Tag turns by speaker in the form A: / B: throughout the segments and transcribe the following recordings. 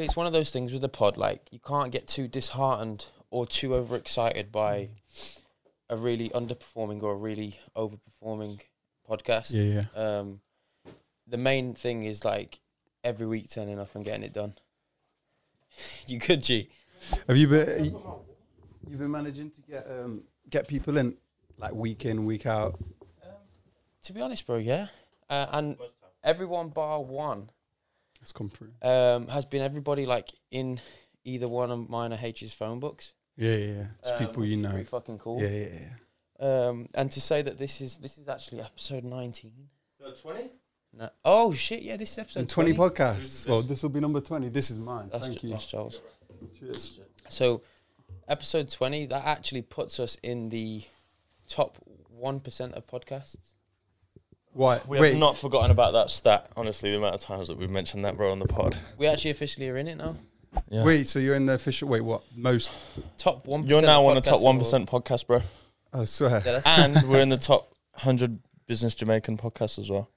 A: it's one of those things with the pod. Like you can't get too disheartened or too overexcited by a really underperforming or a really overperforming podcast.
B: Yeah, yeah.
A: Um, the main thing is like every week turning up and getting it done. you could, G.
B: Have you been? You've been managing to get um, get people in, like week in, week out.
A: To be honest, bro, yeah. Uh, and everyone bar one
B: It's come through.
A: um, has been everybody like in either one of mine or H's phone books.
B: Yeah, yeah. yeah. It's
A: um,
B: people
A: which
B: you
A: is
B: know.
A: Pretty fucking cool.
B: Yeah, yeah, yeah.
A: Um, and to say that this is this is actually episode nineteen.
C: No, 20?
A: No. Oh shit! Yeah, this is episode
B: And twenty,
A: 20.
B: podcasts. Well, this will be number twenty. This is mine.
A: That's,
B: Thank
A: ju-
B: you.
A: that's Charles.
B: Cheers.
A: So, episode twenty that actually puts us in the top one percent of podcasts.
B: Why?
C: We
B: Wait.
C: have not forgotten about that stat, honestly, the amount of times that we've mentioned that, bro, on the pod.
A: We actually officially are in it now.
C: Yeah.
B: Wait. So you're in the official. Wait. What? Most.
A: Top one.
C: You're now on the top 1% podcast, bro.
B: I swear.
C: And we're in the top 100 Business Jamaican podcasts as well.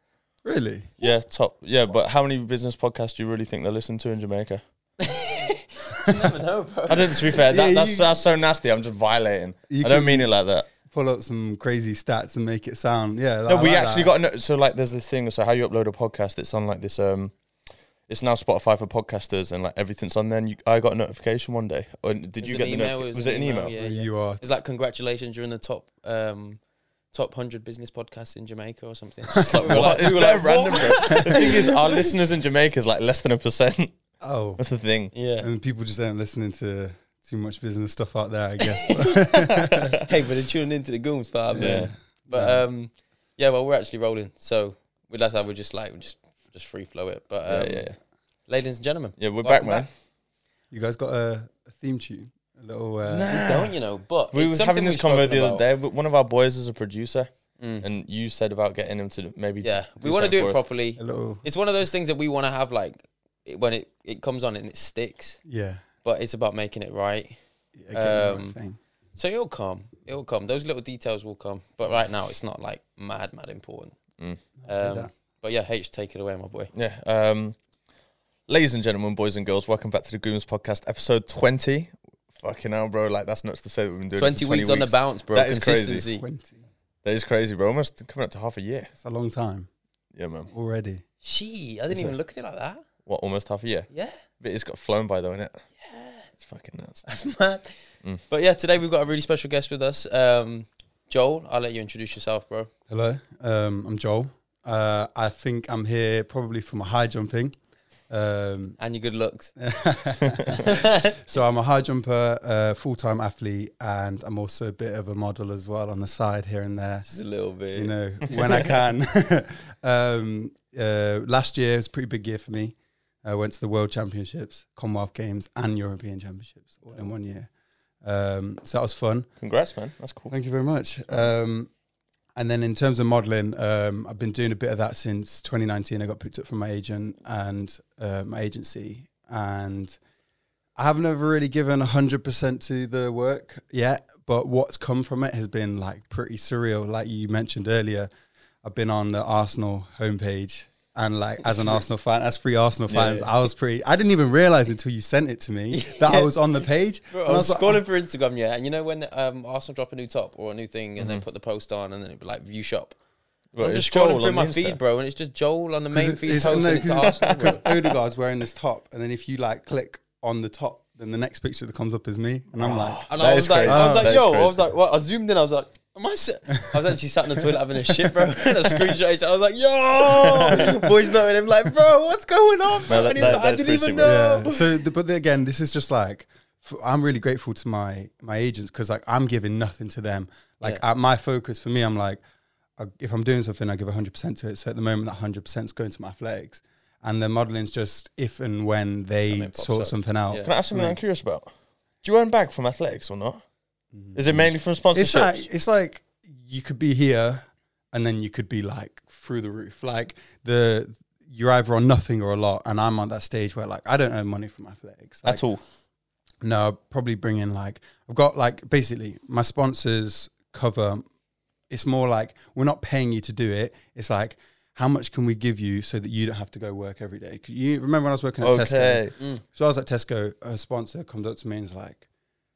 B: Really?
C: Yeah, top. Yeah, but how many business podcasts do you really think they listen to in Jamaica?
A: you never know, bro.
C: I don't, to be fair, that,
B: Yeah,
C: that's,
B: you-
C: that's so nasty. I'm just violating.
B: You
C: I don't
B: can-
C: mean it like that.
B: Pull up some crazy stats and make it sound. Yeah.
C: No, we actually got no, so like there's this thing so how you upload a podcast it's on like this um it's now Spotify for podcasters and like everything's on there and you, I got a notification one day or did
A: It
C: you
A: was an
C: get the
A: email,
C: notification was, it an email,
A: yeah.
B: You are.
A: It's like congratulations, you're in the top um, top hundred business podcasts in Jamaica or something.
C: It's like, what? It's
A: were
C: bare
A: like,
C: random bro. the thing is our listeners in Jamaica is like less than a percent
B: Oh.
C: that's the thing
A: yeah.
B: And people just aren't listening to too much business stuff out there. I guess.
A: hey, but they're tuning into the goons, fam.
C: yeah
A: But um, yeah, well, we're actually rolling, so we that's how we just like we just just free flow it. But
C: yeah
A: um,
C: yeah, yeah.
A: ladies and gentlemen,
C: Yeah, we're
A: welcome
C: back man
B: you guys got a, a theme tune. A little. Uh,
A: We don't, you know, but
C: Ah. we
A: it's
C: was
A: something
C: having this
A: we've
C: convo
A: spoken
C: the
A: about.
C: other day but one of our boys is a producer
A: Mm.
C: and you said about getting him to maybe
A: Yeah, we want to
C: something
A: do it
C: for us.
A: properly.
B: A little.
A: It's one of those things that we want to have like it, when it it comes on and it sticks,
B: Yeah.
A: but it's about making it right.
B: yeah getting the right
A: Um,
B: thing.
A: So it'll come. It'll come. Those little details will come. But right now, it's not like mad, mad important.
C: Mm.
A: Um, but yeah, H, take it away, my boy.
C: Yeah. Um, ladies and gentlemen, boys and girls, welcome back to the Goons Podcast, episode 20. Fucking hell, bro. Like, that's nuts to say that we've been doing
A: 20,
C: it for 20
A: weeks, on the bounce, bro.
C: That is crazy.
A: Consistency.
B: Twenty.
C: That is crazy, bro. Almost coming up to half a year.
B: It's a long time
C: Yeah, man.
B: already.
A: She, I didn't
C: Is
A: even
C: it?
A: look at it like that.
C: What, almost half a year?
A: Yeah,
C: But it's got flown by, though, innit? Yeah. It's fucking nuts.
A: that's mad.
C: Mm.
A: But yeah, today we've got a really special guest with us. Um, Joel, I'll let you introduce yourself, bro.
B: Hello, um, I'm Joel. Uh, I think I'm here probably for my high jumping. Um,
A: And your good looks.
B: so I'm a high jumper, uh, full-time athlete, and I'm also a bit of a model as well on the side here and there.
A: Just a little bit.
B: You know, when I can. um, uh, last year was a pretty big year for me. I went to the World Championships, Commonwealth Games, and European Championships all in one year. Um, so that was fun.
C: Congrats, man. That's cool.
B: Thank you very much. Um, and then in terms of modelling, um, I've been doing a bit of that since 2019. I got picked up from my agent and uh, my agency, and I have never really given 100% to the work yet. But what's come from it has been like pretty surreal. Like you mentioned earlier, I've been on the Arsenal homepage. And like as an Arsenal fan, as three Arsenal
C: Yeah,
B: fans,
C: yeah.
B: I was pretty. I didn't even realize until you sent it to me that I was on the page.
A: Bro,
B: And
A: I was
B: like,
A: scrolling for Instagram, yeah, and you know when um, Arsenal drop a new top or a new thing, and then put the post on, and then it'd be like view shop.
C: Well,
A: I'm
C: Mm-hmm. it's
A: just scrolling
C: Joel
A: through
C: on
A: my
C: the
A: feed,
C: Insta.
A: bro, and it's just Joel on the
B: Because
A: main
B: it-
A: feed
B: it's-
A: posting
B: no,
A: it to
B: 'cause it's-
A: Arsenal. bro.
B: 'cause Odegaard's wearing this top, and then if you like click on the top, then the next picture that comes up is me, and I'm like,
A: Ah, And
C: That
A: I
C: is
A: was like,
C: crazy.
A: I was
C: That
A: like,
C: is
A: yo, I
C: crazy.
A: was like, what? I zoomed in, I was like, am I? Si-? I was actually sat in the toilet having a shit, bro, and I screenshot. it, I was like, yo, boys, know, and I'm like, bro, what's going on?
C: No, that-
A: and he was
C: that-
A: like, I didn't
C: that's pretty
A: even
C: similar.
A: know.
B: yeah. So, the, but then again, this is just like f- I'm really grateful to my my agents because like I'm giving nothing to them. Like
A: Yeah.
B: uh, my focus for me, I'm like, I, if I'm doing something, I give 100 percent to it. So at the moment, that 100 percent is going to my athletics, and the modeling's just if and when they
A: Something pops
B: sort
A: up.
B: something out.
A: Yeah.
C: Can I ask something I'm curious about? Do you earn back from athletics or not? Is it mainly from sponsorships?
B: it's like it's like you could be here and then you could be like through the roof like the you're either on nothing or a lot and i'm on that stage where like i don't earn money from athletics like,
C: At all.
B: no I'll probably bring in like i've got like basically my sponsors cover it's more like we're not paying you to do it it's like how much can we give you so that you don't have to go work every day? 'Cause You remember when I was working at Tesco?
C: Okay.
A: Mm.
B: So I was at Tesco. A sponsor comes up to me and is like,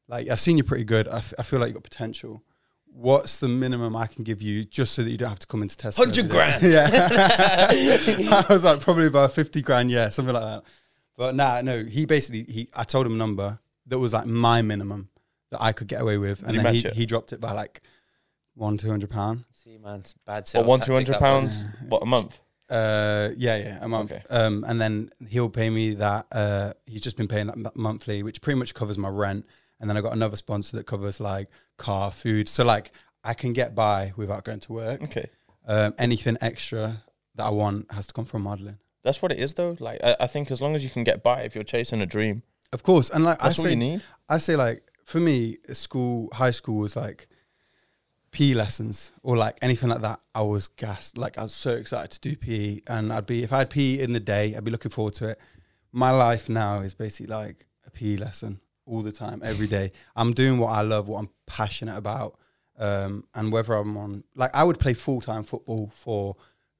B: "Like I've seen you pretty good. I, f- I feel like you've got potential. What's the minimum I can give you just so that you don't have to come into Tesco?
A: 100
B: every day?"
A: grand.
B: yeah. I was like, probably about fifty grand. Yeah, something like that. But nah, no. He basically he I told him a number that was like my minimum that I could get away with, and
C: you
B: then he,
C: match it?
B: he dropped it by like one two hundred pound.
A: See, man, it's bad
C: Or
A: sales.
C: one
A: tactic,
C: two hundred
A: that was.
C: pounds. What a month?
B: Uh, yeah, yeah, a month.
C: Okay.
B: Um, and then he'll pay me that. Uh, he's just been paying that m- monthly, which pretty much covers my rent. And then I got another sponsor that covers like car, food. So like I can get by without going to work.
C: Okay.
B: Um, anything extra that I want has to come from modeling,
C: That's what it is though. Like I, I think as long as you can get by, if you're chasing a dream,
B: of course. And like
C: that's
B: I
C: all you
B: say,
C: need.
B: I say like for me, school, high school was like PE lessons or like anything like that. I was gassed. Like I was so excited to do PE, and I'd be if I had PE in the day, I'd be looking forward to it. My life now is basically like a PE lesson all the time, every day. I'm doing what I love, what I'm passionate about, um, and whether I'm on like I would play full time football for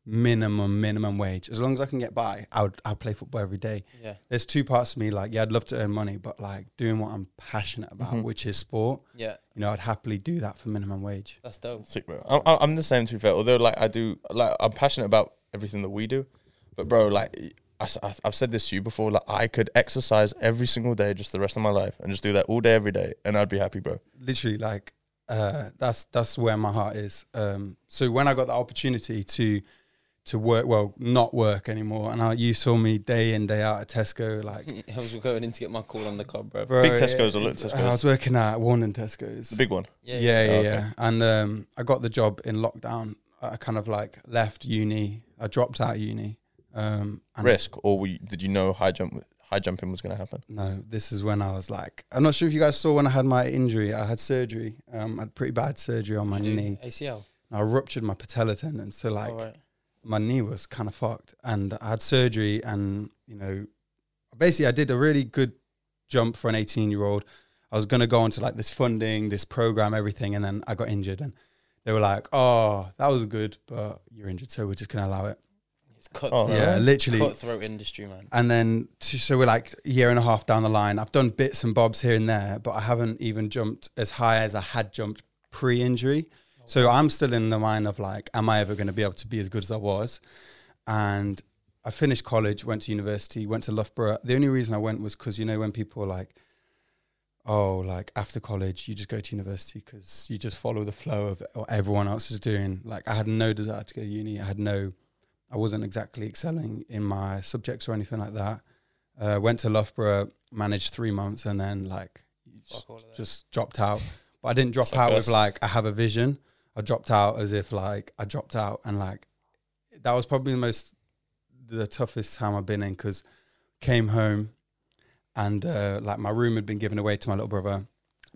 B: minimum minimum wage as long as I can get by. I would I'd play football every day
A: Yeah.
B: there's two parts of me like yeah i'd love to earn money but like doing what i'm passionate about
C: Mhm.
B: which is sport
A: Yeah.
B: you know i'd happily do that for minimum wage
A: That's dope.
C: Sick, bro. I'm, I'm- I'm the same to be fair. Although, like, I do, like, I'm passionate about everything that we do, but bro, like, I, have said this to you before. Like, I could exercise every single day, just the rest of my life, and just do that all day, every day, and I'd be happy, bro.
B: literally like uh that's that's where my heart is um so when i got the opportunity to to work well not work anymore and I, you saw me day in day out at tesco like
A: I was going in to get my call on the cob, bro.
B: bro,
C: Big Tesco's or little
B: it- i
C: Tesco's?
B: was working at warning tesco's
C: The big one.
B: yeah yeah yeah,
C: okay.
B: and um i got the job in lockdown i kind of like left uni i dropped out of uni um and
C: Risk, or we did you know high jump, high jumping was gonna happen?
B: No, this is when I was like, I'm not sure if you guys saw when I had my injury. I had surgery. Um, I had pretty bad surgery on my
A: Dude,
B: knee.
A: ACL.
B: I ruptured my patella tendon, so like
A: All right.
B: my knee was kind of fucked. And I had surgery, and you know, basically I did a really good jump for an 18 year old. I was gonna go on to like this funding, this program, everything, and then I got injured, and they were like, "Oh, that was good, but you're injured, so we're just gonna allow it."
A: It's cutthroat.
C: Oh,
B: yeah,
C: yeah.
B: literally.
A: Cutthroat industry, man.
B: And then, t so we're like a year and a half down the line. I've done bits and bobs here and there, but I haven't even jumped as high as I had jumped pre injury. So I'm still in the mind of like, am I ever going to be able to be as good as I was? And I finished college, went to university, went to Loughborough. The only reason I went was because, you know, when people are like, oh, like after college, you just go to university because you just follow the flow of what everyone else is doing. Like, I had no desire to go to uni. I had no, I wasn't exactly excelling in my subjects or anything like that. Uh, went to Loughborough, managed three months, and then like
A: Fuck all of that.
B: just dropped out. But I didn't drop
C: Suck
B: out
C: us.
B: with like I have a vision. I dropped out as if like I dropped out, and like that was probably the most the toughest time I've been in because came home and uh, like my room had been given away to my little brother.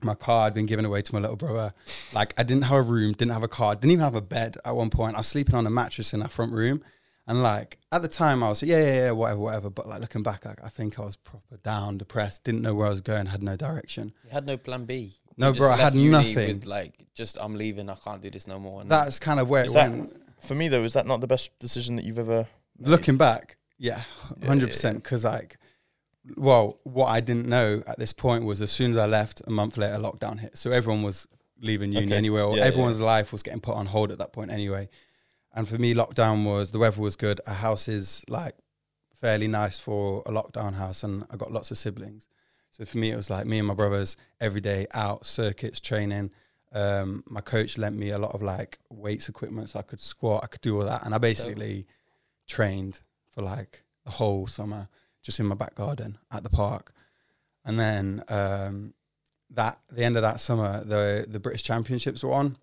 B: My car had been given away to my little brother. Like I didn't have a room, didn't have a car, didn't even have a bed at one point. I was sleeping on a mattress in our front room. And like at the time I was like, yeah, yeah, yeah, whatever, whatever. But like looking back, like I think I was proper down, depressed, didn't know where I was going, had no direction.
A: You had no plan B. You
B: No,
A: just
B: bro, I
A: left
B: had
A: uni
B: nothing.
A: With, like, just I'm leaving. I can't do this no more. And
B: That's kind of where
C: Mm. Is
B: it
C: that-
B: went.
C: For me though, is that not the best decision that you've ever?
B: Looking back, yeah,
C: Yeah,
B: hundred percent. Because like, well, what I didn't know at this point was as soon as I left, a month later, lockdown hit. So everyone was leaving uni
C: Okay.
B: anyway, or
C: Yeah, yeah.
B: everyone's life was getting put on hold at that point anyway. And for me, lockdown was the weather was good. Our house is like fairly nice for a lockdown house, and I got lots of siblings. So for me, it was like me and my brothers every day out circuits training. Um, my coach lent me a lot of like weights equipment, so I could squat, I could do all that, and I basically trained for like a whole summer just in my back garden at the park. And then um, that the end of that summer, the the British Championships were on,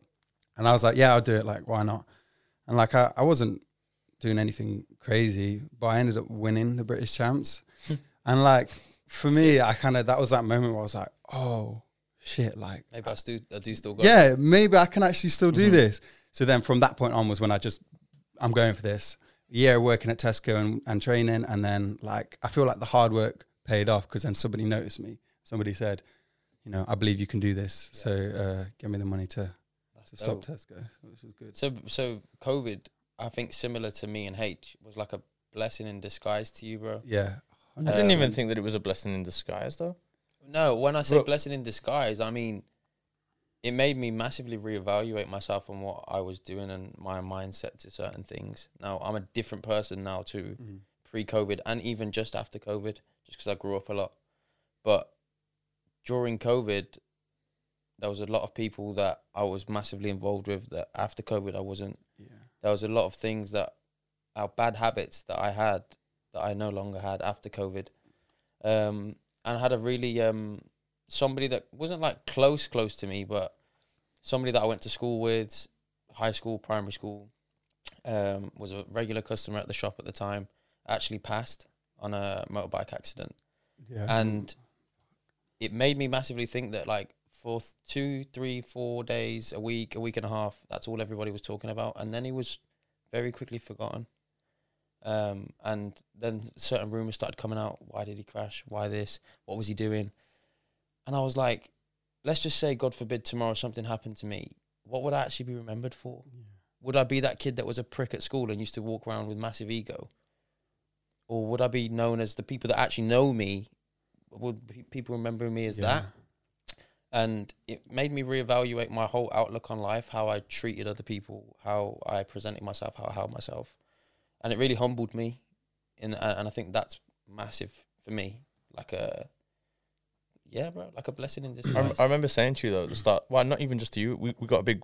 B: and I was like, yeah, I'll do it. Like, why not? And like, I, I wasn't doing anything crazy, but I ended up winning the British champs. and like for me, I kind of that was that moment where I was like, oh shit, like
A: maybe I still, I do still go.
B: yeah, maybe I can actually still do this. So then from that point on was when I just, I'm going for this. Yeah, working at Tesco and, and training. And then, like, I feel like the hard work paid off because then somebody noticed me. Somebody said, you know, I believe you can do this.
A: Yeah. Oh.
B: So uh, give me the money to,
A: That's
B: to stop
A: dope.
B: Tesco, which was good.
A: So, so COVID I think similar to me and H was like a blessing in disguise to you, bro.
B: Yeah.
C: I didn't even
B: 100%.
C: think that it was a blessing in disguise, though.
A: No, when I say
C: Bro-
A: blessing in disguise, I mean it made me massively reevaluate myself and what I was doing and my mindset to certain things. Now I'm a different person now to
B: Mm.
A: pre-COVID and even just after COVID, just because I grew up a lot. But during COVID, there was a lot of people that I was massively involved with that after COVID I wasn't.
B: Yeah.
A: There was a lot of things that our bad habits that I had that I no longer had after COVID. Um, and I had a really um somebody that wasn't like close close to me, but somebody that I went to school with, high school, primary school, um, was a regular customer at the shop at the time. Actually passed on a motorbike accident,
B: Yeah.
A: and it made me massively think that like for th- two, three, four days a week, a week and a half, that's all everybody was talking about, and then he was very quickly forgotten. Um, and then certain rumors started coming out. Why did he crash? Why this? What was he doing? And I was like, let's just say, God forbid, tomorrow something happened to me. What would I actually be remembered for? Would I be that kid that was a prick at school and used to walk around with massive ego? Or would I be known as the people that actually know me? Would pe- people remember me as that? and it made me reevaluate my whole outlook on life, how I treated other people, how I presented myself, how I held myself, and it really humbled me, and and I think that's massive for me, like a yeah, bro, like a blessing in
C: I,
A: disguise.
C: rem- I remember saying to you though at the start, well, not even just to you. We we got a big,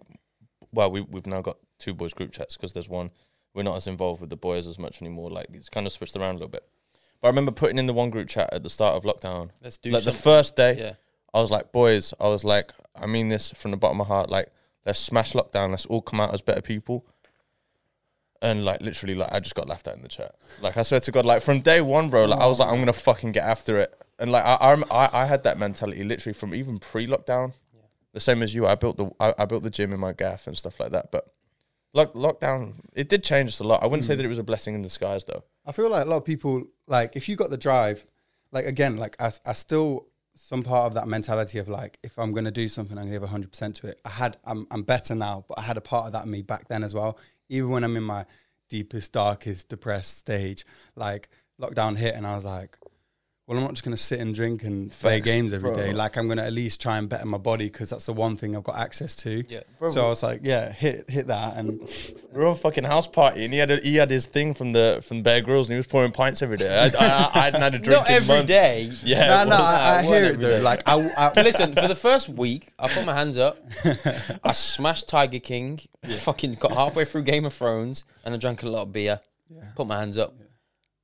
C: well, we we've now got two boys group chats because there's one. We're not as involved with the boys as much anymore. Like it's kind of switched around a little bit. But I remember putting in the one group chat at the start of lockdown.
A: Let's do
C: like the
A: something.
C: first day,
A: yeah,
C: I was like, boys, I was like, I mean this from the bottom of my heart. Like, let's smash lockdown. Let's all come out as better people. And like literally, like I just got laughed at in the chat. Like I swear to God, like from day one, bro. Like I was like, I'm gonna fucking get after it. And like I, I, rem- I, I had that mentality literally from even pre-lockdown. The same as you, I built the, I, I built the gym in my gaff and stuff like that. But lock, lockdown, it did change us a lot. I wouldn't say that it was a blessing in disguise though.
B: I feel like a lot of people like if you got the drive, like again, like I, I still some part of that mentality of like if I'm gonna do something, I'm gonna give hundred percent to it. I had I'm I'm better now, but I had a part of that in me back then as well. Even when I'm in my deepest, darkest, depressed stage, like lockdown hit, and I was like. Well, I'm not just gonna sit and drink and play
C: Facts,
B: games every day.
C: bro.
B: Like I'm gonna at least try and better my body because that's the one thing I've got access to.
A: Yeah.
B: So I was like, yeah, hit hit that, and
C: We were all fucking house party, and he had a, he had his thing from the from Bear Grylls, and he was pouring pints every day. I, I, I hadn't had a drink
A: not
C: in
A: every day.
C: months. Yeah,
B: no,
C: well,
B: no, I, I
A: nah, it
B: hear
A: wasn't
B: it
A: every
B: though.
A: day.
B: Like I, I
A: Uh, Listen, for the first week, I put my hands up. I smashed Tiger King. Fucking got halfway through Game of Thrones, and I drank a lot of beer. Put my hands up.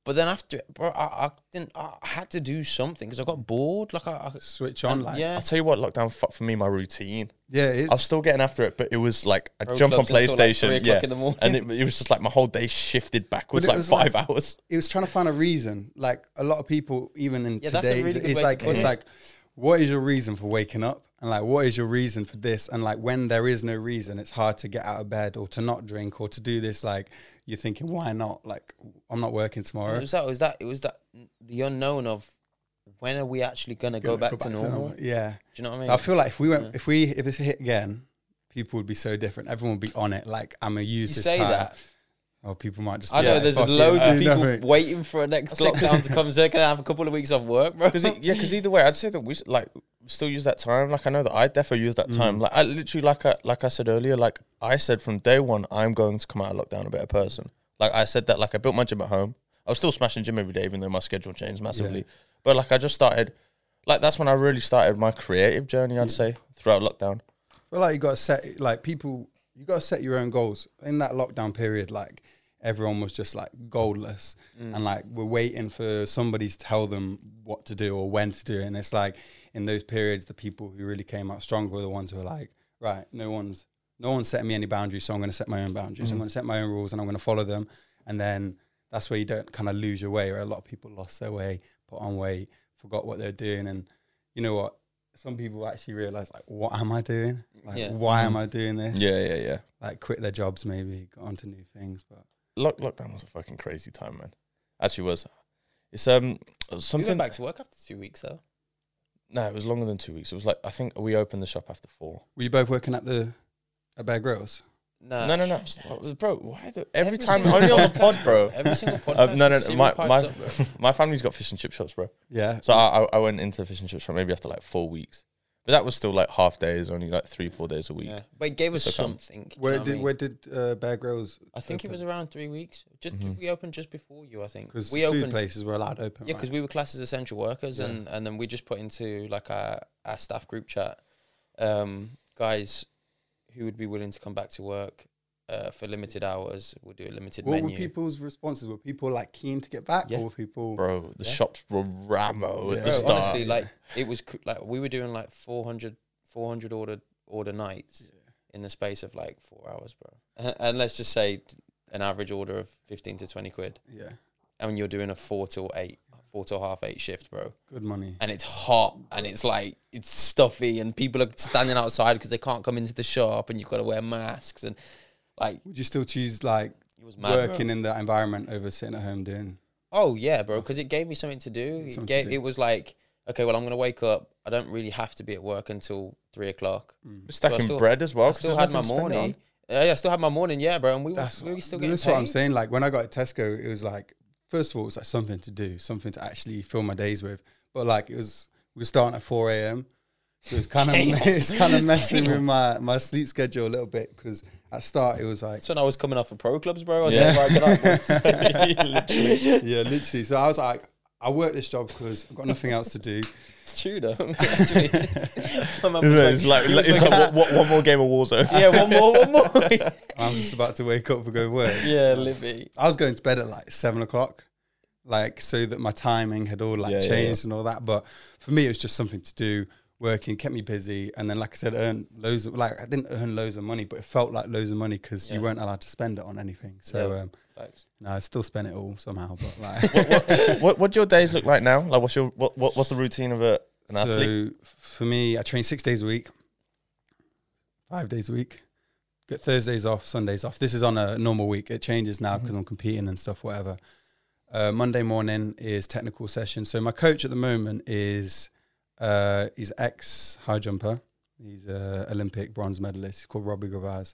A: But then after, bro, I, I didn't. I I had to do something because I got bored. Like I, I
B: switch on. Like
A: yeah,
C: I'll tell you what, lockdown fucked for me my routine.
B: Yeah, it's,
C: I was still getting after it, but it was like I
A: Bro
C: jump on
A: clubs until, like,
C: PlayStation,
A: three o'clock
C: yeah,
A: in the morning.
C: and it, it was just like my whole day shifted backwards
B: But it
C: like
B: was
C: five
B: like-
C: hours.
B: it was trying to find a reason. Like a lot of people, even in
A: Yeah, that's a
B: today,
A: really good
B: it's
A: way to
B: like
A: put
B: it's
A: it.
B: like, what is your reason for waking up? And like, what is your reason for this? And like, when there is no reason, it's hard to get out of bed or to not drink or to do this. Like, you're thinking, why not? Like, I'm not working
A: it
B: tomorrow.
A: was that. It was that. It was that. The unknown of when are we actually gonna go, back, to normal? Do
B: Yeah.
A: you know what I mean?
B: So I feel like if we went, if we, if this hit again, people would be so different. Everyone would be on it. Like, I'm gonna use
A: you
B: this
A: say
B: time.
A: that.
B: Or people might just.
A: I
B: be
A: know
B: like,
A: there's
B: "Fuck it,
A: loads
B: I
A: of
B: do
A: people
B: nothing."
A: waiting for a next lockdown to come. So they can have a couple of weeks off work, bro.
C: Cause it- yeah, because either way, I'd say that we s- like still use that time. Like I know that I definitely use that time. Like I literally, like I like I said earlier, like I said from day one, I'm going to come out of lockdown a better person. Like I said that, like I built my gym at home. I was still smashing gym every day, even though my schedule changed massively. But like I just started, like that's when I really started my creative journey. I'd say throughout lockdown.
B: But like you got to set like people, you got to set your own goals. In that lockdown period, like everyone was just like goalless and like we're waiting for somebody to tell them what to do or when to do it. And it's like in those periods, the people who really came out stronger were the ones who are like, right, no one's no one's setting me any boundaries, so I'm going to set my own boundaries. I'm going to set my own rules and I'm going to follow them. And then that's where you don't kind of lose your way. Where a lot of people lost their way, put on weight, forgot what they're doing, and you know what? Some people actually realize like, what am I doing? Like,
A: Yeah.
B: why am I doing this?
C: Yeah, yeah, yeah.
B: Like, quit their jobs, maybe got onto new things. But
C: Lock lockdown was a fucking crazy time, man. Actually, was. It's um
A: we
C: something.
A: went back to work after two weeks though.
C: no, it was longer than two weeks. It was like I think we opened the shop after four.
B: were you both working at the at Bear Grylls?
A: Nah.
C: no, no, no, Oh, bro. Why the, every, time only on the pod, bro?
A: Every single podcast.
C: Uh, no, no,
A: is
C: no.
A: cereal
C: My
A: pipes
C: my,
A: up, bro.
C: my family's got fish and chip shops, bro.
B: Yeah.
C: So I I- I went into fish and chip shop maybe after like four weeks, but that was still like half days, only like three four days a week.
A: Yeah. But it gave us
C: It's okay.
A: something. do you know
B: where
A: what I
B: did
A: mean?
B: where did uh, Bear Grylls?
A: I think it was around three weeks. Just
C: Mhm.
A: we opened just before you, I think.
B: because
A: We
B: food
A: opened,
B: places were allowed open.
A: yeah, because
B: right?
A: we were classed as essential workers,
B: Yeah.
A: and and then we just put into like our our staff group chat, um, guys, who would be willing to come back to work, uh, for limited hours. We'll do a limited
B: what
A: menu.
B: were people's responses? Were people like keen to get back,
A: Yeah.
B: or were people?
C: Bro, the
A: Yeah.
C: shops were ramo at
B: Yeah.
A: Bro,
C: the
B: Bro,
C: start.
A: honestly, like it was cr- like we were doing like 400, 400 order order nights in the space of like four hours, bro. And, and let's just say an average order of fifteen to twenty quid,
B: Yeah,
A: and you're doing a four till eight, four till half eight shift, bro.
B: good money.
A: And it's hot, and it's like it's stuffy, and people are standing outside because they can't come into the shop, and you've got to wear masks, and like
B: Would you still choose like
A: it was mad. bro.
B: working in that environment over sitting at home doing?
A: Oh yeah, bro, because it gave me something to do. It,
B: Something to
A: gave,
B: do.
A: it was like, okay, well, I'm gonna wake up. I don't really have to be at work until three o'clock.
B: Mm-hmm.
C: We're stacking
A: still-
C: bread as well.
A: I
C: 'cause
A: still
C: there's
A: had my
C: nothing to spend it
A: morning. Yeah, yeah, I still had my morning. Yeah, bro, and we were,
B: That's
A: we were still getting
B: that's
A: paid.
B: what I'm saying. Like when I got at Tesco, it was like first of all, it was like something to do, something to actually fill my days with. But like it was, we were starting at 4 a.m. So it was kind of it's kind of messing with my my sleep schedule a little bit because at start it was like
A: That's when I was coming off of pro clubs, bro. I was
C: Yeah.
A: yeah. like, get up, boys." Literally,
B: yeah, literally. So I was like, I work this job because I've got nothing else to do.
A: it's Tudor. Actually, my man
C: on.
A: was
C: Isn't it? It's like,
A: he was
C: it's
A: like,
C: like what, what, one more game of Warzone.
A: yeah, one more, one more.
B: And I'm just about to wake up and go to work.
A: yeah, Libby.
B: I was going to bed at like seven o'clock, like so that my timing had all like
C: Yeah, yeah,
B: changed and all that. But for me, it was just something to do, working kept me busy, and then like I said, earn loads of like I didn't earn loads of money, but it felt like loads of money because you
A: Yeah.
B: weren't allowed to spend it on anything. So
A: Yeah.
B: um,
A: Facts.
B: no, I still spent it all somehow. But like,
C: what what do your days look like now? Like what's your what, what what's the routine of a an athlete?
B: so for me, I train six days a week, five days a week. Get Thursdays off, Sundays off. This is on a normal week. It changes
C: Mm-hmm.
B: now because I'm competing and stuff, whatever. Uh, Monday morning is technical session. So my coach at the moment is uh, he's ex high jumper. He's a Olympic bronze medalist. He's called Robbie Gavaz.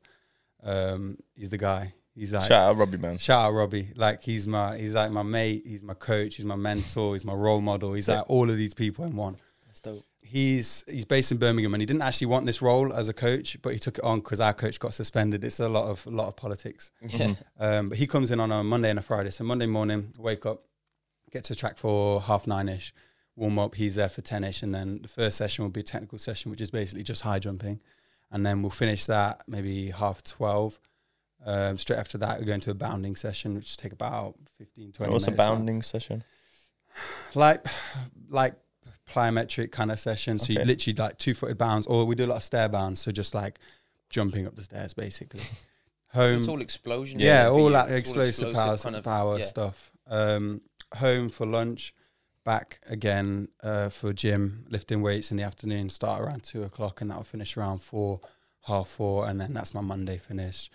B: Um, he's the guy. He's like
C: Shout out Robbie man.
B: Shout out Robbie. Like he's my he's like my mate, he's my coach, he's my mentor, he's my role model, he's
C: Yeah.
B: like all of these people in one.
A: That's dope.
B: He's he's based in Birmingham and he didn't actually want this role as a coach, but he took it on because our coach got suspended. It's a lot of a lot of politics.
A: Yeah.
B: Um, but he comes in on a Monday and a Friday. So Monday morning, wake up, get to track for half nine ish, warm up. He's there for ten ish, and then the first session will be a technical session, which is basically just high jumping, and then we'll finish that maybe half twelve. Um, straight after that, we go into a bounding session, which take about 15, 20
C: What's a
B: minutes long.
C: bounding session?
B: Like, like plyometric kind of session. So you
C: Okay.
B: literally like two footed bounds, or we do a lot of stair bounds. So just like jumping up the stairs, basically. Home
A: It's all explosion.
B: yeah,
A: for
B: all
A: you.
B: that
A: It's all
B: explosive, power, power
A: yeah.
B: stuff. Um, home for lunch, back again uh, for gym, lifting weights in the afternoon. Start around two o'clock, and that'll finish around four, half four, and then that's my Monday finish.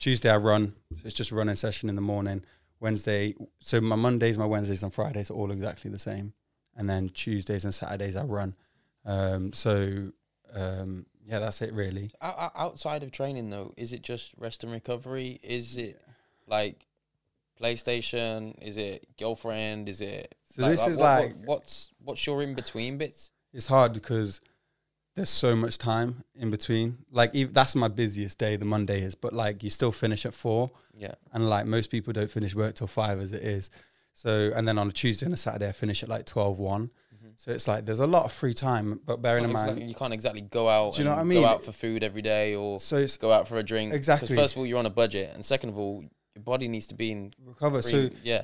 B: Tuesday I run, so it's just a running session in the morning. Wednesday, so my Mondays, my Wednesdays, and Fridays are all exactly the same, and then Tuesdays and Saturdays I run. Um, so um, yeah, that's it really.
A: Out- out- Outside of training, though, is it just rest and recovery? Is it like PlayStation? Is it girlfriend? Is it?
B: So this
A: what-
B: is
A: what-
B: like-
A: what's what's your in between bits?
B: it's hard because there's so much time in between. Like ev that's my busiest day, the Monday is, but like you still finish at four,
A: Yeah,
B: and like most people don't finish work till five as it is. So and then on a Tuesday and a Saturday I finish at like 12, 1. So it's like there's a lot of free time, but bearing in
A: Mm-hmm. It's like
B: mind,
A: you can't exactly go out.
B: Do you know
A: and
B: what I mean?
A: Go out for food every day, or
B: so it's
A: go out for a drink. 'Cause
B: Exactly.
A: First of all, you're on a budget, and second of all, your body needs to be in.
B: recover. So
A: green- yeah,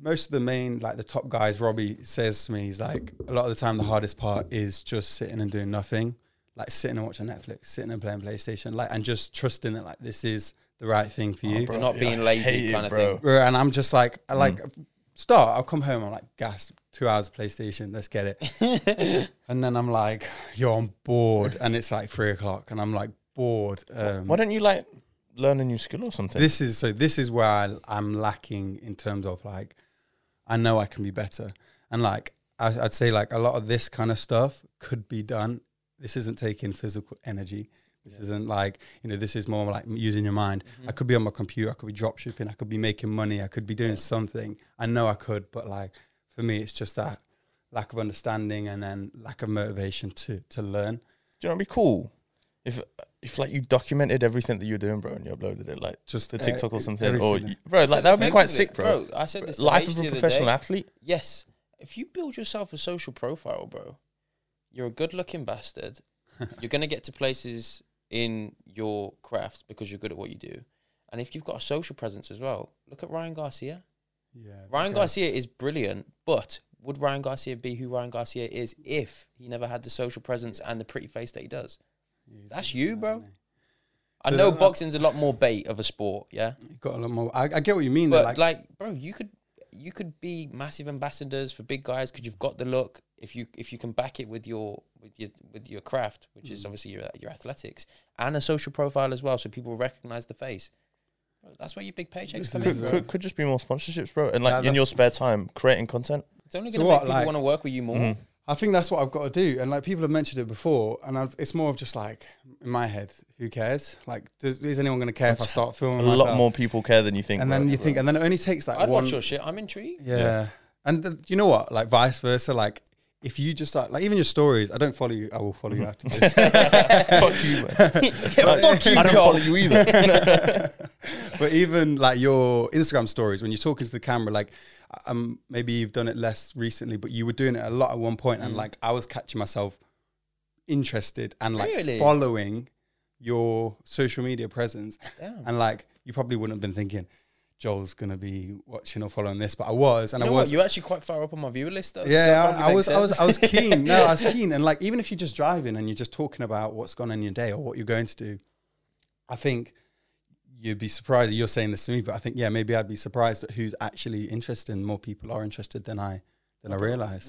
B: most of the main like the top guys robbie says to me he's like a lot of the time the hardest part is just sitting and doing nothing like sitting and watching netflix sitting and playing playstation like and just trusting that like this is the right thing for you
A: Not being lazy kind of thing.
B: Bro, and i'm just like i like start i'll come home i'm like gas two hours of playstation let's get it and then i'm like you're on board and it's like three o'clock and i'm like bored um,
C: Why don't you like learn a new skill or something?
B: this is so this is where I, i'm lacking in terms of like i know i can be better and like I, i'd say like a lot of this kind of stuff could be done this isn't taking physical energy This isn't like you know. This is more like using your mind. I could be on my computer. I could be drop shipping. I could be making money. I could be doing something. I know I could, but like for me, it's just that lack of understanding and then lack of motivation to to learn.
C: Do you know what'd be cool? If if like you documented everything that you're doing, bro, and you uploaded it like
B: Just
C: to
B: uh,
C: TikTok or something, or
B: everything.
C: you- bro, like that would be quite sick, bro.
A: I said this. to
C: Life
A: H
C: of
A: the
C: a
A: other
C: professional
A: day.
C: athlete.
A: Yes. If you build yourself a social profile, bro, you're a good looking bastard. you're going to get to places in your craft because you're good at what you do. And if you've got a social presence as well, look at Ryan Garcia.
B: yeah,
A: Ryan
B: okay.
A: Garcia is brilliant, but would Ryan Garcia be who Ryan Garcia is if he never had the social presence and the pretty face that he does?
B: Yeah,
A: That's
B: he's
A: you,
B: doing that,
A: bro.
B: isn't
A: I
B: So uh,
A: know
B: that-
A: boxing's a lot more bait of a sport, yeah.
B: he? You've Got a lot more. I, I get what you mean. though,
A: But
B: like,
A: like, bro, you could you could be massive ambassadors for big guys because you've got the look. If you if you can back it with your with your with your craft, which
B: Mm.
A: is obviously your your athletics and a social profile as well, so people recognize the face. Bro, that's where your big paychecks
B: This
A: come
B: is-
A: in.
C: Could,
A: bro.
C: could, could just be more sponsorships, bro, and
B: Nah,
C: like in
B: that's-
C: your spare time creating content.
A: It's only
B: So
A: going to
B: what,
A: make people
B: like- mm-hmm.
A: want to work with you more.
C: Mhm.
B: I think that's what I've got to do. And like people have mentioned it before, and I've, it's more of just like in my head, who cares? Like, does, is anyone going to care if I start filming
C: A
B: myself?
C: lot more people care than you think.
B: And
C: bro.
B: then you think, and then it only takes like
A: I'd
B: one.
A: watch your shit. I'm intrigued.
B: yeah.
C: Yeah.
B: And th- you know what? Like vice versa. Like if you just start, like even your stories, I don't follow you. I will follow you
A: Mm-hmm.
B: after this.
C: fuck you, man.
A: Yeah, fuck you,
C: I don't
A: Cole.
C: follow you either.
B: but even like your Instagram stories, when you're talking to the camera, like um, maybe you've done it less recently, but you were doing it a lot at one point,
A: Mm.
B: and like I was catching myself interested and like
A: Really?
B: following your social media presence,
A: Damn.
B: and like you probably wouldn't have been thinking Joel's gonna be watching or following this, but I was, and
A: You
B: I
A: know
B: was.
A: what? You're actually quite far up on my viewer list, though.
B: Yeah,
A: so that
B: I, I
A: probably
B: was,
A: makes
B: I was,
A: sense.
B: I was keen. No, I was keen, and like even if you're just driving and you're just talking about what's gone on in your day or what you're going to do, I think you'd be surprised. You're saying this to me, but I think yeah, maybe I'd be surprised at who's actually interested. and More people are interested than I than I realised.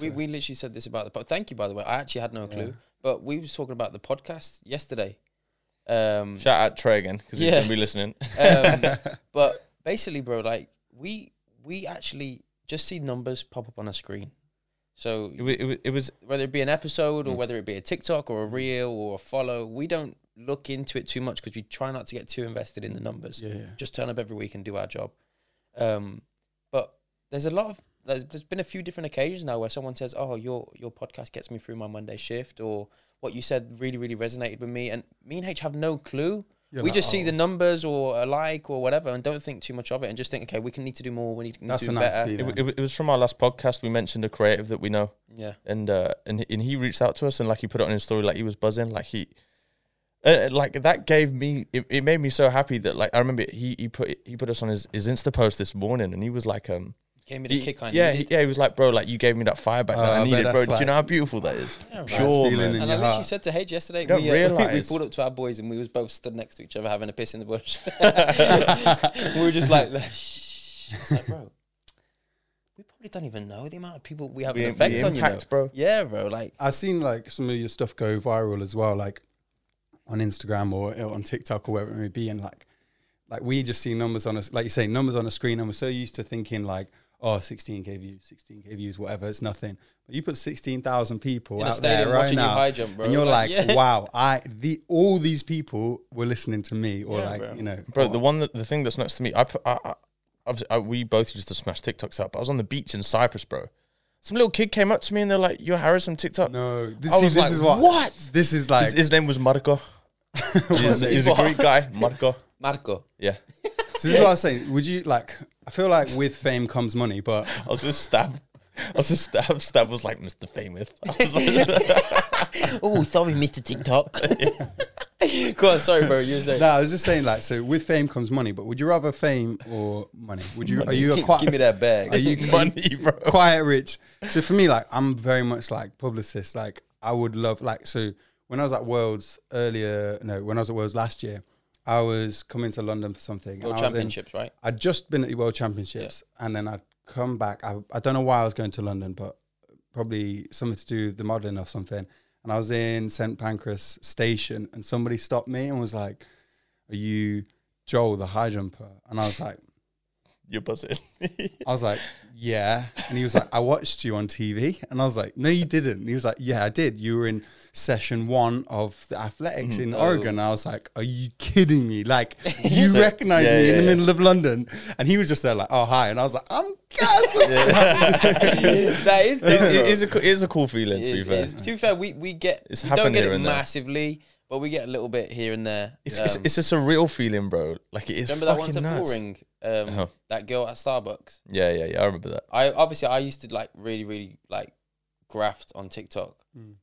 A: We,
B: so.
A: we literally said this about the pod. Thank you, by the way. I actually had no clue, but we was talking about the podcast yesterday. Um,
C: Shout out Trey again because he's
A: Yeah.
C: gonna be listening.
A: um, but basically, bro, like we we actually just see numbers pop up on a screen. So
C: It, wa- it, wa- it was
A: whether it be an episode
B: Mm.
A: or whether it be a TikTok or a reel or a follow, we don't look into it too much because we try not to get too invested in the numbers
B: yeah, yeah.
A: just turn up every week and do our job. Um, but there's a lot of there's, there's been a few different occasions now where someone says, "Oh, your your podcast gets me through my Monday shift," or what you said really really resonated with me. And me and H have no clue.
B: You're
A: we
B: like,
A: just see
B: oh.
A: the numbers or a like or whatever, and don't think too much of it, and just think, "Okay, we can need to do more. We need, we need
B: That's
A: to
B: a
A: do
B: nice
A: better."
B: feeling.
C: it, wa- it, wa- it was from our last podcast. We mentioned a creative that we know,
A: Yeah,
C: and uh, and and he reached out to us and like he put it on his story, like he was buzzing, like he. Uh, like that gave me it, it made me so happy that like I remember he he put he put us on his, his Insta post this morning and he was like um
A: gave me the
C: he-
A: kick I
C: yeah
A: needed.
C: he, yeah he was like bro like you gave me that fire back
B: Oh,
C: that
B: I
C: I
B: bet
C: needed bro
B: that's
C: do you
B: like-
C: know how beautiful that is
A: Yeah,
B: Nice
C: pure
B: feeling
C: man
B: in
A: And I
B: your
A: literally
B: heart.
A: said to H yesterday,
C: don't
A: we, uh, we, we
C: realise.
A: pulled up to our boys and we was both stood next to each other having a piss in the bush. we were just like, shh. I was like, bro, we probably don't even know the amount of people we have
C: We-
A: an
C: we
A: effect on, you know.
C: impact, bro.
A: Yeah, bro, like,
B: I've seen like some of your stuff go viral as well, like on Instagram or or on TikTok or wherever it may be, and like like we just see numbers on us, like you say, numbers on a screen, and we're so used to thinking like, oh, 16k views, 16k views, whatever, it's nothing. But you put 16,000 people
A: In a
B: out
A: stadium
B: there right
A: watching you
B: now,
A: high jump, bro,
B: and you're
A: like,
B: like,
A: yeah.
B: wow, I the all these people were listening to me, or
A: Yeah,
B: like
A: bro.
B: you know,
C: Bro, the one that the thing that's next to me, I, put- I, I, obviously, I we both used to smash TikToks up. I was on the beach in Cyprus, bro. Some little kid came up to me and they're like, "You're Harris from TikTok."
B: no, this,
C: I
B: see,
C: was
B: this
C: like,
B: is what
C: "What?"
B: this is like.
C: his, his name was Marco. he was, he was a Greek guy, Marco.
A: Marco.
C: Yeah,
B: so this is what I was saying. Would you like? I feel like with fame comes money, but
C: I was just stabbed. I was just stabbed. Stab was like Mr. Famous. I was like,
A: oh, sorry, Mr. TikTok. Go on, sorry, bro, you were saying.
B: No, I was just saying, like, so with fame comes money, but would you rather fame or money? Would you? Are you a
A: Give,
B: quiet?
A: give me that bag.
B: Are you
C: money, bro.
B: quiet rich? So for me, like, I'm very much like publicist. Like, I would love like so. When I was at Worlds earlier, no, when I was at Worlds last year, I was coming to London for something.
A: World
B: and I was in-
A: championships, right?
B: I'd just been at the World Championships, and then I'd come back. I, I don't know why I was going to London, but probably something to do with the modeling or something. And I was in St Pancras Station, and somebody stopped me and was like, "Are you Joel, the high jumper?" And I was like,
C: You're buzzing.
B: I was like, yeah. And he was like, I watched you on TV. And I was like, no, you didn't. And he was like, yeah, I did. You were in session one of the athletics
A: Mm-hmm.
B: in
A: Oh.
B: Oregon. I was like, are you kidding me? Like, you
C: So-
B: recognize
C: yeah,
B: me in the
C: yeah, yeah.
B: middle of London. And he was just there like, oh, hi. And I was like, I'm Gaz.
A: that is
C: it,
A: dope.
C: it is a, co- it is a cool feeling, to be
A: It
C: fair.
A: is- To be fair, we, we get
C: It's
A: we don't
C: happened
A: get
C: here
A: it
C: and there.
A: massively, but we get a little bit here and there.
C: It's, it's,
A: Um,
C: it's just a real feeling, bro. Like, it is
A: remember that one
C: fucking
A: time
C: nuts.
A: pouring um,
C: Uh-huh.
A: that girl at Starbucks.
C: Yeah, yeah, yeah. I remember that.
A: I obviously I used to like really really like graft on TikTok.
B: Mm.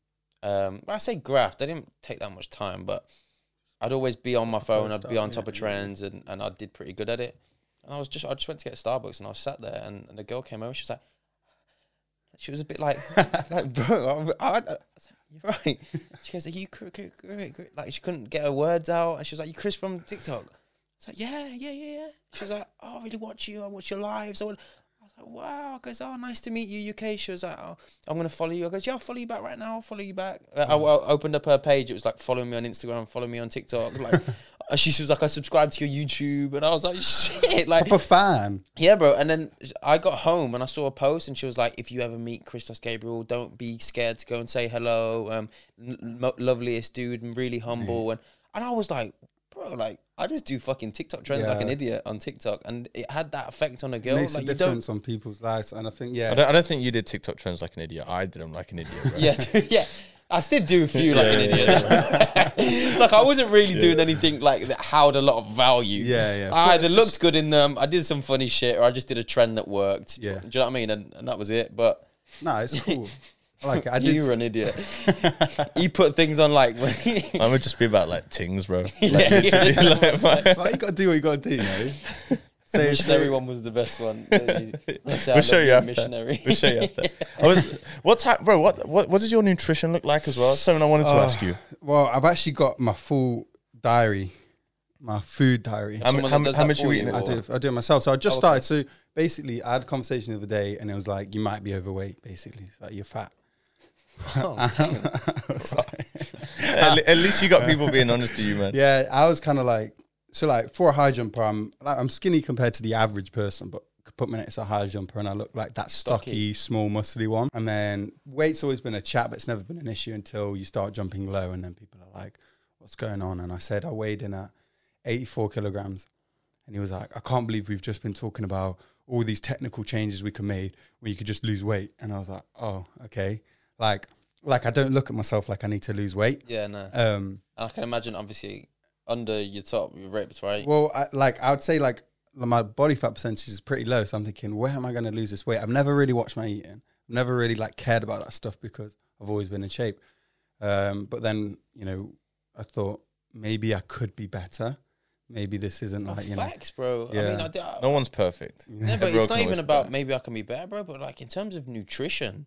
A: Um, when I say graft, I didn't take that much time, but I'd always be on my phone. I'd be
B: stuff,
A: on
B: yeah,
A: top of
B: yeah.
A: trends, and, and I did pretty good at it. And I was just I just went to get Starbucks, and I was sat there, and, and the girl came over. She was like, she was a bit like like bro, I, I, I, was like, you're right. She goes, are you cr- cr- cr- cr-" like she couldn't get her words out, and she was like, you Chris from TikTok. It's like, yeah, yeah, yeah, yeah. She was like, oh, I really watch you. I watch your lives. I wa- I was like, wow. Goes, oh, nice to meet you, UK. She was like, oh, I'm gonna follow you. I goes, yeah, I'll follow you back right now. I'll follow you back. Uh, I, I opened up her page. It was like, follow me on Instagram, follow me on TikTok. Like, uh, she was like, I subscribe to your YouTube, and I was like, shit. Like,
B: Proper fan.
A: yeah, bro. And then I got home and I saw a post, and she was like, "If you ever meet Christos Gabriel, don't be scared to go and say hello. Um, n- mo- loveliest dude and really
B: Mm-hmm.
A: humble." And and I was like, "Bro, like I just do fucking TikTok trends like an
B: Yeah.
A: idiot on TikTok, and it had that effect on a girl.
B: Makes
A: Oh, Like
B: a
A: you don't,
B: difference on people's lives. And I think, yeah.
C: I don't, I don't think you did TikTok trends like an idiot. I did them like an idiot. Bro.
A: yeah, dude, yeah." I still do a few like
C: Yeah,
A: an
C: yeah,
A: idiot. like I wasn't really doing anything like that held a lot of value.
B: Yeah, yeah.
A: I
B: But
A: either
B: it
A: looked good in them, I did some funny shit, or I just did a trend that worked.
B: Yeah.
A: Do you know what I mean? And, and that was it. But
B: No, it's cool. I like it. I
A: you
B: did.
A: were an idiot. you put things on like.
C: I would just be about like things, bro.
A: Yeah,
C: Like,
A: yeah,
C: literally,
A: yeah.
C: like, my-
B: Like, you got to do what you got to do, you know? Say,
A: Missionary one was the best one. we'll
C: we'll show you after. We'll show you after. I was, what type, bro? What, what what does your nutrition look like as well? That's something I wanted to
B: Oh,
C: ask you.
B: Well, I've actually got my full diary, my food diary.
C: How,
A: Someone
C: mu-
A: that
C: how, mu-
A: does
C: how
A: that
C: much
A: for
C: you
A: you,
C: eating?
A: or-
B: I
C: at-
B: do, I do it myself. So I just
A: Oh, okay.
B: started. So basically, I had a conversation the other day, and it was like, you might be overweight. Basically, it's like you're fat.
A: Oh,
B: I was like-
C: At, le- at least you got people being honest to you, man.
B: yeah, I was kind of like, so like for a high jumper, I'm like I'm skinny compared to the average person, but put me next to a high jumper, and I look like that stocky, small, muscly one. And then weight's always been a chat, but it's never been an issue until you start jumping low, and then people are like, "What's going on?" And I said I weighed in at 84 kilograms. And he was like, I can't believe we've just been talking about all these technical changes we can make where you could just lose weight. And I was like, oh, okay. Like, like I don't look at myself like I need to lose weight.
A: yeah, no.
B: Um,
A: I can imagine, obviously, under your top, you're ripped, right?
B: well, I, like I would say like my body fat percentage is pretty low. So I'm thinking, where am I going to lose this weight? I've never really watched my eating. I've never really like cared about that stuff because I've always been in shape. Um, but then, you know, I thought maybe I could be better. Maybe this isn't
A: Oh,
B: like, you know,
A: facts, bro. I
B: yeah.
A: mean, I, did, I,
C: No one's perfect.
A: Yeah, but
C: Everyone
A: it's not
C: can
A: even
C: always
A: about
C: be
A: maybe I can be better, bro. But like in terms of nutrition,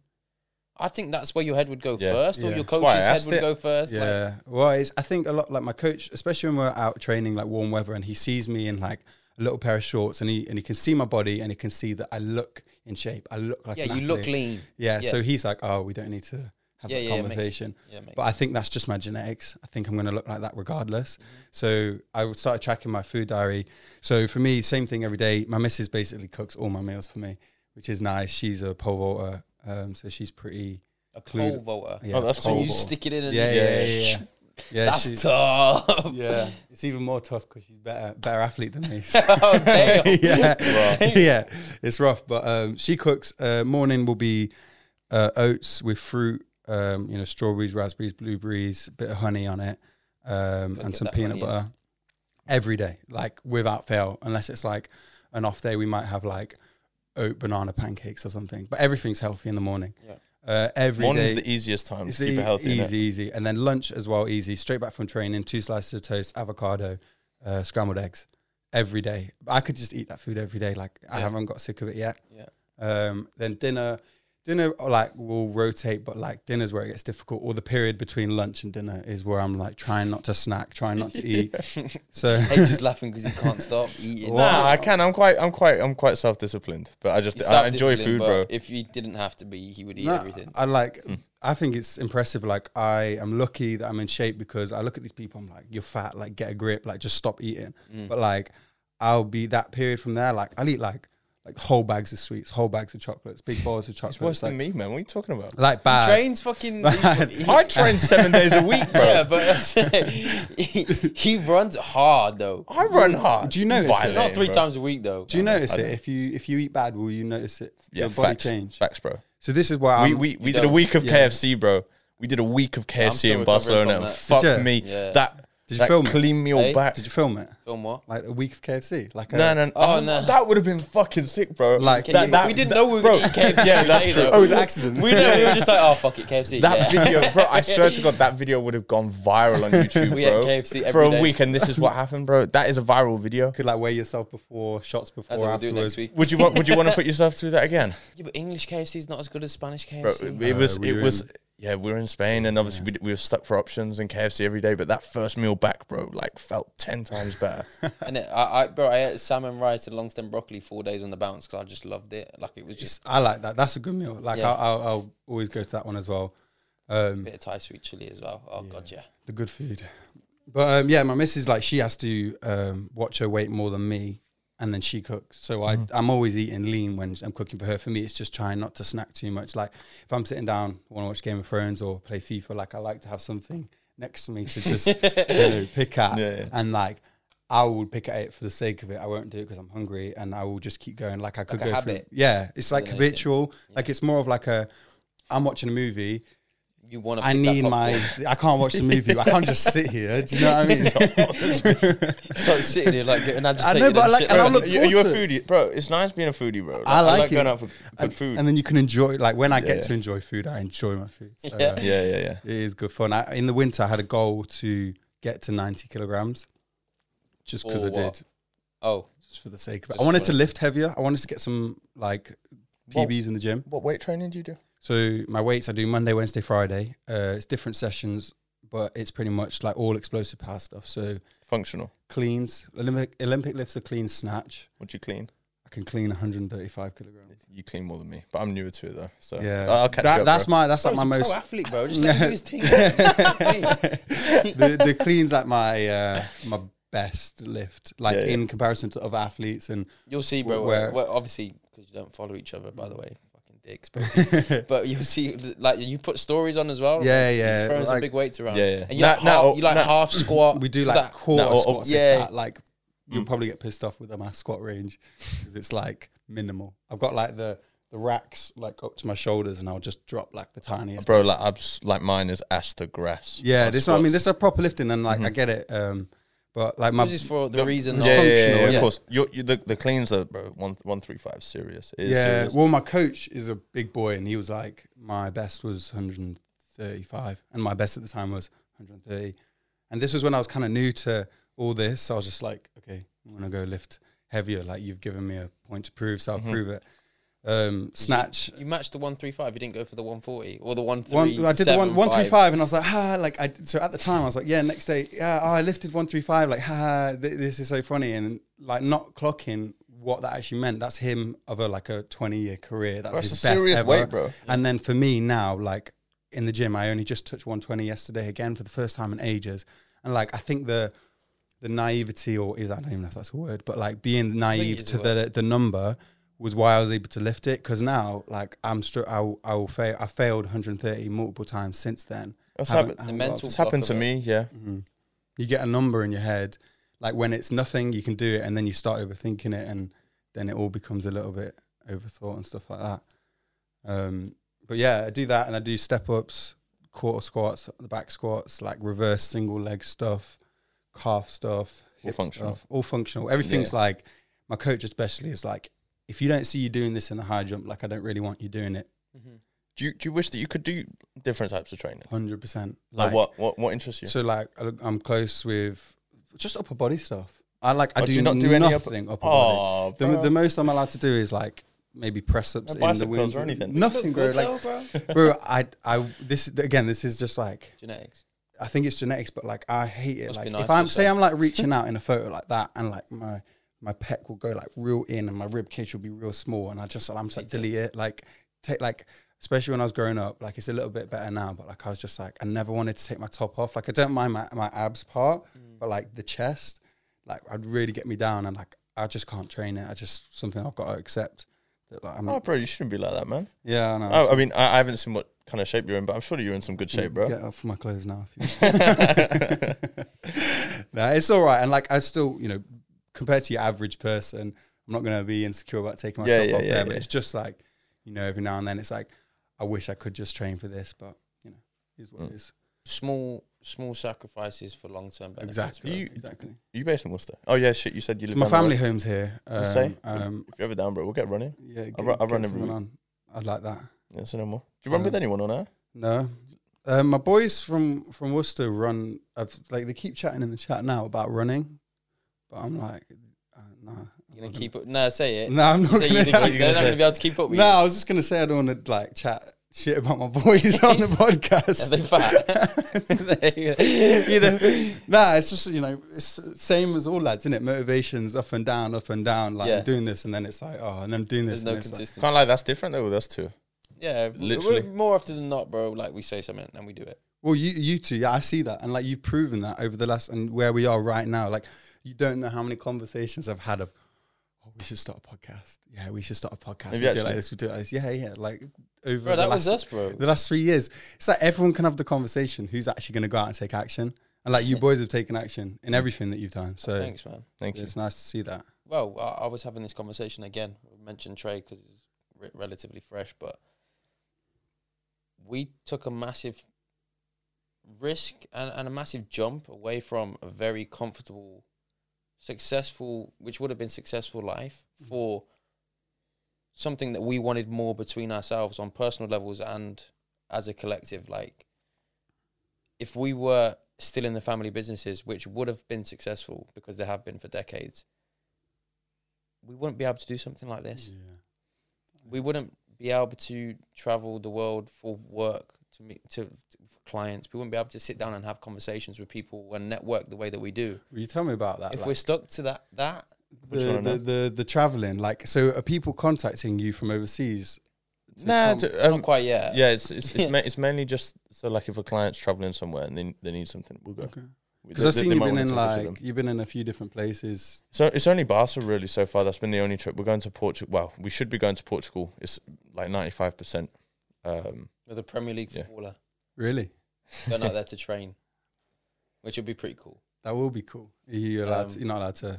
A: I think that's where your head would go
C: Yeah.
A: first, or
B: Yeah.
A: your
B: That's
A: coach's
C: why I
A: head
C: asked
A: would
C: it.
A: go first. like-
B: Yeah. well, it's, I think a lot like my coach, especially when we're out training like warm weather, and he sees me in like a little pair of shorts, and he and he can see my body, and he can see that I look in shape. I look like
A: yeah,
B: an
A: you look
B: athlete.
A: lean.
B: Yeah,
A: yeah.
B: So he's like, oh, we don't need to have
A: Yeah,
B: that
A: yeah, it makes-
B: conversation.
A: Yeah, mate.
B: But I think that's just my genetics. I think I'm going to look like that regardless.
A: Mm-hmm.
B: So I would start tracking my food diary. So for me, same thing every day. My missus basically cooks all my meals for me, which is nice. She's a pole vaulter, um, so she's pretty.
A: a uh, pole
B: clued-
A: vaulter.
B: Yeah,
C: Oh, that's
A: So
C: pole
B: pole
A: you
C: vault.
A: stick it in and
B: Yeah, yeah, yeah. yeah, yeah.
A: that's
B: she-
A: tough.
B: yeah, it's even more tough because she's better, better athlete than me.
A: oh, damn.
B: yeah,
C: Wow.
B: yeah, it's rough. But um, she cooks. Uh, morning will be uh, oats with fruit. Um, you know, strawberries, raspberries, blueberries, a bit of honey on it, um,
A: Gotta
B: and
A: get
B: some
A: that
B: peanut
A: honey in.
B: butter every day, like without fail. Unless it's like an off day, we might have like oat banana pancakes or something. But everything's healthy in the morning.
A: Yeah.
B: Uh, every
C: Morning's
B: day-
C: the easiest time to
B: it's
C: um, keep
B: e-
C: it healthy. innit?
B: easy, easy, and then lunch as well, easy. Straight back from training, two slices of toast, avocado, uh, scrambled eggs every day. I could just eat that food every day. Like I
A: Yeah.
B: haven't got sick of it yet.
A: Yeah.
B: Um, then dinner, dinner like will rotate, but like dinner's where it gets difficult. Or the period between lunch and dinner is where I'm like trying not to snack, trying not to eat. So
A: Hey, just laughing because he can't stop eating.
B: Wow.
C: Nah, I can. I'm quite. I'm quite. I'm quite self-disciplined. But I just.
A: He's
C: I enjoy
A: self-disciplined,
C: food,
A: but
C: bro.
A: If he didn't have to be, he would eat
B: No,
A: everything.
B: I like.
C: Mm.
B: I think it's impressive. Like I am lucky
C: Hmm.
B: that I'm in shape because I look at these people. I'm like, you're fat. Like get a grip. Like just stop eating.
A: Mm.
B: But like, I'll be that period from there. Like I'll eat like like whole bags of sweets, whole bags of chocolates, big bowls of chocolates.
C: It's worse
B: like,
C: than me, man. What are you talking about?
B: Like bad.
A: Trains fucking.
B: Bad.
A: he-
C: I train seven days a week, bro.
A: yeah, but he, he runs hard though.
C: I run hard.
B: Do you notice it?
C: Violent,
A: Not three
C: bro.
A: times a week though.
B: Do you notice
C: I
B: it? If you if you eat bad, will you notice it?
C: Yeah,
B: Your body
C: facts.
B: change.
C: Facts, bro.
B: So this is why
C: we
B: I'm.
C: we, we
A: you
C: did a
A: don't-
C: week of
B: yeah.
C: KFC, bro. We did a week of KFC
A: still
C: in
A: recovering
C: Barcelona.
A: from
C: and
A: that.
C: Fuck
B: Did you?
C: me.
A: Yeah.
C: That
B: Did you
C: that
B: film it?
C: clean meal
A: Hey?
C: back.
B: did you film it?
A: Film what?
B: Like a week of KFC? Like a,
C: No, no, no.
A: Oh,
C: Oh,
A: no.
C: That would have been fucking sick, bro.
B: Like-
A: Can
B: That-
A: you-
B: that-
A: we didn't know we were gonna eat KFC.
C: yeah,
A: every
C: that's
A: day,
C: true.
A: though.
B: Oh, it was an accident.
A: We know we were just like, oh fuck it, KFC.
C: That
A: yeah.
C: video, bro. I swear to God, that video would have gone viral on YouTube,
A: We
C: bro,
A: ate KFC every
C: for a
A: day.
C: week. And this is what happened, bro. That is a viral video.
B: could like weigh yourself before shots before
A: That's what we'll do next
B: afterwards.
A: week.
C: Would you want? Would you want to put yourself through that again,
A: Yeah, but English KFC is not as good as Spanish KFC.
C: bro? It, it was.
B: we
C: it
B: were
C: was.
B: in-
C: Yeah, we were in Spain, and obviously we, d- we were stuck for options and KFC every day. But that first meal back, bro, like felt ten times better.
A: And it, I, I, bro, I ate salmon rice and long stem broccoli four days on the bounce because I just loved it. Like it was just
B: Just- I like that. That's a good meal. Like
A: Yeah.
B: I'll, I'll, I'll always go to that one as well.
A: a
B: Um,
A: bit of Thai sweet chili as well. Oh god, yeah.
B: the good food. But um, yeah, my missus like she has to um, watch her weight more than me, and then she cooks. So I I'm always eating lean when I'm cooking for her. For me, it's just trying not to snack too much. Like if I'm sitting down, want to watch Game of Thrones or play FIFA, like I like to have something next to me to just you know, pick at,
C: Yeah, yeah.
B: and like. I will pick at it for the sake of it. I won't do it because I'm hungry, and I will just keep going. Like I could
A: Like a
B: go through.
A: habit.
B: Yeah, it's like
A: Doesn't it?
B: habitual. Like it's more of like a. I'm watching a movie.
A: You want to?
B: I need my. I can't watch the movie. I can't just sit here. Do you know what I mean?
A: Start sitting here like getting agitated.
B: I know, but
A: and
B: like,
A: shit,
B: and
A: bro.
B: I look
C: you, are you a
B: forward
C: foodie, bro? It's nice being a foodie, bro. Like,
B: I like it.
C: going out for good
B: and,
C: food.
B: and then you can enjoy. Like when I get
C: Yeah.
B: to enjoy food, I enjoy my food. So, uh,
A: Yeah.
C: yeah, yeah, yeah.
B: it is good fun. I, in the winter, I had a goal to get to ninety kilograms, just because
A: Or
B: I
A: what?
B: did,
A: Oh,
B: just for the sake of it.
A: Just
B: I wanted
A: for
B: to
A: it.
B: lift heavier. I wanted to get some like
C: Well-
B: PBs in the gym.
C: What weight training do you do?
B: So my weights, I do Monday, Wednesday, Friday. Uh, it's different sessions, but it's pretty much like all explosive power stuff. So
C: Functional.
B: cleans, Olympic Olympic lifts, a clean snatch.
C: What do you clean?
B: I can clean 135 kilograms.
C: You clean more than me, but I'm newer to it though. So
B: Yeah,
C: I'll catch
B: that,
C: you up,
B: that's
C: bro.
B: my that's
A: bro,
B: like my
A: he's a
B: most
A: pro athlete, bro. Just let him do his thing. Hey,
B: the, the cleans like my uh, my best lift like
C: Yeah, yeah.
B: in comparison to other athletes and
A: You'll see, bro. Where,
B: Where-
A: where, obviously, because you don't follow each other, by the way, fucking dicks. But, but you'll see, like you put stories on as well.
B: Yeah,
A: like,
B: yeah,
A: He's throwing
B: like-
A: some big weights around.
C: Yeah, yeah.
A: And you
C: Nah,
A: like
C: nah,
A: half,
C: oh,
A: you like
C: nah.
A: half squat.
B: we do
A: for
B: like
A: that.
B: quarter
C: or- or-
B: squats if
A: yeah.
B: that, like
C: Mm.
B: you'll probably get pissed off with my squat range because it's like minimal I've got like the the racks like up to my shoulders and I'll just drop like the tiniest
C: bro. Like I'm s- like mine is ass to grass.
B: yeah
C: Like
B: this one I mean
C: squats. Mm-hmm.
B: this is a proper lifting and like I get it um but like my
A: This is for the, reason.
B: it's
A: of-
C: Yeah, yeah, yeah,
B: functional,
C: yeah,
B: yeah.
C: of course. You're, you the, the cleans are bro one one three five serious. It is
B: yeah.
C: serious.
B: Well, my coach is a big boy, and he was like, my best was 135, and my best at the time was 130. And this was when I was kind of new to all this. So I was just like, okay, I'm gonna go lift heavier. Like you've given me a point to prove, so I'll
C: Mm-hmm.
B: prove it. Um, snatch.
A: You matched the one three five. You didn't go for the one forty or the one three.
B: One, I did the one, 135 and I was like, ha, like I, so at the time I was like, yeah, next day, yeah, oh, I lifted 135, like, ha, th- this is so funny. And like not clocking what that actually meant. That's him of a, like a 20 year career. That's,
C: That's
B: his
C: a
B: best
C: serious
B: ever.
C: weight, bro.
B: And then for me now, like in the gym, I only just touched 120 yesterday again for the first time in ages. And like, I think the, the naivety or is that, I don't even know if that's a word, but like being naive
A: it's
B: to
A: a word.
B: the, the number was why I was able to lift it. Cause now like I'm str- I, will- I will fail. I failed 130 multiple times since then.
C: That's
B: Haven't-
C: happened.
A: The
B: haven't
A: mental-
B: got-
C: It's happened to
A: Block of
C: me. Yeah.
B: You get a number in your head. Like when it's nothing, you can do it. And then you start overthinking it. And then it all becomes a little bit overthought and stuff like that. Um, but yeah, I do that. And I do step ups, quarter squats, the back squats, like reverse single leg stuff, calf stuff,
C: All
B: hip
C: functional.
B: stuff, all functional. Everything's like my coach, especially, is like, if you don't see you doing this in the high jump, like I don't really want you doing it.
A: Mm-hmm.
C: Do you do you wish that you could do different types of training?
B: Hundred percent.
C: Like, what what what interests you?
B: So like I look- I'm close with just upper body stuff. I like I
C: Oh,
B: do,
C: do you not do any
B: nothing
C: upper-
B: upper, body.
C: oh,
B: The, the most I'm allowed to do is like maybe press ups
C: No
B: in the
C: bicep
B: wind.
C: curls or anything.
B: Nothing, bro.
A: Good
B: Like,
A: though, bro.
B: bro, I I this again. This is just like
A: Genetics.
B: I think it's genetics, but like I hate it.
A: Must
B: like
A: be nice
B: if I'm
A: to
B: say
A: say.
B: I'm like reaching out in a photo like that, and like my my pec will go like real in, and my rib cage will be real small, and I just I'm just like delete it. Like take like especially when I was growing up, like it's a little bit better now, but like I was just like I never wanted to take my top off.
A: Mm.
B: Like I don't mind my my abs part, but like the chest, like I'd really get me down, and like I I just can't train it. I just something I've got to accept. That like, I'm,
C: Oh, bro, you shouldn't be like that, man.
B: yeah, I know.
C: I, I mean, I, I haven't seen what kind of shape you're in, but I'm sure you're in some good shape, bro.
B: Get off my clothes now. If you no, it's all right. And like, I still, you know, compared to your average person, I'm not going to be insecure about taking
C: Yeah,
B: myself
C: yeah,
B: off
C: yeah,
B: there. But
C: yeah.
B: it's just like, you know, every now and then it's like, I wish I could just train for this, but you know, is
C: Mm.
B: what it is.
A: Small small sacrifices for long term benefits.
B: Exactly.
A: bro.
C: You-
B: exactly.
C: You based in What's that? Oh yeah, shit. You said you live.
B: my
C: down the
B: family
C: road.
B: home's here. Um,
C: Let's say.
B: um,
C: If you're ever down, bro, we'll get running.
B: yeah, get,
C: I ru- I
B: get
C: run every
B: someone
C: week.
B: on. I'd like that.
C: Yeah, so no more. Um, Do you run
B: Yeah.
C: with anyone or no?
B: No. Um, my boys from from Worcester run. I've, like they keep chatting in the chat now about running, but I'm like, uh, nah.
A: You're gonna keep up no, say it.
B: No, I'm not
A: Say you're
B: gonna.
A: gonna keep- they're
C: you gonna
A: not
C: say?
A: gonna be able to keep up with
B: no, I was just gonna say I don't want to like chat shit about my boys on the
A: you. Are
B: podcast.
A: they fat? you know,
B: Nah, it's just you know, it's same as all lads, isn't it? Motivations up and down, up and down. Like
A: Yeah.
B: I'm doing this, and then it's like, oh, and then I'm doing this.
A: there's no
B: and it's like-
A: consistency.
C: Can't lie, that's different though with us two.
A: Yeah,
C: Literally.
A: literally. More often than not, bro, like we say something and we do it.
B: Well, you you two, yeah, I see that, and like you've proven that over the last and where we are right now. Like you don't know how many conversations I've had of, oh, we should start a podcast. Yeah, we should start a podcast. We
C: Have you
B: do it
C: actually?
B: like this. We do it like this. Yeah, yeah. Like over
A: Bro,
B: the
A: that
B: last
A: was us, bro.
B: the last three years, it's like everyone can have the conversation. Who's actually going to go out and take action? And like you boys have taken action in everything that you've done. So
A: Thanks, man.
C: Thank you.
B: it's nice to see that.
A: Well, I, I was having this conversation again. We mentioned Trey because it's re- relatively fresh, but we took a massive risk and, and a massive jump away from a very comfortable, successful, which would have been successful life for something that we wanted more between ourselves on personal levels and as a collective. Like, if we were still in the family businesses, which would have been successful because they have been for decades, we wouldn't be able to do something like this
B: Mm-hmm.
A: we wouldn't be able to travel the world for work to meet to, to for clients. We wouldn't be able to sit down and have conversations with people and network the way that we do.
B: Will you tell me about that?
A: if
B: like,
A: we're stuck to that, that
C: Which
B: the,
C: one
B: the,
C: now?
B: the the traveling, like, so are people contacting you from overseas? to
C: Nah,
B: come-
C: to, um,
A: not quite yet.
C: yeah, it's it's it's, ma- it's mainly just so like if a client's traveling somewhere and they, they need something, we'll go.
B: Okay.
C: We-
B: Because
C: they-
B: I've
C: they-
B: seen
C: they
B: you've
C: might
B: been
C: wanna
B: in
C: take us with
B: like
C: them.
B: you've been in a few different places.
C: so it's only Barca really so far. That's been the only trip. We're going to Portugal. Well, we should be going to Portugal. It's like ninety five percent. Um,
A: with a Premier League
C: Yeah.
A: footballer
B: Really,
A: going out there to train, which would be pretty cool.
B: that will be cool. Are you allowed? to-
A: Um,
B: you're not allowed to.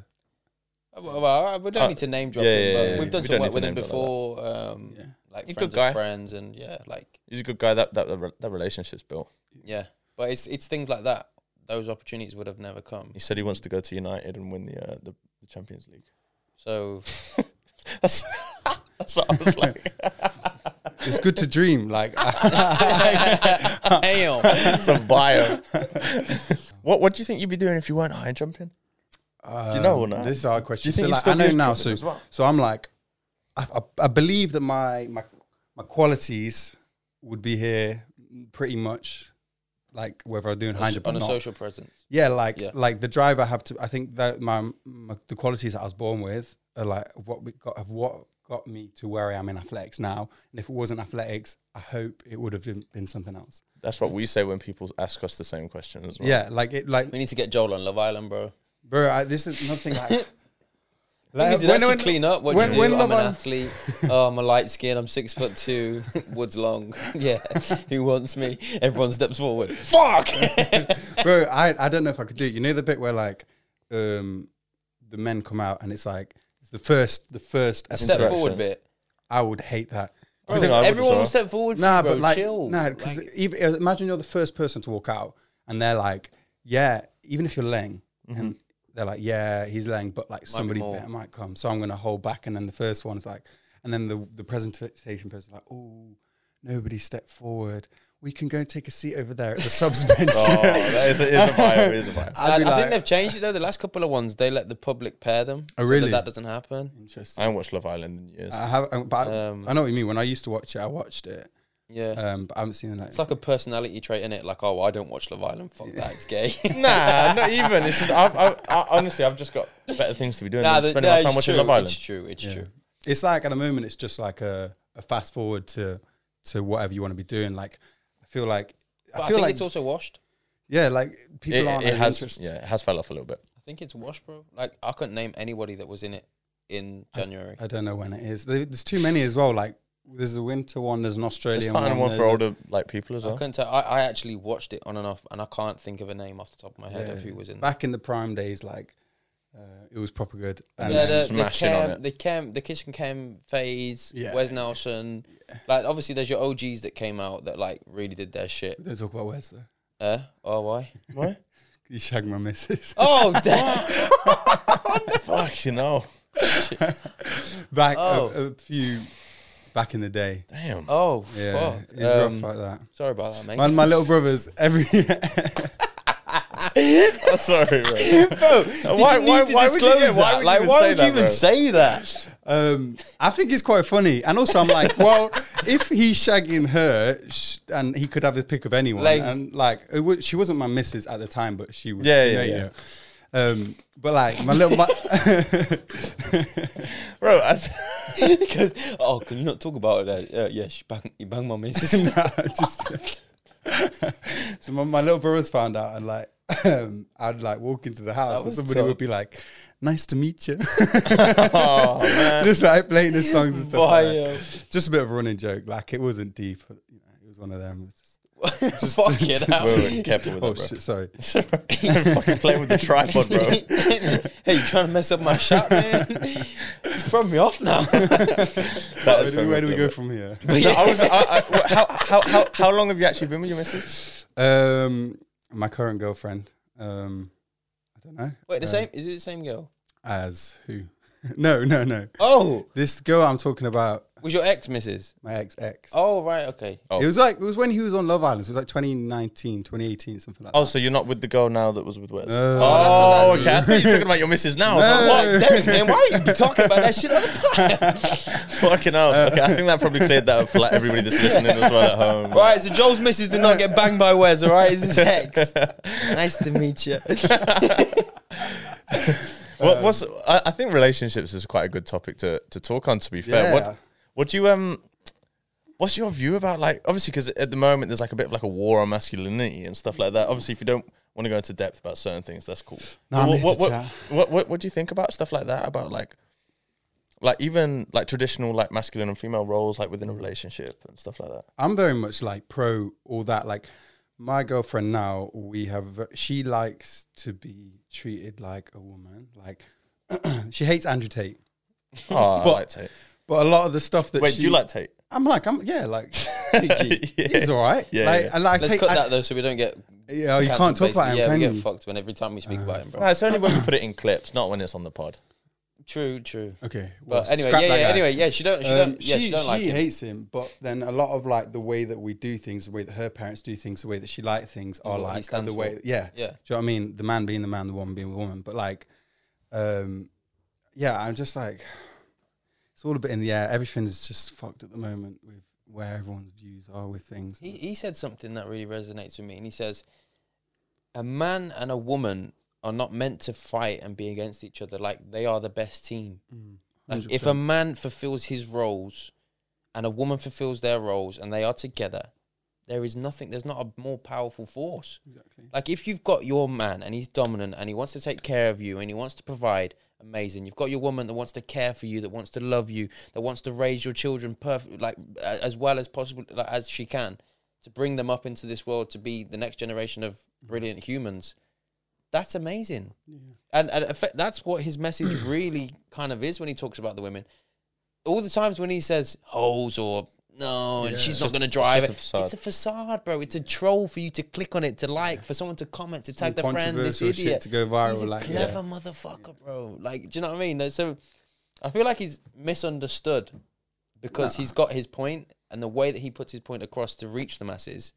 A: Uh, Well, well, we don't
C: Uh,
A: need to name drop
C: yeah,
A: him,
C: yeah,
A: but
B: yeah,
A: we've
B: yeah.
A: done
C: We
A: some
C: don't
A: work
C: need
A: with
C: to
A: him
C: name drop
A: before,
C: mm.
A: um,
B: Yeah.
A: like
C: He's a good
A: friends
C: guy.
A: of friends, and yeah, like
C: he's a good guy. That that that, re- that relationship's built.
A: yeah. But it's it's things like that. Those opportunities would have never come.
C: He said he wants to go to United and win the uh, the, the Champions League.
A: So
C: That's that's what I was like.
B: It's good to dream. Like,
A: damn.
C: It's a bio. what what do you think you'd be doing if you weren't high jumping?
B: um,
C: know or not?
B: This is our question.
C: Do you think
B: so
C: you
B: like,
C: still
B: I know
C: use
B: now.
C: Twitter
B: So,
C: as well?
B: so I'm like, I, I, I believe that my my my qualities would be here pretty much, like whether I'm doing
A: on,
B: hundred or
A: on a
B: not.
A: social presence.
B: Yeah, like
A: Yeah.
B: like the drive I have to. I think that my, my the qualities that I was born with are like what we got of what got me to where I am in athletics now. And if it wasn't athletics, I hope it would have been, been something else.
C: That's what we say when people ask us the same question as well.
B: Yeah, like it, like
A: We need to get Joel on Love Island, bro.
B: bro, I, this is nothing like.
A: Like,
B: like,
A: when, actually clean up. What do
B: when-
A: you do?
B: when
A: I'm
B: Love
A: an
B: Island-
A: athlete. oh, I'm a light skin. I'm six foot two. Woods long. yeah. Who wants me? Everyone steps forward. Fuck.
B: bro, I, I don't know if I could do it. You know the bit where like um the men come out and it's like it's the first the first
A: Step
B: episode.
A: forward bit.
B: I would hate that.
A: Bro,
C: think I would as
A: everyone
C: well.
A: will step forward.
B: Nah,
A: bro,
B: but like
A: chill.
B: nah, because
A: Like,
B: even imagine you're the first person to walk out and they're like, yeah, even if you're Leng, and they're like, yeah, he's Leng, but like somebody
A: Mm-hmm. more.
B: better might come, so I'm gonna hold back. And then the first one's like, and then the the presentation person's like, oh, nobody stepped forward. We can go and take a seat over there at the subs bench.
C: Oh, that is, it is a bio. It is a bio.
B: I'd
A: I,
B: be
A: I
B: like, Oh,
A: think they've changed it though. The last couple of ones, they let the public pair them. so that
B: really?
A: that, doesn't happen.
C: I
B: interesting.
C: haven't watched Love Island in years.
B: I have, um, but I-
A: Um,
B: I know what you mean. When I used to watch it, I watched it,
A: Yeah.
B: um, but I haven't seen it.
A: it's like a personality trait in it. Like, oh, I don't watch Love Island. Fuck that. It's gay.
C: nah, not even. It's just I've, I've, I, honestly, I've just got better things to be doing than
A: the-
C: spending my time
A: it's
C: watching
A: true,
C: Love Island.
A: It's true. It's
B: Yeah.
A: true.
B: It's like at the moment, it's just like a, a fast forward to to whatever you want to be doing. Like I feel like
A: But I,
B: I feel
A: think
B: like
A: it's also washed.
B: yeah, like people
C: It,
B: aren't
C: it
B: as
C: has,
B: interested.
C: yeah, it has fell off a little bit.
A: I I think it's Wash, bro. Like I couldn't name anybody that was in it in January.
B: I don't know when it is. There- There's too many as well. Like there's a winter one. There's an
C: It's
B: Australian
C: starting
B: one.
C: one
B: there's
C: for
B: a-
C: older like people as
A: I
C: well.
A: couldn't tell. I, I actually watched it on and off, and I can't think of a name off the top of my head of
B: Yeah.
A: who was in.
B: Back in the prime days, like uh, it was proper good.
A: there.
B: And
A: yeah,
C: just
A: the, the
C: smashing on
A: cam,
C: it.
A: the cam, the kitchen cam phase.
B: Yeah.
A: Wes Nelson, like obviously there's your OGs that came out that like really did their shit.
B: we don't talk about Wes though.
A: Uh, oh why?
C: What?
B: You shag my missus.
A: Oh damn!
C: Fuck, you know.
B: back
A: Oh.
B: a, a few back in the day.
C: Damn.
A: Oh
B: Yeah,
A: fuck!
B: it's
A: Um,
B: rough like that.
A: Sorry about that, mate.
B: My, my little brothers every.
C: I'm sorry, bro.
A: bro,
C: Why- why- why would you- yeah, why would you even say that, bro?
A: say that?
B: um, I think it's quite funny, and also I'm like, well, if he's shagging her, sh- and he could have his pick of anyone,
A: Like-
B: and like it wa- she wasn't my missus at the time, but she was.
C: Yeah,
B: you
C: yeah,
B: know,
C: yeah.
B: you know. Um, but like my little, my,
C: Bro, I s-
A: Because oh, can you not talk about that? Uh, yeah, she bang, you bang my missus.
B: Nah, just so my, my little brothers found out and like um, I'd like walk into the house
A: That
B: and
A: was
B: somebody
A: tough.
B: would be like, "Nice to meet you,"
C: oh, man.
B: just like playing his songs and stuff. like that.
A: Bio.
B: Just a bit of a running joke. Like it wasn't deep. But, you know, it was one of them. It was just-
A: Just fuck it out.
C: Bro, bro, careful with
B: oh
C: it, bro.
B: shit! Sorry.
C: fucking playing with the tripod, bro.
A: hey, you trying to mess up my shot, man? It's thrown me off now.
C: That
B: Where
C: is
B: do, we- where do we
C: fucking
B: go from here?
C: No, I was. I, I, wha- how, how how how long have you actually been with your missus?
B: Um, my current girlfriend. Um, I don't know.
A: Wait, the
B: Uh,
A: same? Is it the same girl?
B: as who? no, no, no.
A: Oh,
B: This girl I'm talking about,
A: was your ex Mrs.
B: my ex ex.
A: Oh, right, okay.
C: Oh.
B: It was like it was when he was on Love Island. So it was like 2019, 2018, something like
C: Oh,
B: that. Uh,
C: so you're not with the girl now that was with Wes?
B: No.
C: oh,
A: Oh, that's
C: okay. I thought you were talking about your missus now. I was
A: Like, damn, man, why are you be talking about that shit? on the
C: like, fucking hell.
B: Uh.
C: Okay, I think that probably cleared that up for like everybody that's listening as well at home.
A: Right, so Joel's missus did not get banged by Wes, all right? It's his ex. nice to meet you.
B: um,
C: What, what's? I, I think relationships is quite a good topic to to talk on. To be fair,
B: Yeah.
C: what what do you um, what's your view about like obviously because at the moment there's like a bit of like a war on masculinity and stuff like that. Obviously, if you don't want to go into depth about certain things, that's cool.
B: No, I'm
C: But
B: here
C: what,
B: to
C: what,
B: chat.
C: what what what do you think about stuff like that? About like like even like traditional like masculine and female roles like within a relationship and stuff like that.
B: I'm very much like pro all that. Like my girlfriend now, we have she likes to be treated like a woman. Like she hates Andrew Tate,
C: Oh,
B: But-
C: I like Tate.
B: but a lot of the stuff that
C: Wait,
B: she,
C: do you like Tate?
B: I'm like I'm yeah like PG.
C: Yeah.
B: He's all right.
C: Yeah,
B: like,
C: yeah.
B: And like, I
A: Let's
B: take
A: cut
B: I-
A: that, though, so we don't get.
B: Yeah, you can't
A: cancelled,
B: talk
A: basically.
B: about him,
A: Yeah,
B: can
A: we
B: you?
A: get fucked when every time we speak about him, bro.
C: No, it's only when we put it in clips, not when it's on the pod.
A: True, true.
B: Okay. well,
A: But anyway,
B: scrap
A: yeah,
B: that
A: yeah,
B: guy.
A: anyway, yeah, she don't, she
B: Um,
A: don't, yeah, she, don't like him.
B: hates him, but then a lot of like the way that we do things, the way that her parents do things, the way that she liked things are
A: what he
B: like
A: stands
B: the way,
A: for.
B: yeah,
A: Yeah.
B: Do you know what I mean? The man being the man, the woman being the woman, but like, um, yeah, I'm just like, it's all a bit in the air. Everything's just fucked at the moment with where everyone's views are with things.
A: He, he said something that really resonates with me, and he says, "A man and a woman are not meant to fight and be against each other. Like they are the best team.
B: Mm.
A: Like if a
B: 100%.
A: man fulfills his roles, and a woman fulfills their roles, and they are together, there is nothing. There's not a more powerful force.
B: exactly.
A: Like if you've got your man and he's dominant and he wants to take care of you and he wants to provide, amazing. You've got your woman that wants to care for you, that wants to love you, that wants to raise your children perfect, like a- as well as possible, like, as she can, to bring them up into this world to be the next generation of brilliant humans. That's amazing, and and effect, that's what his message really kind of is when he talks about the women. All the times when he says hoes or no, and
B: Yeah.
A: she's
B: It's
A: not going to drive
C: just
A: it.
C: a facade.
A: It's a facade, bro. It's a troll for you to click on it, to like, for someone to comment, to tag
B: Some
A: their friend. This
B: controversial shit
A: idiot.
B: to go
A: He's
B: viral,
A: a
B: like yeah.
A: clever motherfucker, bro. Like, do you know what I mean? Like, So, I feel like he's misunderstood because he's got his point, and the way that he puts his point across to reach the masses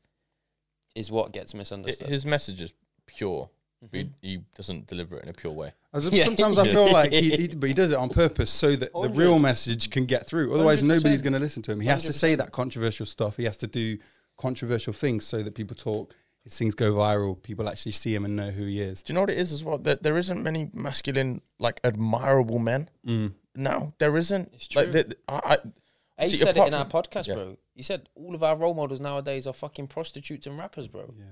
A: is what gets
C: It, Mm-hmm.
A: misunderstood.
C: his message is pure. but He, he doesn't deliver it in a pure way.
B: I was-
A: Yeah.
B: Sometimes I feel like he, he, but he does it on purpose so that the real message can get through. Otherwise,
A: 100%.
B: nobody's going to listen to him. He has to say that controversial stuff. He has to do controversial things so that people talk. His things go viral. People actually see him and know who he is.
C: Do you know what it is as well? That there isn't many masculine, like admirable men. No, there isn't.
A: It's true.
C: Like, the- I, I,
A: Ace
C: see,
A: said it
C: apart
A: in our
C: from-
A: podcast,
C: yeah.
A: bro. He said all of our role models nowadays are fucking prostitutes and rappers, bro.
B: Yeah,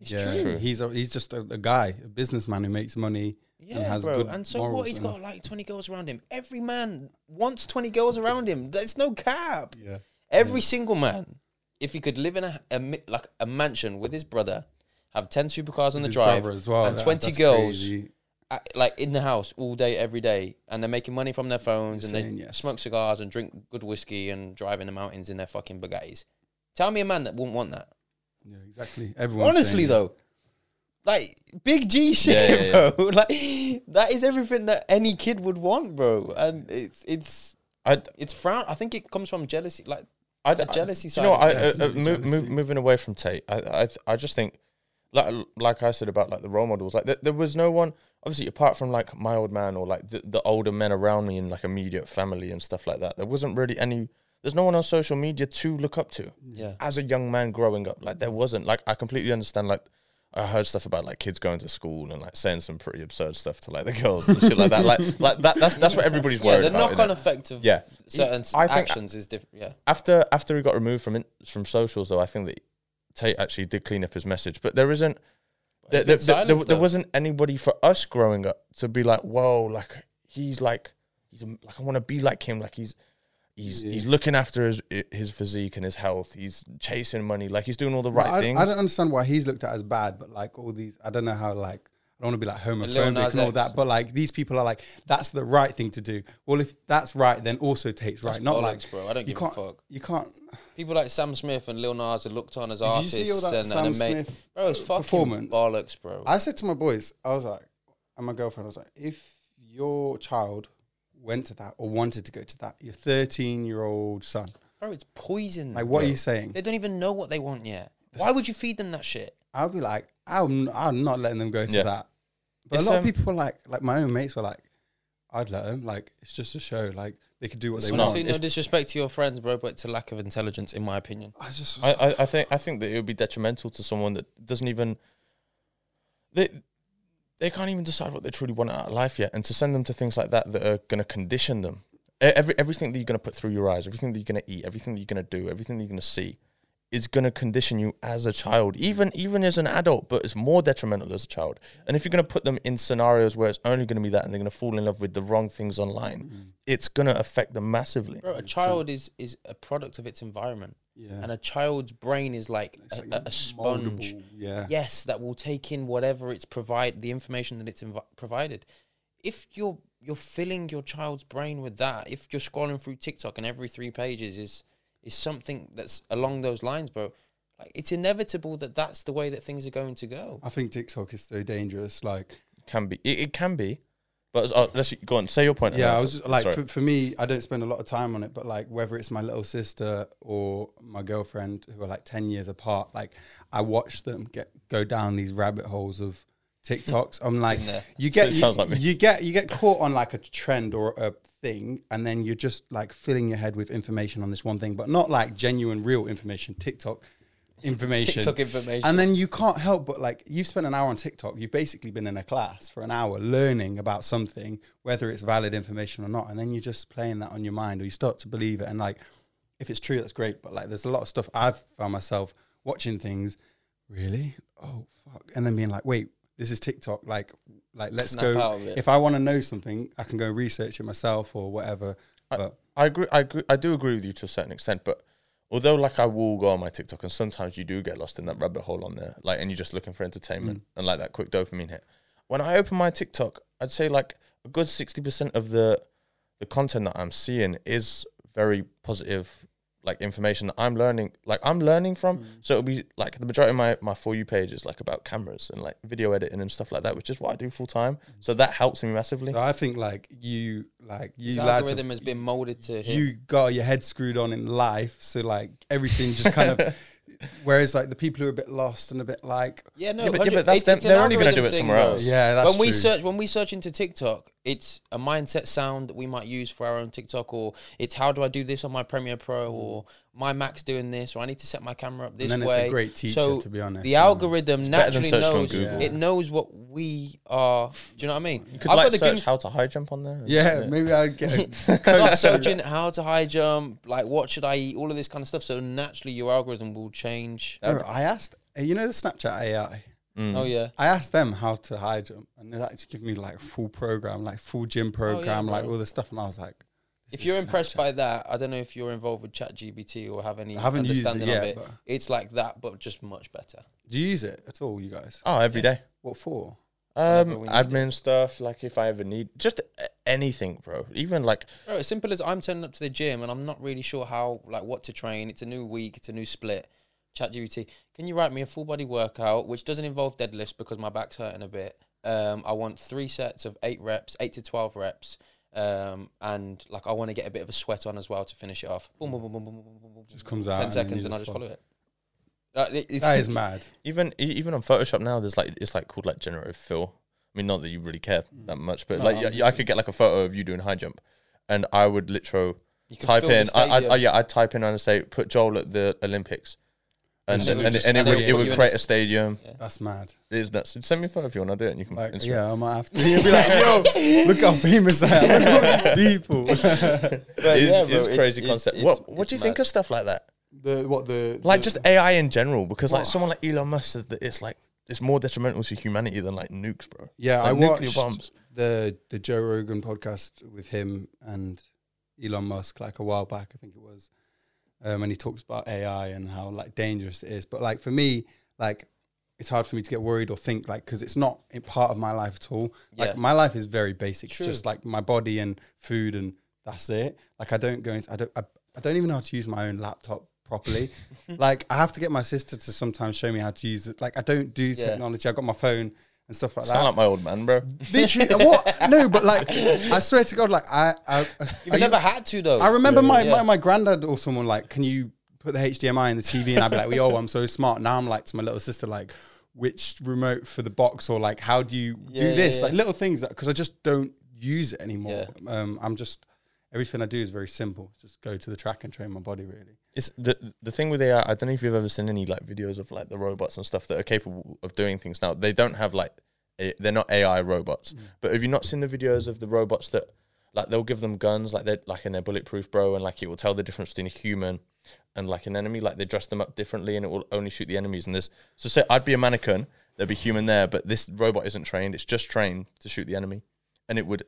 A: It's
B: yeah,
A: true.
C: True.
B: he's a, he's just a, a guy, a businessman who makes money.
A: Yeah,
B: has
A: bro.
B: good
A: and so what?
B: morals
A: He's
B: and-
A: got like twenty girls around him. Every man wants twenty girls around him. There's no cap.
B: Yeah,
A: Every single man, if he could live in a, a mi- like a mansion with his brother, have ten supercars on the
B: His
A: drive,
B: brother as well.
A: and
B: that-
A: 20
B: that's
A: girls.
B: crazy.
A: uh, like in the house all day, every day, and they're making money from their phones, and they
B: Insane, yes.
A: smoke cigars and drink good whiskey and drive in the mountains in their fucking Bugattis. Tell me a man that wouldn't want that.
B: Yeah, exactly. Everyone's
A: Honestly,
B: saying-
A: though, like big G shit,
C: Yeah, yeah, yeah.
A: bro. Like that is everything that any kid would want, bro. And it's it's
C: I'd,
A: it's frown. I think it comes from jealousy. Like
C: I'd,
A: The jealousy
C: I,
A: side
C: You know,
A: of
C: I,
B: it.
C: uh, uh,
B: Absolutely
C: move, move,
B: jealousy.
C: moving away from Tate, I, I, I just think, like, like I said about like the role models, like there, there was no one, obviously, apart from like my old man or like the, the older men around me and like immediate family and stuff like that. There wasn't really any. There's no one on social media to look up to
A: yeah,
C: as a young man growing up, like there wasn't like I completely understand like I heard stuff about like kids going to school and like saying some pretty absurd stuff to like the girls and shit like that. Like like that that's that's what everybody's
A: yeah.
C: worried
A: The
C: about.
A: knock
C: innit?
A: on effect of
C: Yeah.
A: certain
C: I think-
A: actions is different. Yeah,
C: After after he got removed from in, from socials though, I think that Tate actually did clean up his message. But there isn't there,
A: It's been
C: there, there, there,
A: silenced,
C: there
A: though.
C: wasn't anybody for us growing up to be like, whoa, like he's like he's a, like I want to be like him, like he's he's
B: Yeah.
C: he's looking after his his physique and his health. He's chasing money, like he's doing all the
B: Well,
C: right
B: I,
C: things.
B: I don't understand why he's looked at as bad, but like all these, I don't know how like. I don't want to be like
A: Lil
B: homophobic
A: Nas
B: and all
A: X.
B: that, but like these people are like, that's the right thing to do. Well, if that's right, then also takes right.
A: That's
B: Not
A: bollocks,
B: like
A: bro. I don't
B: you
A: give a
B: can't,
A: fuck.
B: You can't.
A: People like Sam Smith and Lil Nas are looked on as
B: Did you
A: artists
B: see all that
A: and,
B: Sam
A: and ama-
B: Smith,
A: bro, it's fucking
B: performance?
A: bollocks, bro.
B: I said to my boys, I was like, and my girlfriend, I was like, if your child went to that or wanted to go to that, your 13 year old son,
A: bro, it's poison.
B: like, what
A: bro.
B: are you saying?
A: They don't even know what they want yet. Why would you feed them that shit?
B: I'll be like, I'm, I'm not letting them go to
C: Yeah.
B: that. But
C: It's,
B: a lot
C: um,
B: of people were like, like my own mates were like, I'd let them. Like, it's just a show. Like, they could do what
A: It's
B: they
C: not-
B: want.
A: honestly, no
C: it's-
A: disrespect to your friends, bro, but it's a lack of intelligence, in my opinion.
B: I just,
C: I, I, I think I think that it would be detrimental to someone that doesn't even they they can't even decide what they truly want out of life yet, and to send them to things like that that are going to condition them. E- Every everything that you're going to put through your eyes, everything that you're going to eat, everything that you're going to do, everything that you're going to see, is going to condition you as a child, even even as an adult. But it's more detrimental as a child. And if you're going to put them in scenarios where it's only going to be that, and they're going to fall in love with the wrong things online,
B: mm,
C: it's going to affect them massively.
A: Bro, a child is is a product of its environment,
B: uh, yeah.
A: and a child's brain is like
B: It's
A: a,
B: like
A: a- a sponge.
B: moldable, Yeah.
A: Yes, that will take in whatever it's provide the information that it's invi- provided. If you're you're filling your child's brain with that, if you're scrolling through TikTok and every three pages is is something that's along those lines, bro. Like it's inevitable that that's the way that things are going to go.
B: I think TikTok is so dangerous. Like,
C: can be. It, it can be, but uh, let's go on. Say your point. and
B: yeah,
C: I'll
B: I was
C: just-
B: just, like,
C: sorry.
B: for, for me, I don't spend a lot of time on it, but like, whether it's my little sister or my girlfriend who are like 10 years apart, like, I watch them get go down these rabbit holes of TikToks. I'm like,
A: Been there.
B: you get,
C: It
B: you,
C: sounds like me.
B: you get, you get caught on like a trend or a thing, and then you're just like filling your head with information on this one thing, but not like genuine, real information, TikTok information.
A: TikTok information.
B: And then you can't help but like you've spent an hour on TikTok. You've basically been in a class for an hour learning about something, whether it's valid information or not. And then you're just playing that on your mind, or you start to believe it. And like, if it's true, that's great. But like, there's a lot of stuff I've found myself watching things. Really? Oh fuck! And then being like, wait, this is TikTok. Like, like let's
A: Snap
B: go.
A: out of it.
B: If I want to know something, I can go research it myself or whatever. but
C: I agree. I agree. I do agree with you to a certain extent, but although like I will go on my TikTok, and sometimes you do get lost in that rabbit hole on there, like, and you're just looking for entertainment and like that quick dopamine hit. When I open my TikTok, I'd say like a good sixty percent of the the content that I'm seeing is very positive, like information that I'm learning. Like I'm learning from. So it'll be like the majority of my my for you page is like about cameras and like video editing and stuff like that, which is what I do full time. So that helps me massively.
B: so I think like you, like you,
A: His
B: lads have
A: algorithm has been molded to him.
B: you got your head screwed on in life, so like everything just kind of. Whereas like the people who are a bit lost and a bit like,
A: yeah, no,
C: Yeah, but- yeah,
A: 100
C: but that's
A: it's-
C: them-
A: it's an
C: they're only gonna do
A: algorithm
C: it
A: thing,
C: somewhere
A: bro.
C: else.
B: yeah, that's
A: when we
B: true.
A: search when we search into TikTok, it's a mindset sound that we might use for our own TikTok, or it's how do I do this on my Premiere Pro,
C: Mm.
A: or my Mac's doing this, or I need to set my camera up this
B: and then
A: way.
B: it's a great teacher,
A: so
B: to be honest.
A: the
B: you know.
A: algorithm
C: Mm. better than
A: naturally
C: searching on
A: knows
C: Google.
A: it knows what we are. Do you know what I mean?
C: You could like
A: the
C: search
A: goons-
C: how to high jump on there.
B: Yeah, maybe I get. A
A: It's
B: coach
A: like searching how to high jump, like what should I eat, all of this kind of stuff. So naturally, your algorithm will change.
B: Bro, I asked, uh, you know, the Snapchat AI.
C: Mm.
A: Oh yeah.
B: I asked them how to high jump, and they actually give me like full program, like full
A: Oh,
B: gym program, like
A: bro.
B: all the stuff. And I was like, this
A: If
B: is
A: you're impressed by
B: Snapchat.
A: that, I don't know if you're involved with ChatGPT or have any
B: I haven't used it
A: understanding
B: yet.
A: of it.
B: but
A: It's like that, but just much better.
B: do you use it at all, you guys?
C: Oh, every
A: Yeah.
C: day.
B: What for?
A: Whenever
C: Um,
A: we need
C: admin stuff. Like if I ever need just a- anything, bro. Even like
A: Bro, as simple as I'm turning up to the gym and I'm not really sure how, like, what to train. It's a new week, it's a new split. ChatGPT, can you write me a full body workout which doesn't involve deadlifts because my back's hurting a bit? Um, I want three sets of eight reps, eight to twelve reps, um, and like I want to get a bit of a sweat on as well to finish it off. Boom, boom, boom, boom, boom, boom, boom, boom, boom.
B: Just comes out
A: Ten
B: and then
A: seconds,
B: you
A: and I
B: just
A: just
B: follow.
A: follow it. Uh, it- it's-
B: That is mad.
C: even e- even on Photoshop now, there's like it's like called like generative fill. I mean, not that you really care
A: Mm.
C: that much, but
B: No,
C: like
B: I'm
C: yeah,
B: with
C: yeah, I could get like a photo of you doing high jump, and I would literally
A: you can
C: type
A: fill the
C: in. I, I, I
A: stadium.
C: yeah, I type in and I say put Joel at the Olympics, and
A: And it
C: and,
A: would
C: and,
A: just-
C: it,
A: and it
C: would,
A: would
C: it
A: put
C: would
A: you in
C: create
A: a
C: a
A: s-
C: stadium.
B: That's mad.
C: It's nuts. Send me a photo if you want. I'll do it. And
A: Mm,
C: you can.
B: Like,
C: Instagram.
B: yeah, I might have to. You'll be like, yo, look how famous I am. Look at all these people.
A: But
C: it's,
A: yeah,
C: it's
A: bro, it's-
C: crazy
A: it's-
C: concept.
A: it's-
C: what What
A: it's
C: do you think
A: mad.
C: of stuff like that?
D: The what the
C: Like
D: the-
C: just AI in general, because like
B: What?
C: someone like Elon Musk said that it's like it's more detrimental to humanity than like nukes, bro.
B: yeah,
C: Like
B: I
C: nuclear
B: watched
C: bombs.
B: the the Joe Rogan podcast with him and Elon Musk like a while back, I think it was, um, and he talks about AI and how like dangerous it is. But like for me, like it's hard for me to get worried or think like because it's not a part of my life at all. Like
A: Yeah.
B: my life is very basic, It's
A: True.
B: just like my body and food and that's it. Like I don't go into I don't I, I don't even know how to use my own laptop properly. like I have to get my sister to sometimes show me how to use it. Like I don't do
A: Yeah.
B: technology. I've got my phone and stuff like that.
C: Sound like my old man, bro.
B: Literally, what? No, but like, I swear to God, like, I, I,
A: You've
B: I,
A: never had to though.
B: I remember my,
A: Yeah.
B: my my granddad or someone like, can you put the HDMI in the TV? And I'd be like, yo, I'm so smart. Now I'm like to my little sister, like, which remote for the box or like, how do you
A: Yeah,
B: do
A: yeah,
B: this?
A: yeah.
B: Like little things because I just don't use it anymore.
A: Yeah.
B: Um, I'm just everything I do is very simple. Just go to the track and train my body. Really,
C: It's the the thing with AI. I don't know if you've ever seen any like videos of like the robots and stuff that are capable of doing things now. They don't have like a, they're not AI robots.
B: Mm.
C: But have you not seen the videos of the robots that like they'll give them guns like they're like and they're bulletproof, bro, and like it will tell the difference between a human and like an enemy. Like they dress them up differently and it will only shoot the enemies. And this so say I'd be a mannequin, there'd be human there, but this robot isn't trained. It's just trained to shoot the enemy, and it would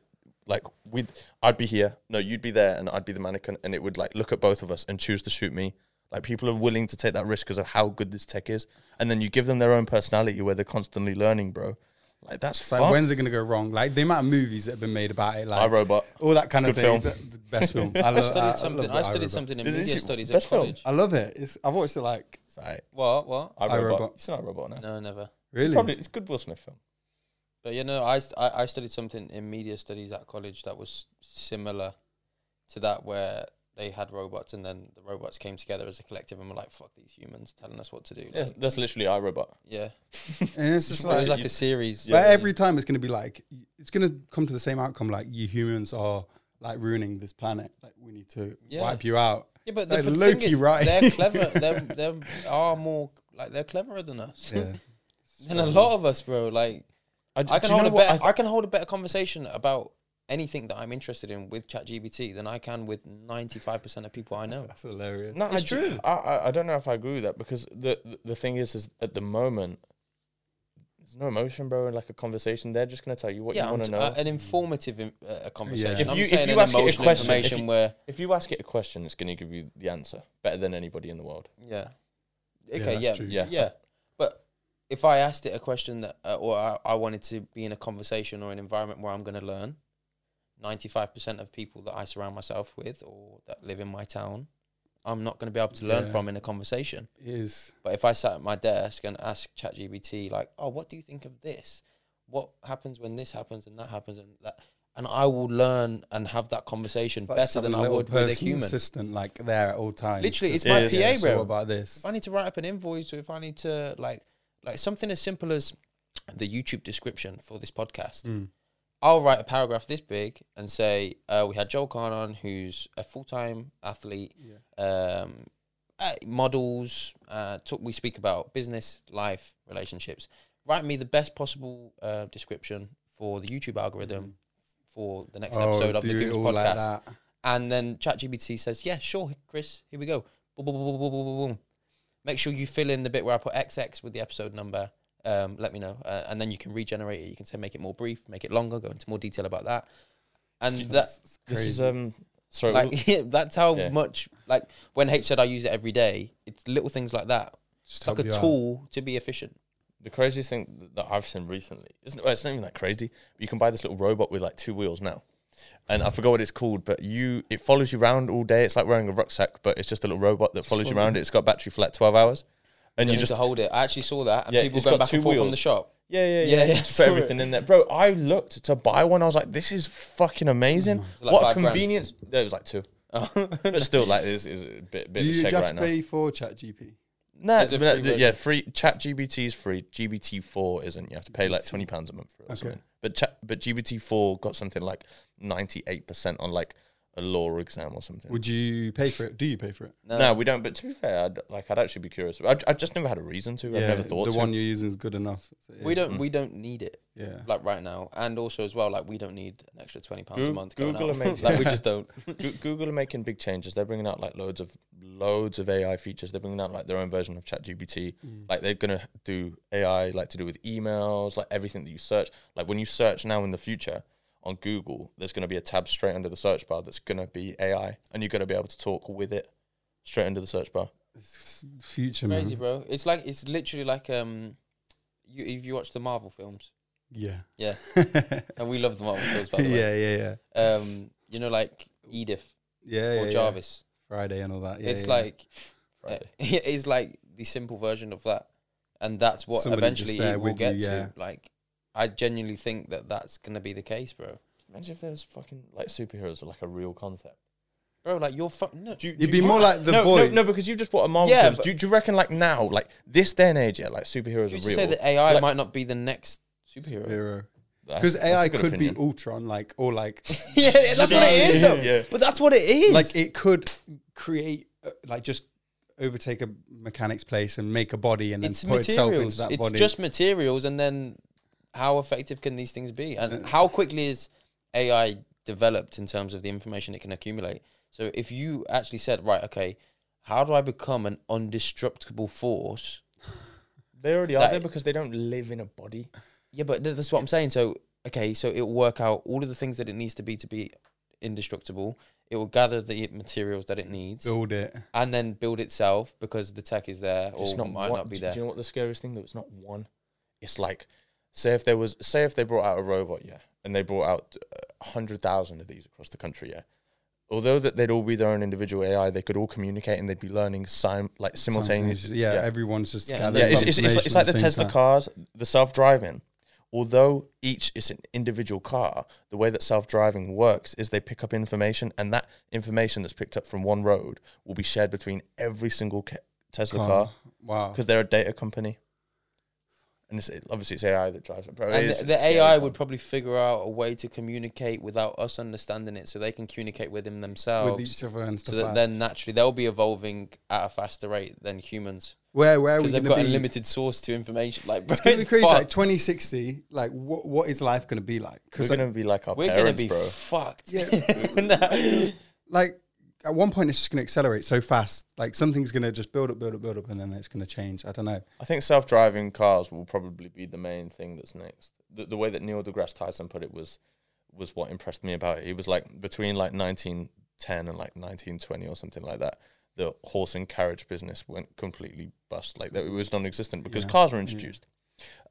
C: like with I'd be here, no, you'd be there, and I'd be the mannequin, and it would like look at both of us and choose to shoot me. Like people are willing to take that risk because of how good this tech is, and then you give them their own personality where they're constantly learning, bro. Like that's
B: so
C: fun.
B: like, when's it gonna go wrong? Like the amount of movies that have been made about it, like
C: iRobot.
B: all that kind of
C: Good
B: thing.
C: film.
B: The- the best film. I,
A: I
B: love- I- I
A: studied
B: love
A: something.
B: the
A: I studied
B: iRobot.
A: something in
C: Is it- is
A: media
C: it
A: studies at
C: best film?
A: college.
B: I love it. It's, I've watched it like
C: Sorry,
A: What? What?
C: iRobot.
B: iRobot.
C: It's not iRobot now.
A: No, never.
B: really.
C: Probably it's a good Will Smith film.
A: But you know, I, I I studied something in media studies at college that was similar to that, where they had robots, and then the robots came together as a collective and were like, "Fuck these humans, telling us what to do." Like,
C: Yes, that's literally iRobot.
A: yeah,
B: And it's just
A: it was
B: like,
A: like a series.
B: but every time it's going to be like, it's going to come to the same outcome. Like you humans are like ruining this planet. Like we need to
A: Yeah.
B: wipe you out.
A: yeah, but
B: like
A: the thing
B: Loki,
A: is,
B: right?
A: They're clever. They're they are more like they're cleverer than us.
B: Yeah.
A: than a lot of us, bro. Like I can hold a better, I can hold a better conversation about anything that I'm interested in with ChatGPT than I can with 95% of people I know.
B: That's hilarious.
C: No,
A: It's
C: I do-
A: true.
C: I, I I don't know if I agree with that because the the- the thing is is at the moment there's no emotion, bro. In like a conversation, they're just gonna tell you what
A: yeah,
C: you
A: I'm
C: want to
A: t-
C: know.
A: uh, an informative in, uh, a conversation.
C: If
A: I'm
C: you- if
A: saying
C: you
A: an
C: ask it a
A: emotional
C: question, if
A: information
C: you-
A: where
C: if you ask it a question, it's gonna give you the answer better than anybody in the world.
A: yeah,
B: Yeah,
A: okay,
B: that's
A: yeah,
B: true.
A: yeah,
C: Yeah.
A: But if I asked it a question that, uh, or I, I wanted to be in a conversation or an environment where I'm going to learn, 95% of people that I surround myself with or that live in my town, I'm not going to be able to learn
B: Yeah.
A: from in a conversation.
B: It is.
A: But if I sat at my desk and asked ChatGPT, like, "Oh, what do you think of this? What happens when this happens and that happens and that?" and I will learn and have that conversation
B: it's like
A: better
B: having
A: than I
B: a little
A: would with a
B: personal
A: human.
B: assistant like there at all times.
A: Literally,
B: Just
A: it's my
B: like,
C: PA,
B: yeah, so
A: bro.
B: what about this.
A: If I need to write up an invoice, or if I need to like, like something as simple as the YouTube description for this podcast,
B: Mm.
A: I'll write a paragraph this big and say, uh, "We had Joel Khan on, who's a full-time athlete
B: Yeah.
A: um, uh, models. Uh, talk, we speak about business, life, relationships. Write me the best possible uh, description for the YouTube algorithm for the next episode of the
B: Oh, do it
A: Goons
B: all like
A: podcast.
B: that.
A: and then ChatGPT says, "Yeah, sure, Chris. Here we go. Boom, boom, boom, boom, boom, boom, boom. Make sure you fill in the bit where I put XX with the episode number. um, let me know, uh, and then you can regenerate it. You can say make it more brief, make it longer, go into more detail about that, and that
C: This is
B: Crazy.
C: um. Sorry,
A: like yeah, that's how
C: Yeah.
A: much like when H said I use it every day. It's little things like that,
B: Just
A: like
B: help
A: a
B: you out.
A: tool to be efficient.
C: the craziest thing that I've seen recently isn't well, it's not even that crazy. You can buy this little robot with like two wheels now, and I forgot what it's called, but you it follows you around all day. It's like wearing a rucksack, but it's just a little robot that follows you around. It's got battery for like twelve hours, and
A: You,
C: you just
A: to hold it. I actually saw that, and
C: Yeah,
A: people
C: it's
A: going
C: got
A: back and
C: two
A: forth from the
C: wheels.
A: shop.
C: yeah yeah
A: Yeah,
C: yeah,
A: yeah,
C: just
A: I
C: put
A: saw
C: everything in there, bro. I looked to buy one. I was like, this is fucking amazing.
A: Mm. like
C: what a
A: five grand. Oh.
C: convenience! No, it was like two. but still, like this is a bit bit
B: Do
C: of
B: you,
C: shake
B: do you have
C: right
B: to
C: now.
B: pay for ChatGP?
C: No,
A: There's a
C: no,
A: free
C: d-
A: version.
C: yeah, free chat GBT is free. GBT four isn't. You have to pay like twenty pounds a month for it. Or
B: Okay.
C: something. But chat, but GBT four got something like ninety eight percent on like a law exam or something.
B: Would you pay for it? Do you pay for it?
A: No.
C: no. we don't. But to be fair, I'd, like I'd actually be curious. I I just never had a reason to. I've never thought
B: the
C: to.
B: one you're using is good enough. Yeah.
A: We
C: Mm.
A: don't we don't need it
B: Yeah.
A: like right now, and also as well like we don't need an extra twenty pounds a
C: Goo-
A: month. going
C: Google
A: out.
C: are making-
A: like we just don't.
C: Go- Google are making big changes. They're bringing out like loads of loads of AI features. They're bringing out like their own version of ChatGPT.
B: Mm.
C: Like they're gonna do AI like to do with emails, like everything that you search. Like when you search now in the future on Google, there's gonna be a tab straight under the search bar that's gonna be AI, and you're gonna be able to talk with it straight under the search bar.
B: It's future
A: Crazy,
B: man.
A: bro. It's like it's literally like um, you if you watch the Marvel films,
B: Yeah.
A: Yeah.
B: yeah,
A: and we love the Marvel films by the way.
B: yeah, yeah.
A: Um, you know, like Edith
B: Yeah, yeah,
A: or
B: yeah.
A: Jarvis.
B: Friday and all that. Yeah,
A: it's
B: yeah.
A: like
C: Right.
A: uh, it's like the simple version of that, and that's what
B: Somebody just
A: eventually
B: there
A: it will
B: with
A: get
B: you, yeah.
A: to. Like, I genuinely think that that's gonna be the case, bro.
C: Imagine if there's fucking like superheroes are like a real concept.
A: Bro, like you're fucking. No.
C: Do you- do
B: It'd
C: you-
B: be more like the
C: no,
B: boys.
C: No, no, because you just bought a Marvel
A: Yeah,
C: yeah,
A: but-
C: Do, you- do you reckon like now, like this day and age, yeah, like superheroes
A: You
C: are
A: should
C: real?
A: say that AI
C: Like-
A: might not be the next superhero.
C: That's-
B: Because
C: that's a
B: AI
C: good
B: could
C: opinion.
B: be Ultron, like or like
A: yeah, that's what it is, though.
C: Yeah.
A: But that's what it is.
B: like it could create uh, like just overtake a mechanic's place and make a body and then
A: it's
B: put itself into
A: materials.
B: that
A: It's
B: body.
A: just materials, and then how effective can these things be, and
B: Uh,
A: how quickly is AI developed in terms of the information it can accumulate? So if you actually said, right, okay, how do I become an undestructible force?
C: They already
A: That-
C: are there because they don't live in a body.
A: Yeah, but th- that's what I'm saying. So okay, so it'll work out all of the things that it needs to be to be indestructible. It will gather the materials that it needs
B: build it.
A: and then build itself because the tech is there or
C: It's not
A: might
C: one-
A: not be
C: do-
A: there.
C: Do you know what the scariest thing though? It's not one. It's like, say if there was, say if they brought out a robot, yeah, and they brought out uh, hundred thousand of these across the country, yeah. Although that they'd all be their own individual AI, they could all communicate and they'd be learning sim- like simultaneously.
B: Sometimes, Yeah, everyone's just
A: Yeah.
B: gathering
C: yeah, it's, it's, it's, like,
B: information
C: it's
B: at
C: like the
B: same
C: Tesla
B: time.
C: cars, the self-driving. Although each is an individual car, the way that self-driving works is they pick up information, and that information that's picked up from one road will be shared between every single ca- Tesla
B: Car.
C: car
B: Wow.
C: because they're a data company. And it's, it- obviously, it's AI that drives it. Bro, it
A: And
C: is
A: the, the
C: scary,
A: AI
C: bro.
A: would probably figure out a way to communicate without us understanding it, so they can communicate with them
B: With
A: themselves.
B: each other and
A: So
B: stuff.
A: that
B: like
A: then naturally they'll be evolving at a faster rate than humans
B: where where are we
A: because they've
B: gonna
A: got
B: be?
A: a limited source to information. Like, bro,
B: It's gonna be
A: it's
B: crazy. Like
A: fucked.
B: 2060. Like what what is life gonna be like?
C: We're
B: Because
C: going to be like our
A: We're gonna
C: parents,
A: be
C: bro.
A: fucked.
B: Yeah.
A: No.
B: like at one point it's just going to accelerate so fast like something's going to just build up build up build up and then it's going to change i don't know
C: I think self-driving cars will probably be the main thing that's next. The, the way that Neil deGrasse Tyson put it was was what impressed me about it. He was like between like 1910 and like 1920 or something like that. The horse and carriage business went completely bust. Like that, it was non-existent because
B: Yeah.
C: cars were introduced,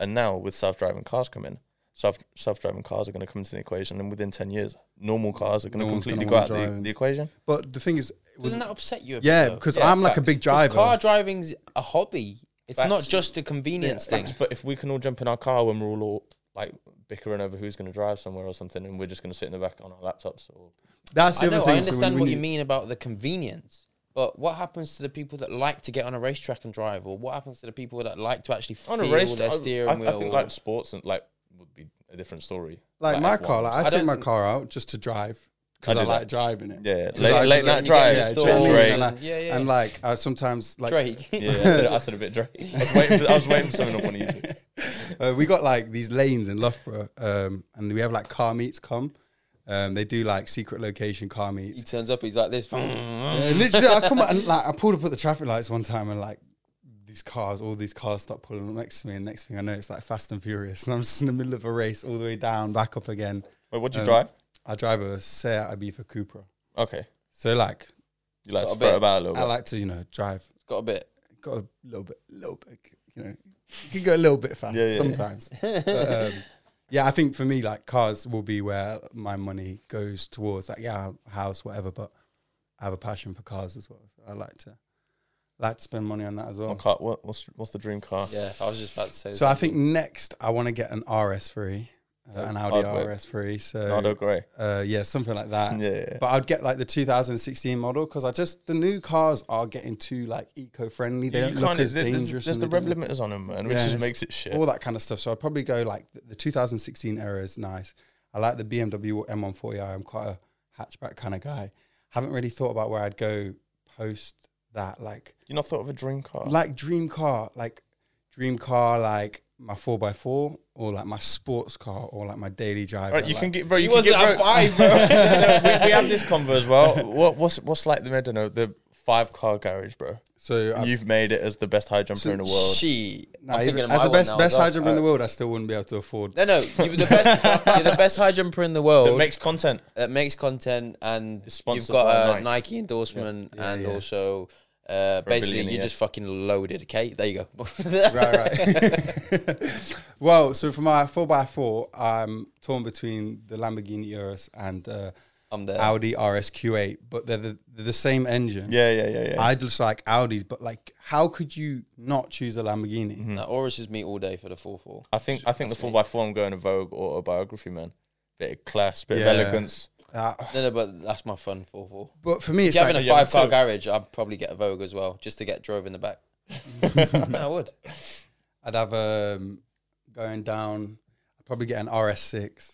C: and now with self-driving cars coming, self self-driving cars are going to come into the equation, and within 10 years, normal cars are going
B: No
C: to
B: one's gonna
C: completely go
B: wanna
C: out the,
B: drive.
C: the equation.
B: but the thing is
A: Doesn't that upset you? A
B: yeah
A: bit, though?
B: because
C: Yeah,
B: i'm like a
C: facts.
B: big
A: 'Cause
B: driver
A: car driving's a hobby. It's not
C: Facts.
A: just a convenience thing.
C: But if we can all jump in our car when we're all, all like bickering over who's going to drive somewhere or something, and we're just going to sit in the back on our laptops or
B: that's the
A: I
B: other
A: know,
B: thing
A: I
B: so
A: understand
B: we- we
A: what you
B: need-
A: mean about the convenience, but what happens to the people that like to get on a racetrack and drive, or what happens to the people that like to actually feel
C: on a race
A: their steering
C: I, I,
A: wheel?
C: I think
A: or-
C: like sports and like would be a different story.
B: like my
C: F1.
B: car like,
A: I
B: i, take
A: don't
B: my
A: think-
B: car out just to drive
C: I
B: because
C: do
B: i,
C: that.
B: like driving it
C: Yeah,
B: 'Cause I
C: late,
B: just
C: late
B: like
C: night
B: to
C: drive.
B: get
A: yeah,
B: the
A: Drake.
B: thoughts
C: Drake.
A: Drake.
B: and, I-
A: Yeah, yeah.
B: and like I sometimes like
A: Drake.
C: Yeah, I said, I said a bit Drake. I was waiting for, I was waiting for something off on you.
B: uh, we got like these lanes in Loughborough, um, and we have like car meets come. Um, they do like secret location car meets.
A: he turns up, he's like this.
B: Uh, Yeah, literally, I come out and like I pulled up at the traffic lights one time and like the these cars, all these cars start pulling up next to me, and next thing I know, it's like Fast and Furious, and I'm just in the middle of a race, all the way down, back up again.
C: Wait, what do you
B: Um,
C: drive?
B: I drive a Seat Ibiza Cupra,
C: Okay,
B: so like
C: you like
A: got
C: to
A: a
C: throw
A: bit-
C: about a little
B: I
C: bit.
B: like to, you know, drive.
A: got a bit.
B: Got a little bit, little bit, you know, you can go a little bit fast
C: Yeah, yeah, yeah.
B: sometimes. But, um, yeah, I think for me, like cars will be where my money goes towards. Like, yeah, house, whatever. But I have a passion for cars as well. So I like to like to spend money on that as well.
C: What car? What, what's what's the dream car?
A: Yeah, I was just about to say.
B: So I
A: something.
B: think next I want to get an RS3, uh, an Audi
C: Hard work.
B: RS3.
C: Nardo
B: So
C: Grey.
B: uh, yeah, something like that.
C: Yeah, yeah, yeah.
B: But I'd get like the 2016 model because I just the new cars are getting too like eco-friendly. They
C: You
B: don't look
C: can't-
B: as
C: there- there's,
B: dangerous.
C: there's
B: and
C: the
B: they
C: rev
B: don't look-
C: limiters on them, man, which
B: Yeah,
C: just
B: it's
C: makes it shit.
B: all that kind of stuff. So I'd probably go like th- the 2016 era is nice. I like the BMW M140i. I'm quite a hatchback kind of guy. Haven't really thought about where I'd go post that. Like
C: you not thought of a dream car?
B: like dream car, like dream car, like my 4x4 or like my sports car or like my daily driver.
C: Right, you
B: like-
C: can get bro. You,
A: He
C: can
A: wasn't
C: get
A: at
C: bro.
A: five, bro.
C: we, we have this convo as well. What what's what's like the I don't know the five car garage, bro.
B: so I,
C: You've made it as the best high jumper
B: So
C: in the world.
A: She.
B: nah, even- as the best best high
C: Uh,
B: jumper in the world, I still wouldn't be able to afford.
A: No, no, you're the best. you're the best high jumper in the world
C: That makes content.
A: that makes content and
C: It's
A: you've
C: sponsored by
A: got a
C: Nike.
A: Nike, endorsement
B: Yeah,
A: and
B: yeah.
A: also uh, basically
C: billion
A: you're
C: a year.
A: just fucking loaded. Okay, there you go.
B: right, right. well, so for my four x four, I'm torn between the Lamborghini Urus and uh,
A: I'm there.
B: Audi RSQ8, but they're the, they're the same engine.
C: Yeah, yeah, yeah, yeah.
B: I just like Audis, but like, how could you not choose a Lamborghini?
A: Now, Aurus is me all day for the four four.
C: I think I think the four x four. I'm going to Vogue autobiography, man. Bit of class, bit
B: Yeah.
C: of elegance.
B: Uh,
A: No, no, but that's my fun four four.
B: but for me,
A: If
B: it's
A: you're
B: like,
A: having a
C: yeah, me
A: five car
C: too.
A: garage, I'd probably get a Vogue as well, just to get drove in the back. no, I would.
B: I'd have um, going down. I'd probably get an RS6.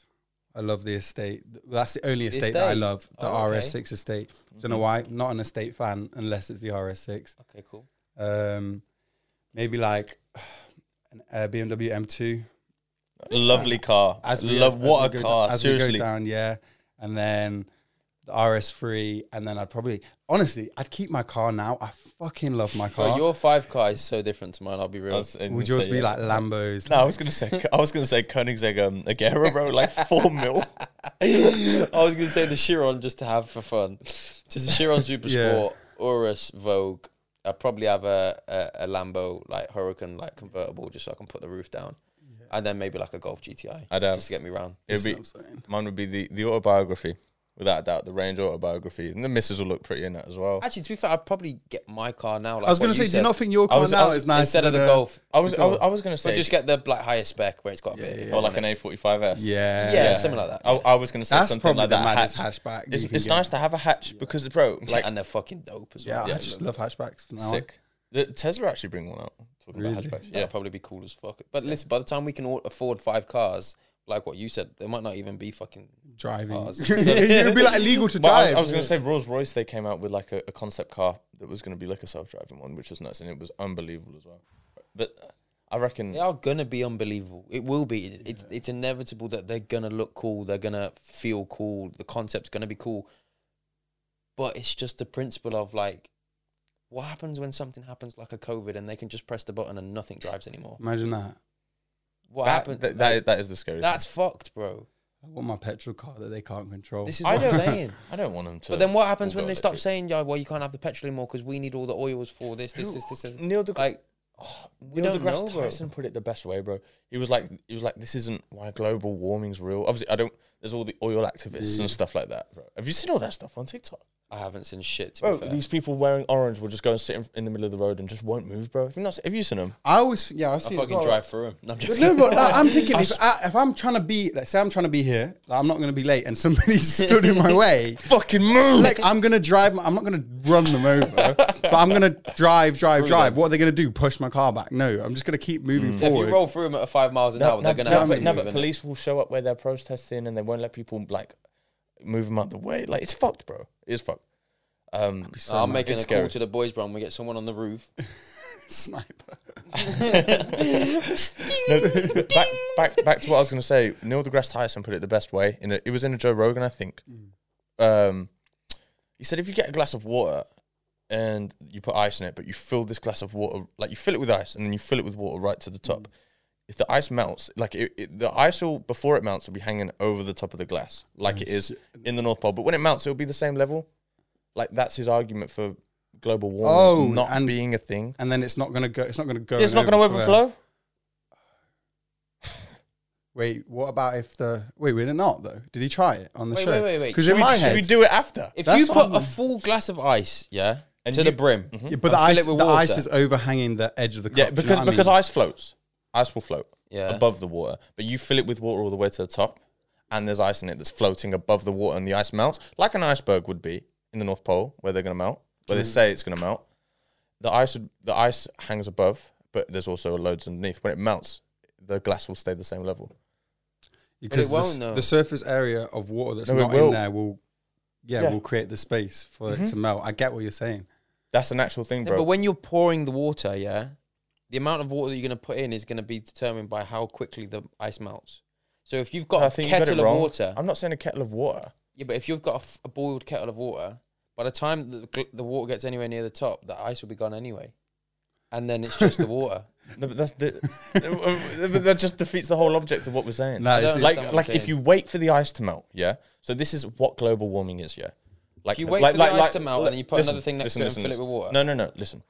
B: I love the estate. That's the only estate, that I
A: estate?
B: love. The
A: Oh, okay. Mm-hmm.
B: RS6 estate. Don't know why. Not an estate fan unless it's the RS6.
A: Okay, cool.
B: Um, maybe like an uh, BMW M2.
C: Lovely car.
B: we-
C: Love
B: we
C: what
B: go down-
C: a car.
B: as we
C: Seriously,
B: go down, yeah, and then the RS3, and then I'd probably honestly, I'd keep my car now. I fucking love my
A: But
B: car.
A: your five car is so different to mine. I'll be
C: I
A: real.
C: was- I
B: Would
C: was
B: yours
C: gonna
B: be
C: say, yeah.
B: like Lambos?
C: No, I was gonna say I was gonna say Koenigsegg um, Agera, bro, like four mil.
A: I was gonna say the Chiron just to have for fun, just a Chiron Super
B: Yeah.
A: Sport, Urus Vogue. I probably have a, a a Lambo like Hurricane like convertible just so I can put the roof down, and then maybe like a Golf GTI
C: I'd have
A: just to get me round.
C: it'd be mine would be the the autobiography, without a doubt, the Range autobiography, and the missus will look pretty in that as well.
A: Actually, to be fair, I'd probably get my car now. Like
B: I was
A: what
B: gonna say, do
A: said,
B: you not think your car
C: was- I
B: now
C: was-
B: is nice
A: instead of the Golf,
C: I was I
B: Go.
C: was, I was gonna
A: so
C: say
A: just get the like higher spec where it's got a bit. of
C: or
A: everything
C: like
A: on
C: an
A: it.
C: A45s.
B: Yeah,
A: yeah, something like that.
C: I, I was gonna say
B: That's
C: something
B: probably
C: like
B: the
C: that.
B: maddest
C: hatch.
B: hatchback.
C: It's,
B: you can
C: it's
B: get.
C: nice to have a hatch because, bro, like
A: Like and they're fucking dope as
B: Yeah,
A: well.
B: I just love hatchbacks now.
C: sick. The Tesla actually bring one out. Talking
B: Really?
C: about hatchbacks,
A: Yeah,
C: yeah.
A: it'd probably be cool as fuck. But listen, by the time we can all afford five cars, like what you said, there might not even be fucking.
B: Driving,
A: Cars.
B: it'd be like illegal to
C: But I was,
B: drive.
C: I was gonna say Rolls Royce. They came out with like a, a concept car that was gonna be like a self-driving one, which was nuts, and it was unbelievable as well. But I reckon
A: They are gonna be unbelievable. It will be. It- It's it's inevitable that they're gonna look cool. They're gonna feel cool. The concept's gonna be cool. But it's just the principle of like, what happens when something happens like a COVID and they can just press the button and nothing drives anymore?
B: Imagine that.
A: What
C: that,
A: happened?
C: that,
A: like,
C: that, is, that is the scary.
A: that's fucked, bro.
B: I want my petrol car that they can't control.
A: This is
C: thing. I
A: what I'm
C: don't.
A: saying.
C: I don't want them to.
A: But then what happens
C: all
A: when
C: go
A: they stop
C: electric.
A: saying, "Yeah, well, you can't have the petrol anymore because we need all the oils for this, this, this, this"? this.
C: Neil deGrasse,
A: Like, oh, we
C: Neil
A: don't
C: deGrasse
A: know, bro.
C: Tyson put it the best way, bro. He was like, he was like, this isn't why global warming's real. Obviously, I don't. There's all the oil activists and stuff like that, bro. Have you seen all that stuff on TikTok?
A: I haven't seen shit. To
C: Bro,
A: be fair.
C: these people wearing orange will just go and sit in, in the middle of the road and just won't move, bro. Have you not? Have you seen them?
B: I always, yeah, I
A: I
B: see. it as
A: fucking
B: well.
A: drive through them. No, I'm
B: But
A: just
B: no,
A: kidding.
B: but I, I'm thinking if, I, if I'm trying to be, let's say I'm trying to be here, like, I'm not going to be late, and somebody stood in my way.
C: Fucking move.
B: Like I'm gonna drive. I'm not gonna run them over, but I'm gonna drive, drive, drive. What are they gonna do? Push my car back? No, I'm just gonna keep moving
A: Mm. if
B: forward.
A: you roll through them at five miles an hour, they're gonna have
C: but-
A: to
C: no,
A: move,
C: but
A: innit?
C: police will show up where they're protesting and they won't let people like move them out the way. Like it's fucked, bro. It's fucked. Um,
A: No, I'm making
C: It's
A: a call
C: scary.
A: to the boys, bro. and We get someone on the roof.
B: Sniper.
C: no, but back, back, back to what I was going to say. Neil deGrasse Tyson put it the best way. In a, it
B: Mm.
C: was in a Joe Rogan, I think. Um, he said, if you get a glass of water and you put ice in it, but you fill this glass of water, like you fill it with ice, and then you fill it with water right to the top.
B: Mm.
C: If the ice melts, like it, it- the ice will before it melts will be hanging over the top of the glass, like it is in the North Pole. But when it melts, it'll be the same level. Like that's his argument for global
B: Oh,
C: warming not
B: and-
C: being a thing.
B: and then it's not gonna go. It's not gonna go.
C: it's not
B: and
C: going to overflow.
B: Wait, what about if the wait? We're not though. Did he try it on the
A: Wait,
B: show?
A: wait, wait, wait.
B: Because
A: Should
B: in
A: we-
B: my
A: should
C: Should
B: head,
C: we do it after?
A: If
B: That's
A: you put
B: on-
A: a full glass of ice, yeah,
C: And
A: to
C: you- Mm-hmm.
A: the brim,
B: yeah, but
A: and fill
B: the ice,
A: it with
B: the
A: water.
B: ice is overhanging the edge of the cup.
C: Yeah,
B: do you know
C: because
B: what I
C: because
B: mean?
C: ice floats. Ice will float
A: Yeah.
C: above the water, but you fill it with water all the way to the top, and there's ice in it that's floating above the water, and the ice melts like an iceberg would be in the North Pole, where they're gonna melt, where
B: Hmm.
C: they say it's gonna melt. The ice would- the ice hangs above, but there's also loads underneath. When it melts, the glass will stay the same level.
B: because
A: it
B: the,
A: won't,
B: s-
A: though.
B: the surface area of water that's
C: No, it
B: not
C: will.
B: in there will, yeah,
C: Yeah. Mm-hmm.
B: will create the space for it to melt. I get what you're saying.
C: That's an actual thing,
A: Yeah, but
C: bro.
A: when you're pouring the water, yeah, the amount of water that you're going to put in is going to be determined by how quickly the ice melts. So if you've got
C: I
A: a
C: think you got
A: kettle
C: it
A: of
C: wrong.
A: water,
C: I'm not saying a kettle of water.
A: yeah, but if you've got a, f- a boiled kettle of water, by the time the, gl- the water gets anywhere near the top, the ice will be gone anyway, and then it's just the water.
C: No, but that's um, the, but that just defeats the whole object of what we're saying.
B: No,
A: I
B: it's,
A: don't
B: like,
A: understand what
C: like like
A: you're
C: if
A: saying.
C: you wait for the ice to melt, yeah. So this is what global warming is, yeah. Like
A: If you wait
C: like-
A: for the
C: like-
A: ice
C: like-
A: to melt
C: like-
A: and then you put
C: listen,
A: another thing next
C: listen,
A: to it
C: listen,
A: and fill
C: listen.
A: it with water.
C: No, no, no. Listen,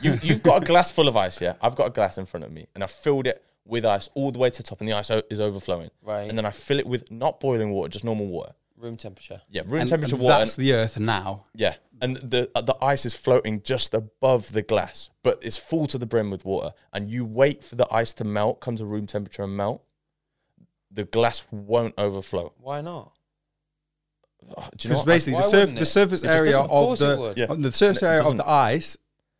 C: you you've got a glass full of ice, yeah. I've got a glass in front of me, and I filled it with ice all the way to the top, and the ice o- is overflowing.
A: Right.
C: And then I fill it with not boiling water, just normal water.
A: Room temperature.
C: Yeah, room
B: and,
C: temperature
B: and
C: water.
B: that's
C: and-
B: the Earth now.
C: yeah, and the uh, the ice is floating just above the glass, but it's full to the brim with water. And you wait for the ice to melt, come to room temperature and melt. The glass won't overflow.
A: Why not?
C: Oh, do you know
B: Because
C: what? I-
B: basically, the,
A: why
B: surf,
A: wouldn't
B: the
A: it?
B: surface
A: It just
B: area
A: doesn't- of
B: of
A: course it
B: the
A: would.
C: Yeah.
B: on the surface
C: No, it
B: area of
C: doesn't.
B: the ice,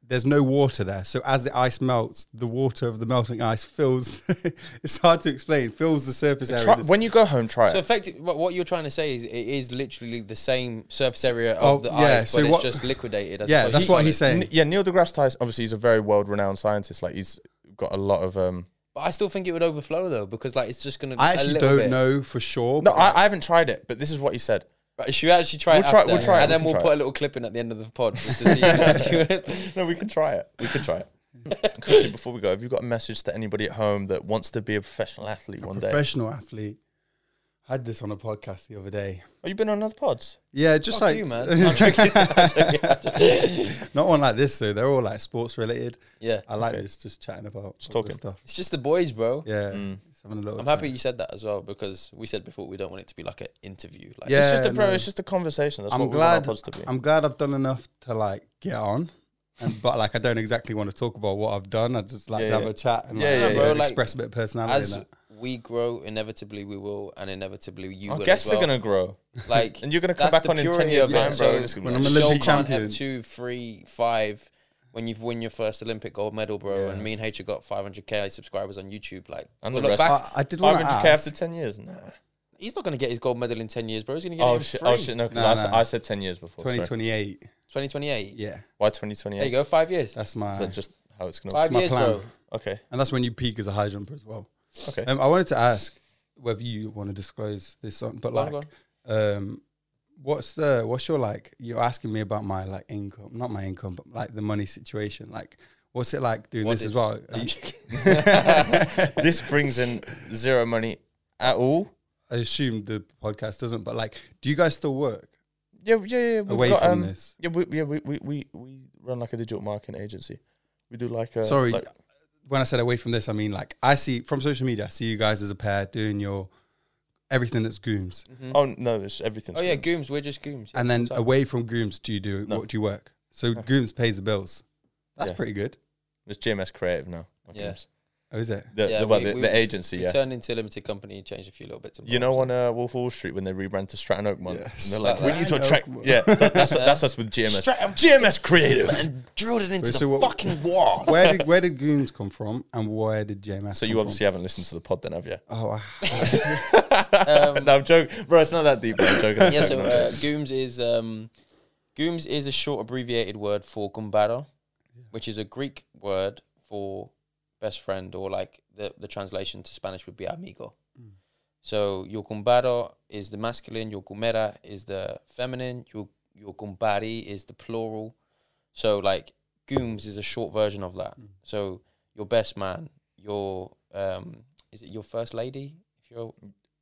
B: there's no water there. So as the ice melts, the water of the melting ice fills. it's hard to explain. Fills the surface area.
C: Try,
B: that's-
C: when you go home, try
A: So
C: it.
A: effectively, what what you're trying to say is it is literally the same surface area
B: Oh,
A: of the
B: yeah,
A: ice,
B: so
A: but it's
B: what-
A: just liquidated. As
B: yeah,
A: opposed
B: that's
A: to
B: what
A: solid.
B: he's saying.
C: N- yeah, Neil deGrasse Tyson obviously he's a very world-renowned scientist. Like he's got a lot of. um
A: But I still think it would overflow though, because like it's just gonna. a
B: I actually
A: little
B: don't
A: bit.
B: know for sure.
C: No,
B: but
C: I, I haven't tried it, but this is what he said.
A: Right, should we actually try
C: We'll
A: it
C: try-
A: after?
C: we'll try it,
A: and
C: we
A: then
C: can
A: we'll
C: try
A: put
C: it.
A: a little clip in at the end of the pod just to see. if it actually-
C: No, we can try it. We can try it. Quickly before we go, have you got a message to anybody at home that wants to be a professional athlete one day?
B: professional athlete. I had this on a podcast the other day.
C: Oh, you been on other pods?
B: Yeah, just
A: Fuck
B: like
A: you, man. I'm joking.
B: not one like this though. They're all like sports related.
A: yeah,
B: I like this, just Mm. chatting about
C: Just
B: all this
C: talking.
B: stuff.
A: it's just the boys, bro.
B: Yeah,
C: Mm.
B: just having a little.
A: I'm
B: chat.
A: happy you said that as well because we said before we don't want it to be like an interview. Like,
B: Yeah,
C: it's just a pro,
B: no.
C: It's just a conversation. That's
B: I'm
C: what we want our
B: glad.
C: pods to be.
B: I'm glad I've done enough to like get on, and, but like I don't exactly want to talk about what I've done. I just like
C: Yeah,
B: to have
C: yeah.
B: a chat and
C: Yeah,
B: like,
C: yeah,
B: you
C: bro,
B: know,
A: like,
B: express a bit of personality.
A: as
B: and
A: we grow, inevitably we will, and inevitably you
C: Our
A: will.
C: guests
A: as well.
C: are gonna grow,
A: like,
C: and you're gonna
A: That's
C: come back
A: the
C: on in ten
A: purity
C: years'
A: of it.
C: time, bro.
A: So
C: and it's gonna
B: when
C: be like,
B: I'm a
A: Show
B: Olympic
A: can't
B: champion.
A: have two, three, five when you've won your first Olympic gold medal, bro. And me and H have got 500k subscribers on YouTube. Like,
C: And
A: we'll
C: the
A: look
C: rest-
A: back,
B: that. I, I did want to
C: 500k
B: ask.
C: after ten years. Nah.
A: he's not going to get his gold medal in 10 years, bro. He's going to get
C: Oh
A: it
C: shit!
A: in
C: Oh
A: free.
C: shit! No, because
B: No,
C: I, s-
B: no.
C: I said ten years before. sorry.
B: 2028.
A: 2028.
B: Yeah,
C: Why
A: There you
C: 2028?
A: go, five years.
B: that's my
C: Is that just how it's gonna?
A: five
B: my
A: years,
B: plan.
A: bro.
C: Okay.
B: and that's when you peak as a high jumper as well.
C: Okay.
B: Um, I wanted to ask whether you want to disclose this, on, but
A: Go on,
B: like, um, what's the what's your like? You're asking me about my like income, not my income, but like the money situation. Like, what's it like doing
A: What
B: this
A: did-
B: as well?
A: No, I'm
B: Are you-
A: joking.
C: this brings in zero money at all.
B: I assume the podcast doesn't, but like, do you guys still work
C: Yeah, yeah, yeah. We've
B: away
C: got,
B: from
C: um,
B: this?
C: Yeah, we, yeah, we, we, we, we run like a digital marketing agency. We do like a
B: Sorry,
C: like-
B: when I said away from this, I mean like I see from social media, I see you guys as a pair doing your everything that's Gooms,
C: oh no, it's everything.
A: oh, yeah, Gooms. We're just Gooms.
B: and then away from Gooms, do you do
C: No.
B: what do you work? So Gooms pays the bills. That's
C: Yeah.
B: pretty good.
C: it's GMS Creative now. I
A: Yeah.
C: guess.
B: Oh, is it?
C: the,
A: Yeah,
C: the, well,
A: we-
C: the,
A: we-
C: the agency.
A: We
C: Yeah,
A: turned into a limited company and changed a few little bits. and
C: you know,
A: bobs.
C: on uh, Wolf Wall Street when they rebranded to Stratton Oakmont,
B: Yes.
C: and they're like,
A: Like
C: we
A: that.
C: need
B: Stratton
C: to attract.
B: Oakmont.
C: Yeah, that, that's that's us with GMS. GMS Creative.
A: And drilled it into
B: Wait, so
A: the
B: what-
A: fucking wall.
B: Where did where did Gooms come from, and where did JMS?
C: So
B: come
C: you
B: from?
C: obviously haven't listened to the pod, then, have you?
B: Oh, I-
A: Um,
C: no, I'm joking, bro. It's not that deep. I'm joking. I'm
A: yeah, so
C: joking, I'm
A: uh,
C: joking.
A: Gooms is um, Gooms is a short abbreviated word for Gumbaro, which is a Greek word for best friend, or like the, the translation to Spanish would be amigo. So your Gumbaro is the masculine, your Gumera is the feminine, your your Gumbari is the plural, So like Gooms is a short version of that.
B: Mm.
A: So your best man, your um, is it your first lady? If you're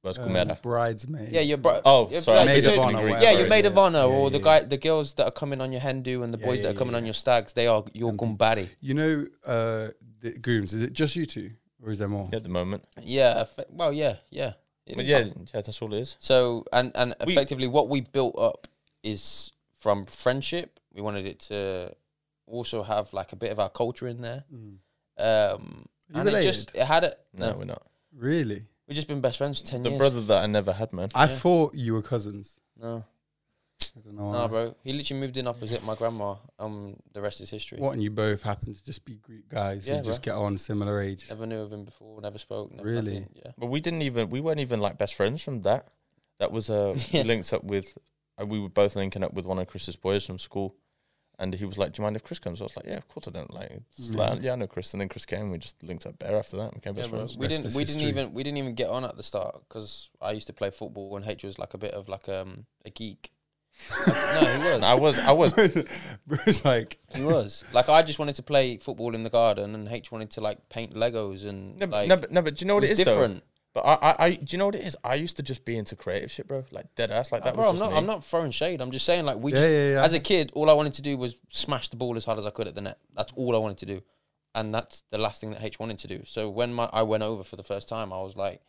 C: That's
B: Um,
C: Kumera.
B: bridesmaid.
A: yeah, your bro.
C: Oh,
A: your
C: sorry. I
A: bro-
B: Maid
C: said
B: of
A: so-
B: honor,
C: Greek,
B: whatever.
A: yeah,
C: sorry.
A: your maid of honor,
B: Yeah,
A: or
B: yeah,
A: the guy,
B: yeah.
A: the girls that are coming on your Hindu, and the
B: Yeah,
A: boys that
B: yeah,
A: are coming
B: yeah.
A: on your stags, they are your
B: And-
A: Gumbari.
B: You know, uh, the Gooms. Is it just you two, or is there more?
C: At the moment.
A: Yeah, effe- well, yeah, yeah, It
C: But
A: is
C: yeah,
A: like-
C: yeah, that's all it is.
A: So and and
C: We-
A: effectively, what we built up is from friendship. We wanted it to also have like a bit of our culture in there.
B: Mm.
A: Um,
B: Are you
A: and it just
B: related?
A: it had it.
C: No,
A: No,
C: we're not.
B: Really?
A: we've just been best friends for ten
C: The
A: years.
C: brother that I never had, man.
B: I
A: Yeah.
B: thought you were cousins.
A: No,
B: I don't know.
A: no,
B: why.
A: bro. He literally moved in opposite my grandma. Um, the rest is history.
B: What and you both happen to just be Greek guys
A: Yeah,
B: who just get on similar age.
A: Never knew of him before. Never spoke. Never
B: Really?
A: nothing, Yeah.
C: But we didn't even we weren't even like best friends from that. That was uh we
A: Yeah.
C: linked up with uh, we were both linking up with one of Chris's boys from school. And he was like, "Do you mind if Chris comes?" I was like, "Yeah, of course I don't." Like, it's
B: Yeah.
C: like, yeah, I know Chris. And then Chris came. We just linked up there after that. and Became
A: Mm. Yeah,
C: best
A: bro.
C: friends.
A: We
B: Rest
A: didn't.
B: is
A: We didn't
B: history.
A: even. We didn't even get on at the start because I used to play football and H was like a bit of like um a geek. no, he was.
C: And I was, I was.
B: Bro's like,
A: He was like I just wanted to play football in the garden, and H wanted to like paint Legos and
C: No, but
A: like
C: no, but, no, but do you know what
A: it
C: it
A: was
C: is though?
A: different.
C: But I, I, I, do you know what it is? I used to just be into creative shit, bro. Like dead ass, like that.
A: Uh, Bro,
C: was
A: I'm
C: just
A: not.
C: me.
A: I'm not throwing shade. I'm just saying like we
B: yeah,
A: just
B: yeah, yeah.
A: as a kid, all I wanted to do was smash the ball as hard as I could at the net. That's all I wanted to do, and that's the last thing that H wanted to do. So when my I went over for the first time, I was like,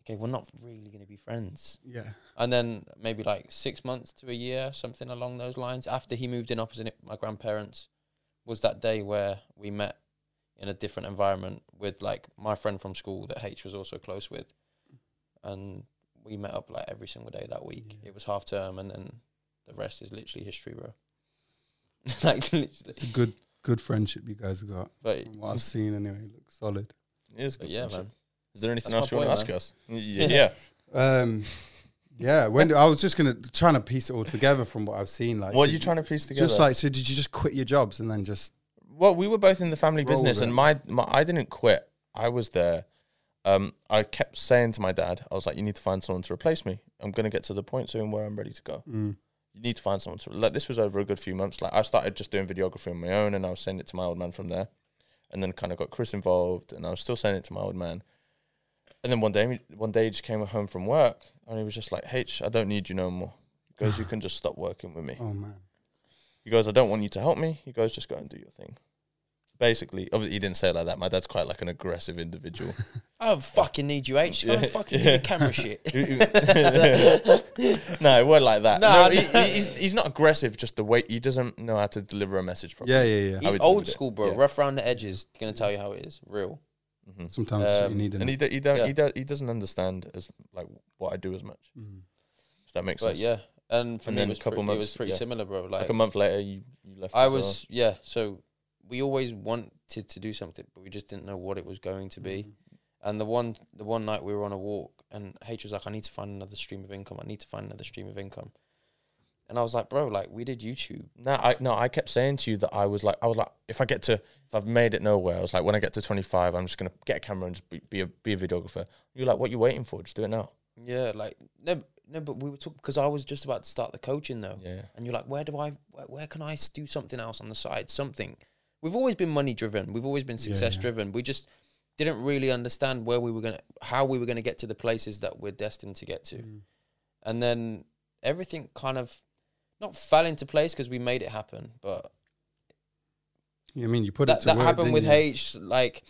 A: okay, we're not really gonna be friends.
B: yeah.
A: And then maybe like six months to a year, something along those lines. After he moved in opposite my grandparents, was that day where we met in a different environment with like my friend from school that H was also close with, and we met up like every single day that week.
B: Yeah.
A: It was half term, and then the rest is literally history, bro. like literally,
B: It's a good, good friendship you guys have got.
A: but,
B: From what I've seen, anyway, looks solid.
C: It is
A: but
C: good
A: yeah,
C: friendship.
A: man.
C: Is there anything
A: That's
C: else
A: my
C: you want to
A: boy,
C: ask us? Y- Yeah, yeah.
B: Um, yeah. When do, I was just gonna trying to piece it all together from what I've seen. Like,
C: What
B: so
C: are you trying to piece together?
B: Just like, so did you just quit your jobs and then just?
C: well, we were both in the family
B: Roll
C: business,
B: with
C: and
B: it.
C: my, my I didn't quit. I was there. Um, I kept saying to my dad, I was like, "You need to find someone to replace me. I'm gonna get to the point soon where I'm ready to go.
B: Mm,
C: You need to find someone to like." This was over a good few months. Like, I started just doing videography on my own, and I was sending it to my old man from there, and then kind of got Chris involved, and I was still sending it to my old man. And then one day, one day, he just came home from work, and he was just like, "H, I don't need you no more." He goes, "You can just stop working with me."
B: oh man.
C: He goes, I don't want you to help me. He goes, just go and do your thing. Basically, obviously, he didn't say it like that. My dad's quite like an aggressive individual.
A: I don't fucking need you, H. Go and
C: Yeah,
A: fucking do
C: yeah.
A: your camera shit.
C: no, it wasn't like that.
A: Nah,
C: no, he,
A: no.
C: he- he's, he's not aggressive, just the way he doesn't know how to deliver a message properly.
B: Yeah, yeah, yeah.
C: I
A: He's
C: would do
A: old
C: with it,
A: school, bro.
C: yeah.
A: Rough around the edges. Gonna tell you how it is. Real.
C: hmm
B: Sometimes that's what you
A: Um,
B: need.
C: And he
B: innit?
C: do, he, don't,
A: Yeah.
C: he, do, he doesn't understand as like what I do as much.
B: Mm.
C: If that makes
A: But
C: sense.
A: yeah, and for
C: And
A: me,
C: then
A: it was,
C: couple
A: pre- it
C: months,
A: was pretty
C: yeah.
A: similar, bro.
C: Like,
A: Like,
C: a month later, you, you left.
A: I
C: as well.
A: was, yeah. So we always wanted to do something, but we just didn't know what it was going to be.
B: Mm.
C: Mm-hmm.
A: And the one, the one night we were on a walk, and H was like, "I need to find another stream of income. I need to find another stream of income." And I was like, "Bro, like we did YouTube.
C: No, I no, I kept saying to you that I was like, I was like, if I get to, if I've made it nowhere, I was like, when I get to twenty five, I'm just gonna get a camera and just be, be a be a videographer. You're like, what you waiting for? Just do it now.
A: Yeah, like no, no, but we were talking because I was just about to start the coaching though,
C: Yeah,
A: and you're like, where do I, where, where can I s- do something else on the side? Something. We've always been money driven. We've always been
B: Yeah, yeah.
A: success driven. We just didn't really understand where we were gonna, how we were gonna get to the places that we're destined to get to.
B: Mm.
A: and then everything kind of not fell into place because we made it happen but
B: Yeah, I mean, you put it
A: that,
B: to
A: that
B: work,
A: happened
B: didn't
A: with
B: you?
A: h like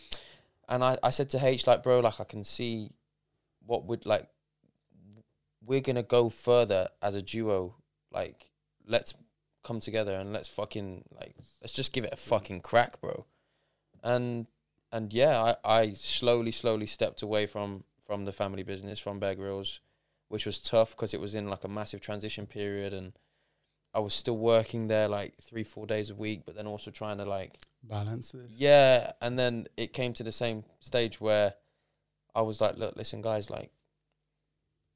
A: and I, I said to h like bro like i can see what would like we're gonna go further as a duo like let's come together and let's fucking like let's just give it a fucking crack bro and and yeah i i slowly slowly stepped away from from the family business from bear grills which was tough because it was in like a massive transition period and i was still working there like three four days a week but then also trying to like
B: Balance it.
A: yeah, and then it came to the same stage where I was like, look, listen, guys, like,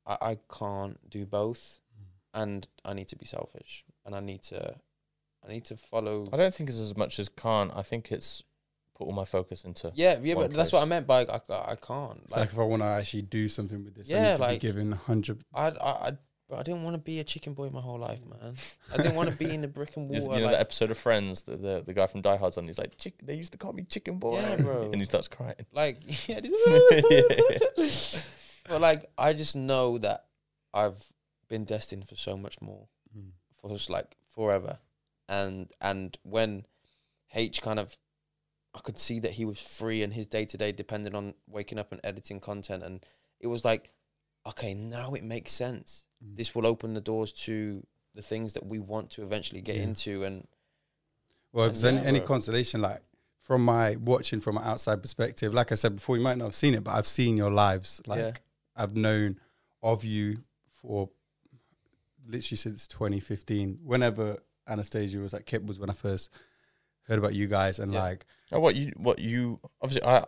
A: I, I can't do both,
C: Mm.
A: and I need to be selfish, and I need to, I need to follow.
C: I don't think it's as much as can't. I think it's put all my focus into.
A: Yeah, yeah,
C: One
A: but that's what I
C: place.
A: meant by I, I, I can't.
B: It's like,
A: Like,
B: if I want to actually do something with this, I
A: Yeah,
B: need to
A: like-
B: be given hundred.
A: I, I, I Bro, I didn't want to be a chicken boy my whole life, man. I didn't want to be in the brick and
C: You,
A: water.
C: you know
A: like,
C: that episode of Friends, the, the the guy from Die Hard's on. He's like, Chick, they used to call me Chicken Boy,
A: Yeah, bro.
C: and he starts crying.
A: like yeah,
C: Yeah.
A: this- but like I just know that I've been destined for so much more.
B: Mm.
A: for just like forever. And and when H kind of I could see that he was free and his day to day depended on waking up and editing content and it was like, okay, now it makes sense.
B: Mm.
A: This will open the doors to the things that we want to eventually get
B: Yeah.
A: into and
B: Well, if there's
A: And
B: any, any
A: yeah.
B: consolation, like from my watching from an outside perspective, like I said before, you might not have seen it, but I've seen your lives. Like
A: Yeah.
B: I've known of you for literally since 2015. Whenever Anastasia was like Kip was when I first heard about you guys, and
A: Yeah.
B: like
C: Oh, what you what you obviously I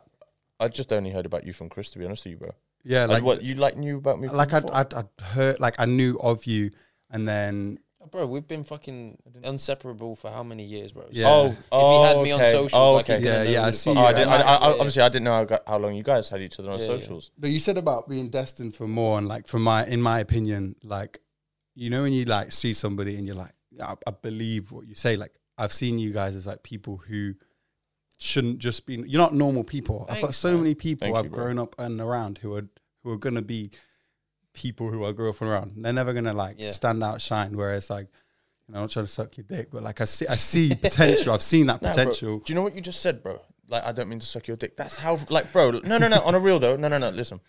C: I just only heard about you from Chris to be honest with you, bro.
B: yeah,
C: Like
B: like
C: what you like knew about me? from
B: like I'd,
C: before?
B: I'd, I'd heard like I knew of you, and then
A: Oh, bro, we've been fucking inseparable for how many years, bro?
B: Yeah.
C: oh oh
A: if he had me on
C: okay.
A: socials,
C: oh,
A: like
C: okay.
A: he's gonna
B: Yeah,
A: know
B: yeah,
A: who
B: I
A: the
B: see
A: fuck
C: Oh, I,
B: you.
A: am.
C: did, I,
B: like-
C: I, I-
A: Yeah.
C: obviously I didn't know how, go- how long you guys had each other on
A: Yeah, yeah.
C: socials.
B: But you said about being destined for more, and like, for my, in my opinion, like, you know, when you like see somebody and you're like, I, I believe what you say. Like, I've seen you guys as like people who shouldn't just be. You're not normal people. I've got
A: Thanks,
B: so
A: man.
B: many people
C: Thank you,
B: I've
C: bro.
B: grown up and around who are who are gonna be people who I grew up and around. They're never gonna like
A: Yeah.
B: stand out, shine. Whereas like, you know, I'm not trying to suck your dick, but like, I see, I see potential. I've seen that
C: Nah, bro,
B: potential.
C: do you know what you just said, bro? Like, I don't mean to suck your dick. That's how, like, bro. No, no, no. On a real though. No, no, no. Listen,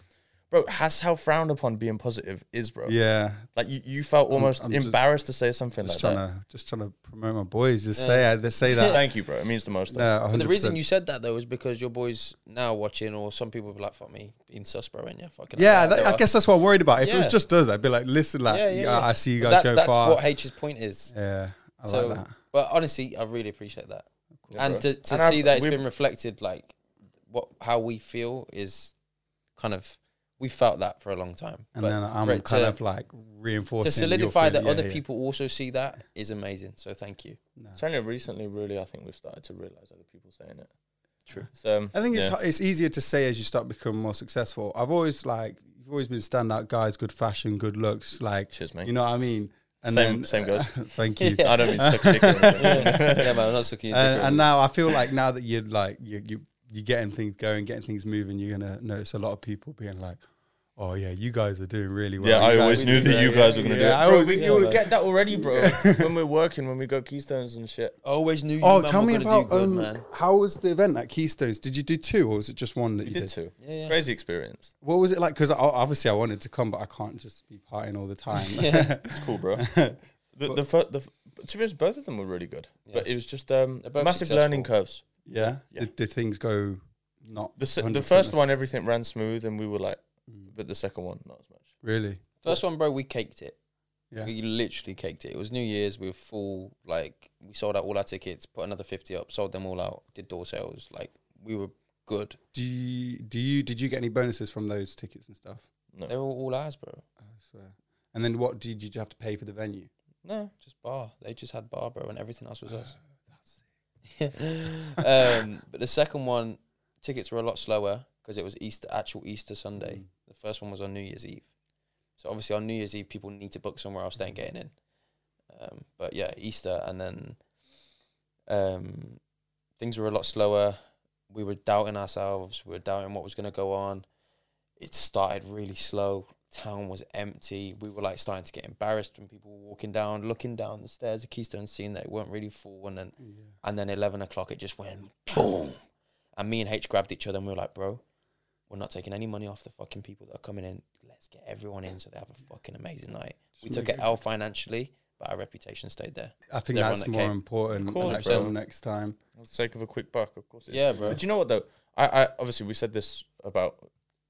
C: bro. That's how frowned upon being positive is, bro.
B: yeah,
C: Like, you, you felt almost
B: I'm just-
C: embarrassed to say something like
B: just trying
C: that.
B: to just trying to promote my boys. Just
A: Yeah.
B: say, I, just say that.
C: Thank you, bro. It means the most.
B: No,
A: But the
B: 100%.
A: reason you said that though is because your boys now watching, or some people be like, "Fuck me, being sus, bro, ain't you?" Fucking
B: Yeah,
A: like,
B: that, I
A: know.
B: guess that's what I'm worried about. If it was
A: Yeah.
B: just us, I'd be like, listen, like,
A: Yeah,
B: yeah,
A: yeah, yeah.
B: I see you
A: But that-
B: guys go
A: that's
B: far.
A: what H's point is.
B: yeah, I
A: so,
B: like that.
A: but honestly, I really appreciate that,
C: Yeah,
A: and
C: bro.
A: to, to
C: And I've-
A: see that it's
C: we've-
A: been reflected, like what how we feel is kind of we felt that for a long time.
B: And
A: But
B: then I'm
A: for it
B: kind
A: to-
B: of like reinforcing
A: to
B: your
A: solidify that
B: feeling. Yeah,
A: other
B: yeah.
A: people also see that is amazing. So thank you.
B: No.
C: It's only recently, really, I think we've started to realize other people saying it.
B: True.
C: So, um,
B: I think it's
C: yeah.
B: it's easier to say as you start becoming more successful. I've always like you've always been standout guys, good fashion, good looks, like
C: Cheers, mate.
B: you know what I mean. And
C: Same-
B: then,
C: same goes.
B: thank you.
C: I don't mean to suck your dick. or anything.
A: yeah, man, I'm not sucking. your dick
B: and,
A: at all.
B: and now I feel like now that you're like you you you're getting things going, getting things moving, you're gonna notice a lot of people being like, "Oh yeah, you guys are doing really well."
C: Yeah, I
B: You guys
C: always
B: are
C: knew
B: doing
C: that
B: well."
C: you guys were gonna do it.
B: I
C: Bro,
B: always-
C: we,
B: yeah,
C: you would
B: like-
C: get that already, bro. when we're working, when we go keystones and shit.
A: I always knew. You,
B: Oh,
A: man,
B: tell
A: were
B: me
A: gonna do
B: about
A: good,
B: um,
A: man.
B: how was the event at Keystones? Did you do two, or was it just one that
C: We
B: you
C: did
B: did?
C: too.
A: Yeah, yeah.
C: Crazy experience.
B: What was it like? Because obviously I wanted to come, but I can't just be partying all the time.
C: It's cool, bro. the the, fir- the f- to be honest, both of them were really good, but it was just um,
A: They're both
C: massive learning curves.
B: yeah,
C: Yeah.
B: Did, did things go not
C: The se- the
B: 100%
C: first one, everything ran smooth, and we were like, but the second one, not as much.
B: really?
A: First one, bro, we caked it.
B: Yeah.
A: We literally caked it. It was New Year's. We were full. Like we sold out all our tickets. Put another fifty up. Sold them all out. Did door sales. Like we were good.
B: Do you, do you did you get any bonuses from those tickets and stuff?
A: They
C: No,
A: were all ours, bro.
B: I swear. And then what did you, did you have to pay for the venue?
C: no.
A: Just bar. They just had bar, bro, and everything else was us.
B: That's
A: um, but the second one, tickets were a lot slower because it was Easter, actual Easter Sunday.
B: Mm.
A: The first one was on New Year's Eve. So obviously on New Year's Eve, people need to book somewhere else. They ain't getting in. Um, but yeah, Easter, and then um, things were a lot slower. We were doubting ourselves. We were doubting what was going to go on. It started really slow. Town was empty. We were like starting to get embarrassed when people were walking down, looking down the stairs of Keystone, seeing that it weren't really full, and then
B: Mm, Yeah.
A: and then 11 o'clock, it just went boom. And me and H grabbed each other and we were like, bro, we're not taking any money off the fucking people that are coming in. Let's get everyone in so they have a fucking amazing night. We
B: Just
A: took
B: make
A: it out financially, but our reputation stayed there.
B: I think
A: Everyone
B: that's
A: that
B: more
A: came.
B: important.
C: Of course,
B: like,
A: bro.
B: for next time.
C: For the sake of a quick buck, of course. It is.
A: Yeah, bro.
C: But you know what though? I, I obviously we said this about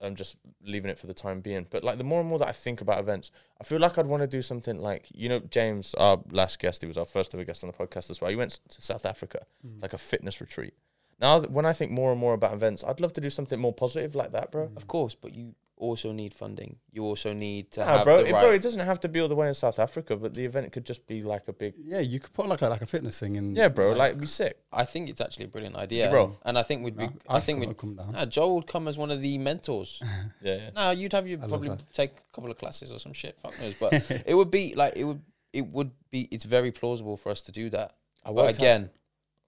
C: um just leaving it for the time being. But like the more and more that I think about events, I feel like I'd want to do something like you know James, our last guest, he was our first ever guest on the podcast as well. He went to South Africa, like a fitness
A: Mm.
C: retreat. Now that- when I think more and more about events, I'd love to do something more positive like that, bro.
A: Of course, but you also need funding. You also need to
C: Ah,
A: have
C: bro,
A: the
C: it,
A: right.
C: bro, it doesn't have to be all the way in South Africa, but the event could just be like a big.
B: Yeah, you could put on like a, like a fitness thing and
C: Yeah, bro, like be sick.
A: I think it's actually a brilliant idea,
C: Bro.
A: And I think we'd be.
B: Nah,
A: I think we'd.
B: I'll come down.
A: Nah, Joel would come as one of the mentors.
C: Yeah, yeah.
A: no, you'd have you
B: love
A: probably
B: that.
A: take a couple of classes or some shit. Fuck knows, but it would be like it would. It would be. It's very plausible for us to do that.
C: I
A: But
C: worked out-
A: again,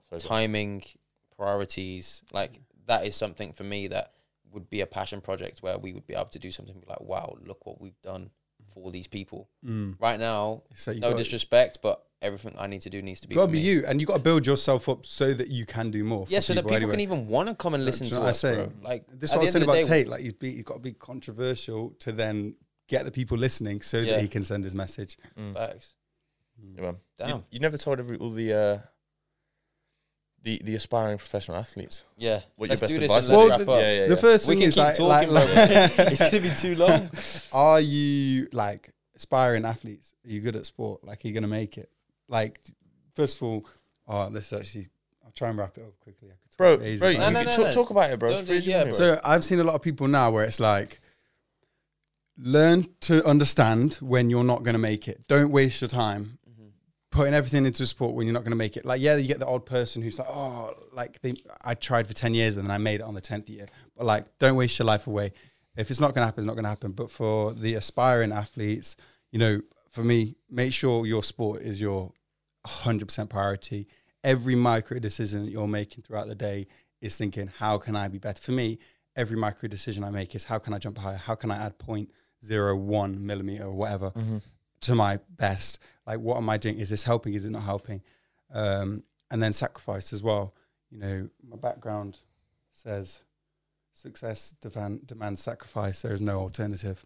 C: Sorry, bro.
A: timing, priorities, like that is something for me that would be a passion project where we would be able to do something like, wow, look what we've done for these people.
B: Mm.
A: Right now,
B: So you
A: no
B: got,
A: disrespect, but everything I need to do needs to be.
B: got
A: for
B: to be
A: me.
B: you, and you got to build yourself up so that you can do more. For
A: Yeah, so that people
B: anyway.
A: can even want to come and
B: That's
A: listen to
B: what I
A: us,
B: say.
A: bro. Like
B: This is
A: at the
B: what I was saying
A: end of
B: about
A: the day,
B: Tate. Like he's, be, he's got to be controversial to then get the people listening, so
A: Yeah.
B: that he can send his message.
C: Mm.
A: Facts.
C: Yeah, man. You-
A: Damn.
C: You, never told every all the uh, the the aspiring professional athletes.
A: Yeah.
C: What
A: Let's
C: your best
A: do this
C: advice
A: and let's
B: is.
A: wrap
B: Well,
A: up.
C: yeah, yeah,
B: The
C: yeah.
B: first
A: We
B: thing
A: can
B: is
A: keep
B: like, like,
A: talking,
B: like
A: bro. it's gonna be too long.
B: are you like aspiring athletes? Are you good at sport? Like, are you gonna make it? Like, first of all, oh, this is actually, I'll try and wrap it up quickly. I could talk
C: Bro,
B: for
C: bro,
B: ages
C: you
B: about
A: No,
C: can
A: no,
B: it.
A: no,
C: talk,
A: no.
C: talk about it, bro. It's
A: Don't do-
C: free as you
A: yeah,
C: want,
A: bro.
B: So I've seen a lot of people now where it's like, learn to understand when you're not gonna make it. Don't waste your time putting everything into sport when you're not going to make it. Like, yeah, you get the odd person who's like, oh, like they, I tried for 10 years and then I made it on the 10th year. But like, don't waste your life away. If it's not going to happen, it's not going to happen. But for the aspiring athletes, you know, for me, make sure your sport is your 100% priority. Every micro decision that you're making throughout the day is thinking, how can I be better? For me, every micro decision I make is how can I jump higher? How can I add 0.01 millimeter or whatever to my best? Like, what am I doing? Is this helping? Is it not helping? Um, and then sacrifice as well. You know, my background says success devan- demands sacrifice. There is no alternative.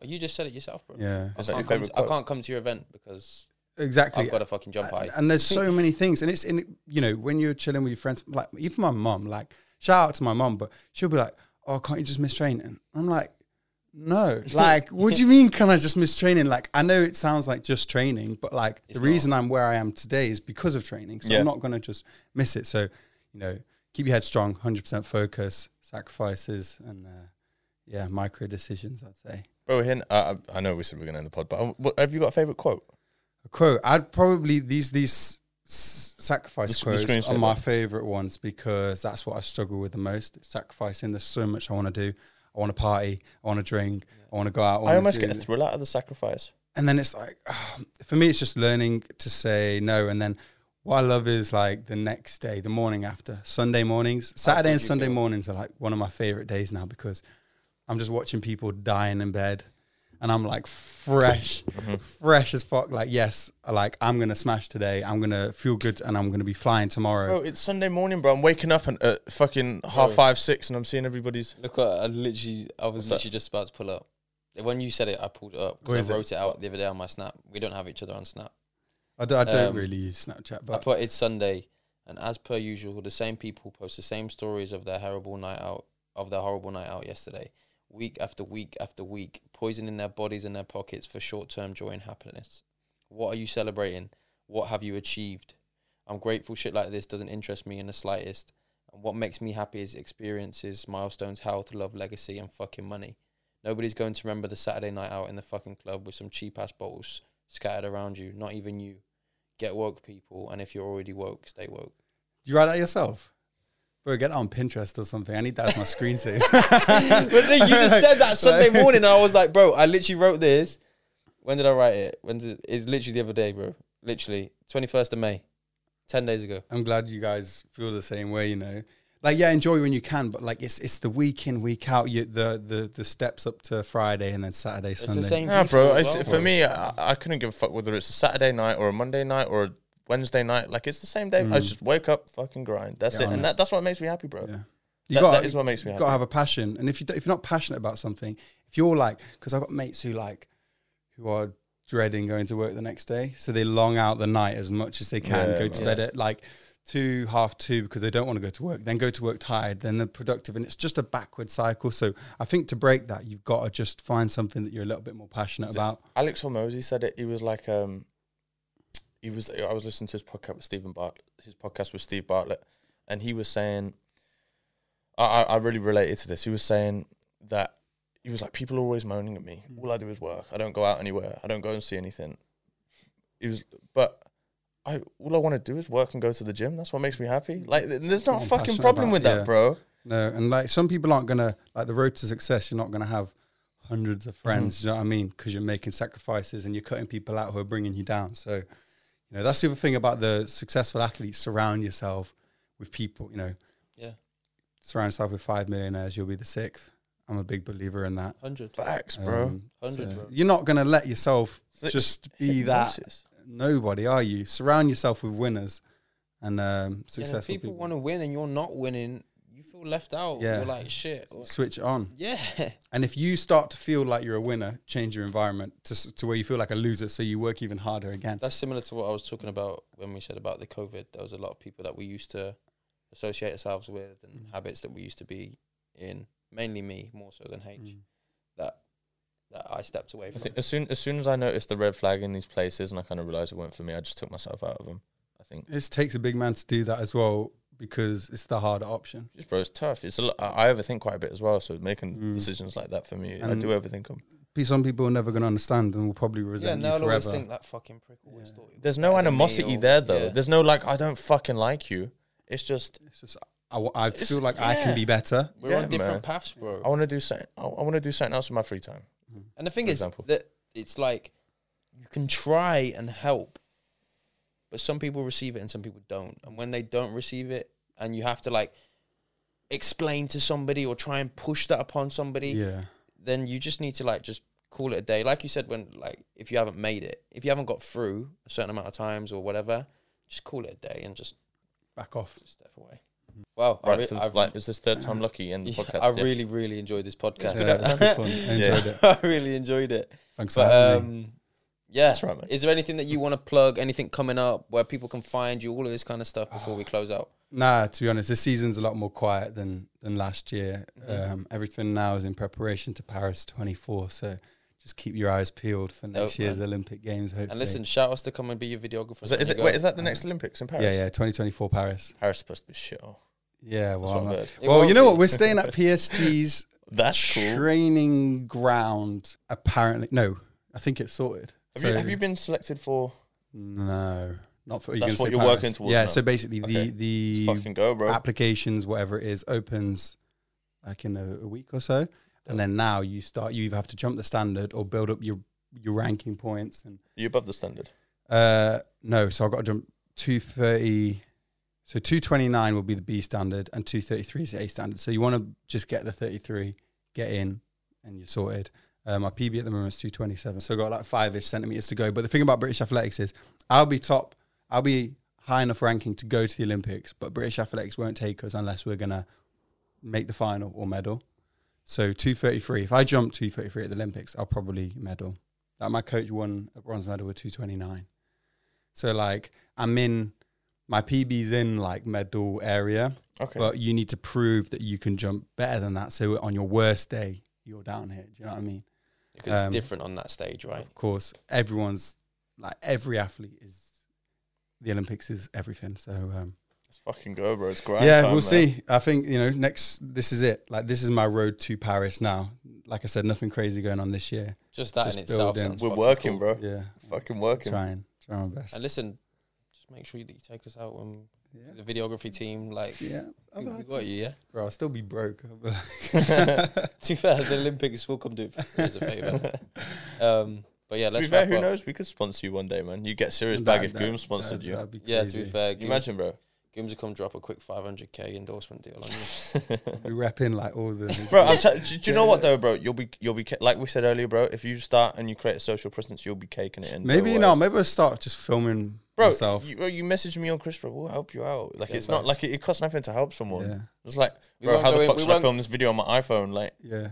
A: Well, you just said it yourself, bro.
B: Yeah,
A: I,
C: Is that
A: can't
C: your
A: come
C: favourite
A: to, I
C: quote?
A: can't come to your event because
B: exactly.
A: I've got a fucking job high.
B: Uh, And there's so many things, and it's in you know when you're chilling with your friends, like even my mum, like shout out to my mum, but she'll be like, "Oh, can't you just miss training?" I'm like, "No, like, what do you mean? Can I just miss training? Like, I know it sounds like just training, but like
A: It's
B: the reason I'm where I am today is because of training, so
C: Yeah.
B: I'm not gonna just miss it. So, you know, keep your head strong, hundred percent focus, sacrifices, and uh, yeah, micro decisions. I'd say.
C: bro. Hin, uh, I I know we said we're gonna end the pod, but um, what, have you got a favorite quote?
B: a quote. I'd probably these these s-
C: The
B: sacrifice
C: sc- the
B: quotes are
C: screensaver.
B: my favorite ones because that's what I struggle with the most. Sacrificing. There's so much I want to do. I want to party. I want to drink. I want to go out.
C: I
B: wanna
C: almost
B: do
C: get a
B: this.
C: thrill out of the sacrifice.
B: and then it's like ah, for me, it's just learning to say no. And then what I love is like the next day, the morning after, Sunday mornings, Saturday
A: would
B: and
A: you
B: Sunday
A: feel?
B: mornings are like one of my favorite days now because I'm just watching people dying in bed. And I'm like fresh,
A: Mm-hmm.
B: fresh as fuck. Like, yes, like I'm gonna smash today. I'm gonna feel good, and I'm gonna be flying tomorrow.
A: Oh,
C: Bro, it's Sunday morning, bro. I'm waking up and at fucking half five, six, and I'm seeing everybody's.
A: Look, what I literally, I was
C: that?
A: literally just about to pull up. When you said it, I pulled it up
B: Where
A: because
B: is
A: I
B: it?
A: wrote it? out the other day on my Snap. We don't have each other on Snap.
B: I d- I don't
A: um,
B: really use Snapchat,
A: I
B: but
A: put it's Sunday, and as per usual, the same people post the same stories of their horrible night out, of their horrible night out yesterday, week after week after week, poisoning their bodies and their pockets for short-term joy and happiness. What are you celebrating? What have you achieved? I'm grateful shit like this doesn't interest me in the slightest. And what makes me happy is experiences, milestones, health, love, legacy, and fucking money. Nobody's going to remember the Saturday night out in the fucking club with some cheap ass bottles scattered around you. Not even you. Get woke, people. And if you're already woke, stay woke.
B: you write that yourself. Bro, get that on Pinterest or something. I need that as my screensaver.
A: but then you just said that Sunday morning, and I was like, bro, I literally wrote this. When did I write it? When did, it's literally the other day, bro. Literally, 21st of May, 10 days ago.
B: I'm glad you guys feel the same way. You know, like yeah, enjoy when you can, but like it's it's the week in week out. You the the the steps up to Friday and then Saturday
A: It's
B: Sunday.
A: the same.
C: Nah,
A: people
C: bro.
A: as
C: It's,
A: well,
C: for
A: bro.
C: me, I, I couldn't give a fuck whether it's a Saturday night or a Monday night or a Wednesday night. Like it's the same day. I just wake up, fucking grind. That's
B: Mm. Yeah,
C: it,
B: I
C: and
B: know.
C: that, that's what makes me happy, bro.
B: Yeah. You
C: That,
B: got
C: that is what makes me
B: you
C: happy.
B: got to have a passion, and if you don't- if you're not passionate about something, if you're like, because I've got mates who like who are dreading going to work the next day, so they long out the night as much as they can,
C: Yeah,
B: go to
A: man.
B: bed at like two, half two because they don't want to go to work, then go to work tired, then they're productive, and it's just a backward cycle. So I think to break that, you've got to just find something that you're a little bit more passionate about.
C: Alex Hormozy said it. He was like, um, he was. I was listening to his podcast with Stephen Bart. His podcast with Steve Bartlett, and he was saying, I, I, I really related to this. He was saying that he was like, people are always moaning at me. All I do is work. I don't go out anywhere. I don't go and see anything. He was, but I all I want to do is work and go to the gym. That's what makes me happy. Like, th- there's not
B: What
C: a
B: I'm
C: fucking
B: passionate
C: problem
B: about,
C: with that,
B: yeah.
C: bro.
B: No, and like some people aren't gonna like the road to success. You're not gonna have hundreds of friends.
A: Mm-hmm.
B: You know what I mean? Because you're making sacrifices and you're cutting people out who are bringing you down. So, you know, that's the other thing about the successful athletes. Surround yourself with people. You know,
A: Yeah.
B: Surround yourself with five millionaires. You'll be the sixth. I'm a big believer in that.
A: Hundred.
C: Facts, bro.
B: Um,
A: Hundred,
B: so
A: bro.
B: You're not gonna let yourself
C: It's
B: just be that
C: hypnosis.
B: nobody, are you? Surround yourself with winners and um,
A: Yeah, and
B: successful
A: if people
B: people.
A: want to win and you're not winning, you feel left out.
B: Yeah.
A: You're like shit. What-
B: Switch it on.
A: Yeah.
B: And if you start to feel like you're a winner, change your environment to, s- to where you feel like a loser, so you work even harder again.
A: That's similar to what I was talking about when we said about the COVID. There was a lot of people that we used to associate ourselves with and
B: Mhm.
A: habits that we used to be in, mainly me more so than H,
B: Mm.
A: that that I stepped away
C: I
A: from.
C: think as soon as soon as I noticed the red flag in these places and I kind of realized it weren't for me, I just took myself out of them. I think
B: It takes a big man to do that as well because it's the harder option.
C: just bro, it's tough. It's a lot, I I overthink quite a bit as well, so making
B: Mm.
C: decisions like that for me, I
B: And-
C: do overthink them.
B: Pe- Some people are never going to understand and will probably resent
A: yeah,
B: you
A: no, I always
B: forever.
A: think that fucking prick always
B: Yeah.
A: thought. he was
C: There's no
A: better than me
C: animosity
A: or-
C: there though.
A: Yeah.
C: There's no like I don't fucking like you. It's just
B: it's just I, w- I
C: It's-
B: feel like I
C: yeah.
B: can be better.
A: We're
C: Yeah,
A: on different
C: man.
A: paths, bro.
C: I want to do something. I, I want to do something else with my free time.
A: And the thing
C: for
A: is
C: example.
A: that it's like you can try and help, but some people receive it and some people don't. And when they don't receive it, and you have to like explain to somebody or try and push that upon somebody,
B: Yeah,
A: then you just need to like just call it a day. Like you said, when like if you haven't made it, if you haven't got through a certain amount of times or whatever, just call it a day and just,
B: back off.
A: just step away.
B: Mm.
A: Wow, I,
C: Right?
A: re-
C: for the-
A: I've-
C: like, is this third time lucky in the
A: yeah,
C: podcast?
A: I
C: yeah.
A: really, really enjoyed this
B: Yeah,
A: podcast.
B: it was good fun. I enjoyed it.
A: I really enjoyed it.
B: Thanks for
A: But
B: having me.
A: um, yeah,
C: That's right, man.
A: is there anything that you want to plug? Anything coming up where people can find you? All of this kind of stuff before we close out.
B: Nah, to be honest, this season's a lot more quiet than than last year.
C: Mm-hmm.
A: Mhm.
B: Um, everything now is in preparation to Paris 24, so just keep your eyes peeled for next
A: Dope,
B: year's
A: man.
B: Olympic Games. Hopefully,
A: And listen, shout outs to come and be your videographer.
C: Is, that,
A: when you
C: is it? Wait,
A: go. Uh-huh.
C: is that the next Olympics in Paris?
B: yeah, yeah, 2024 Paris.
C: Paris is supposed to be shit. Oh,
B: Yeah,
C: That's
B: well, I'm
C: what I've
B: not-
C: heard.
A: It
B: well,
A: won't
B: you know
A: be.
B: what? We're staying at PSG's
C: That's cool.
B: training ground. Apparently, no, I think it's sorted.
C: have,
B: So-
C: you, have you been selected for?
B: No, not for. are you
C: That's
B: gonna
C: what
B: say
C: you're
B: Paris?
C: working towards
B: Yeah.
C: now.
B: So basically, the
C: Okay.
B: the
C: Fucking go, bro.
B: applications, whatever it is, opens like in a, a week or so, and then now you start. You either have to jump the standard or build up your your ranking points. And
C: You're above the standard.
B: uh, no, so I've got to jump two thirty. So two twenty nine will be the B standard, and two thirty three is the A standard. So you want to just get the thirty three, get in, and you're sorted. Uh, my PB at the moment is two twenty seven, so I've got like five ish centimeters to go. But the thing about British athletics is, I'll be top. I'll be high enough ranking to go to the Olympics, but British athletics won't take us unless we're gonna make the final or medal. So 233. If I jump 233 at the Olympics, I'll probably medal. Like my coach won a bronze medal with 229. So like I'm in my PB's in like medal area,
C: Okay.
B: but you need to prove that you can jump better than that. So on your worst day, you're down here. Do you know what I mean?
A: Because it's
B: um,
A: different on that stage, right?
B: Of course, everyone's like every athlete is the Olympics is everything. So um,
C: Let's fucking go, bro. It's grind.
B: yeah,
C: time,
B: we'll
C: man.
B: see. I think you know next. This is it. Like this is my road to Paris now. Like I said, nothing crazy going on this year.
A: Just that
B: Just
A: in itself.
B: building.
A: Sounds
C: We're
A: fucking
C: working,
A: cool.
C: bro.
B: Yeah,
C: Fucking working.
B: trying, trying my best.
A: And listen, just make sure that you take us out when
B: Yeah,
A: the videography team like.
B: yeah.
A: we-
B: I'm
A: we
B: like-
A: got you, yeah.
B: bro, I'll still be broke.
A: To be fair, the Olympics will come do it for you as a favor. Um, but yeah,
C: to
A: let's
C: be fair,
A: wrap
C: who
A: up.
C: knows? We could sponsor you one day, man. You get serious
B: That-
C: bag if
B: that-
C: Goom sponsored
B: that-
C: you.
B: that'd be
A: Yeah, to be
B: crazy.
A: fair,
C: you
A: Gooms,
C: imagine, bro.
A: Gooms will come drop a quick 500k endorsement deal on you.
B: We repping like all the
C: bro, I'm t- do, do you know what though, bro? You'll be, you'll be ca- like we said earlier, bro. If you start and you create a social presence, you'll be caking it in.
B: maybe
C: no
B: no,
C: worries.
B: maybe I'll start just filming
C: bro.
B: myself.
C: You, bro, you message me on Chris, bro. We'll help you out. Like
A: Yeah,
C: it's not
A: facts.
C: like it, it costs nothing to help someone.
B: yeah,
C: It's like,
A: We
C: bro,
A: won't
C: how
A: go
C: the
A: in-
C: fuck
A: we
C: should I
A: won't-
C: film this video on my iPhone? Like,
B: yeah.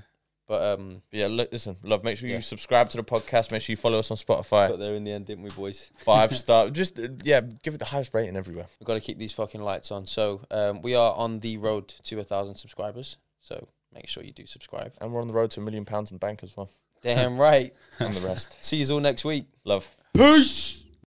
A: But um,
C: but yeah. Look, listen, love. Make sure
A: Yeah.
C: you subscribe to the podcast. Make sure you follow us on Spotify.
A: got there in the end, didn't we, boys?
C: Five star. Just uh, yeah, give it the highest rating everywhere.
A: We've got to keep these fucking lights on. So um, we are on the road to a thousand subscribers. So make sure you do subscribe.
C: And we're on the road to a million pounds in the bank as well.
A: Damn right.
C: And the rest.
A: See you all next week.
C: Love.
A: Peace.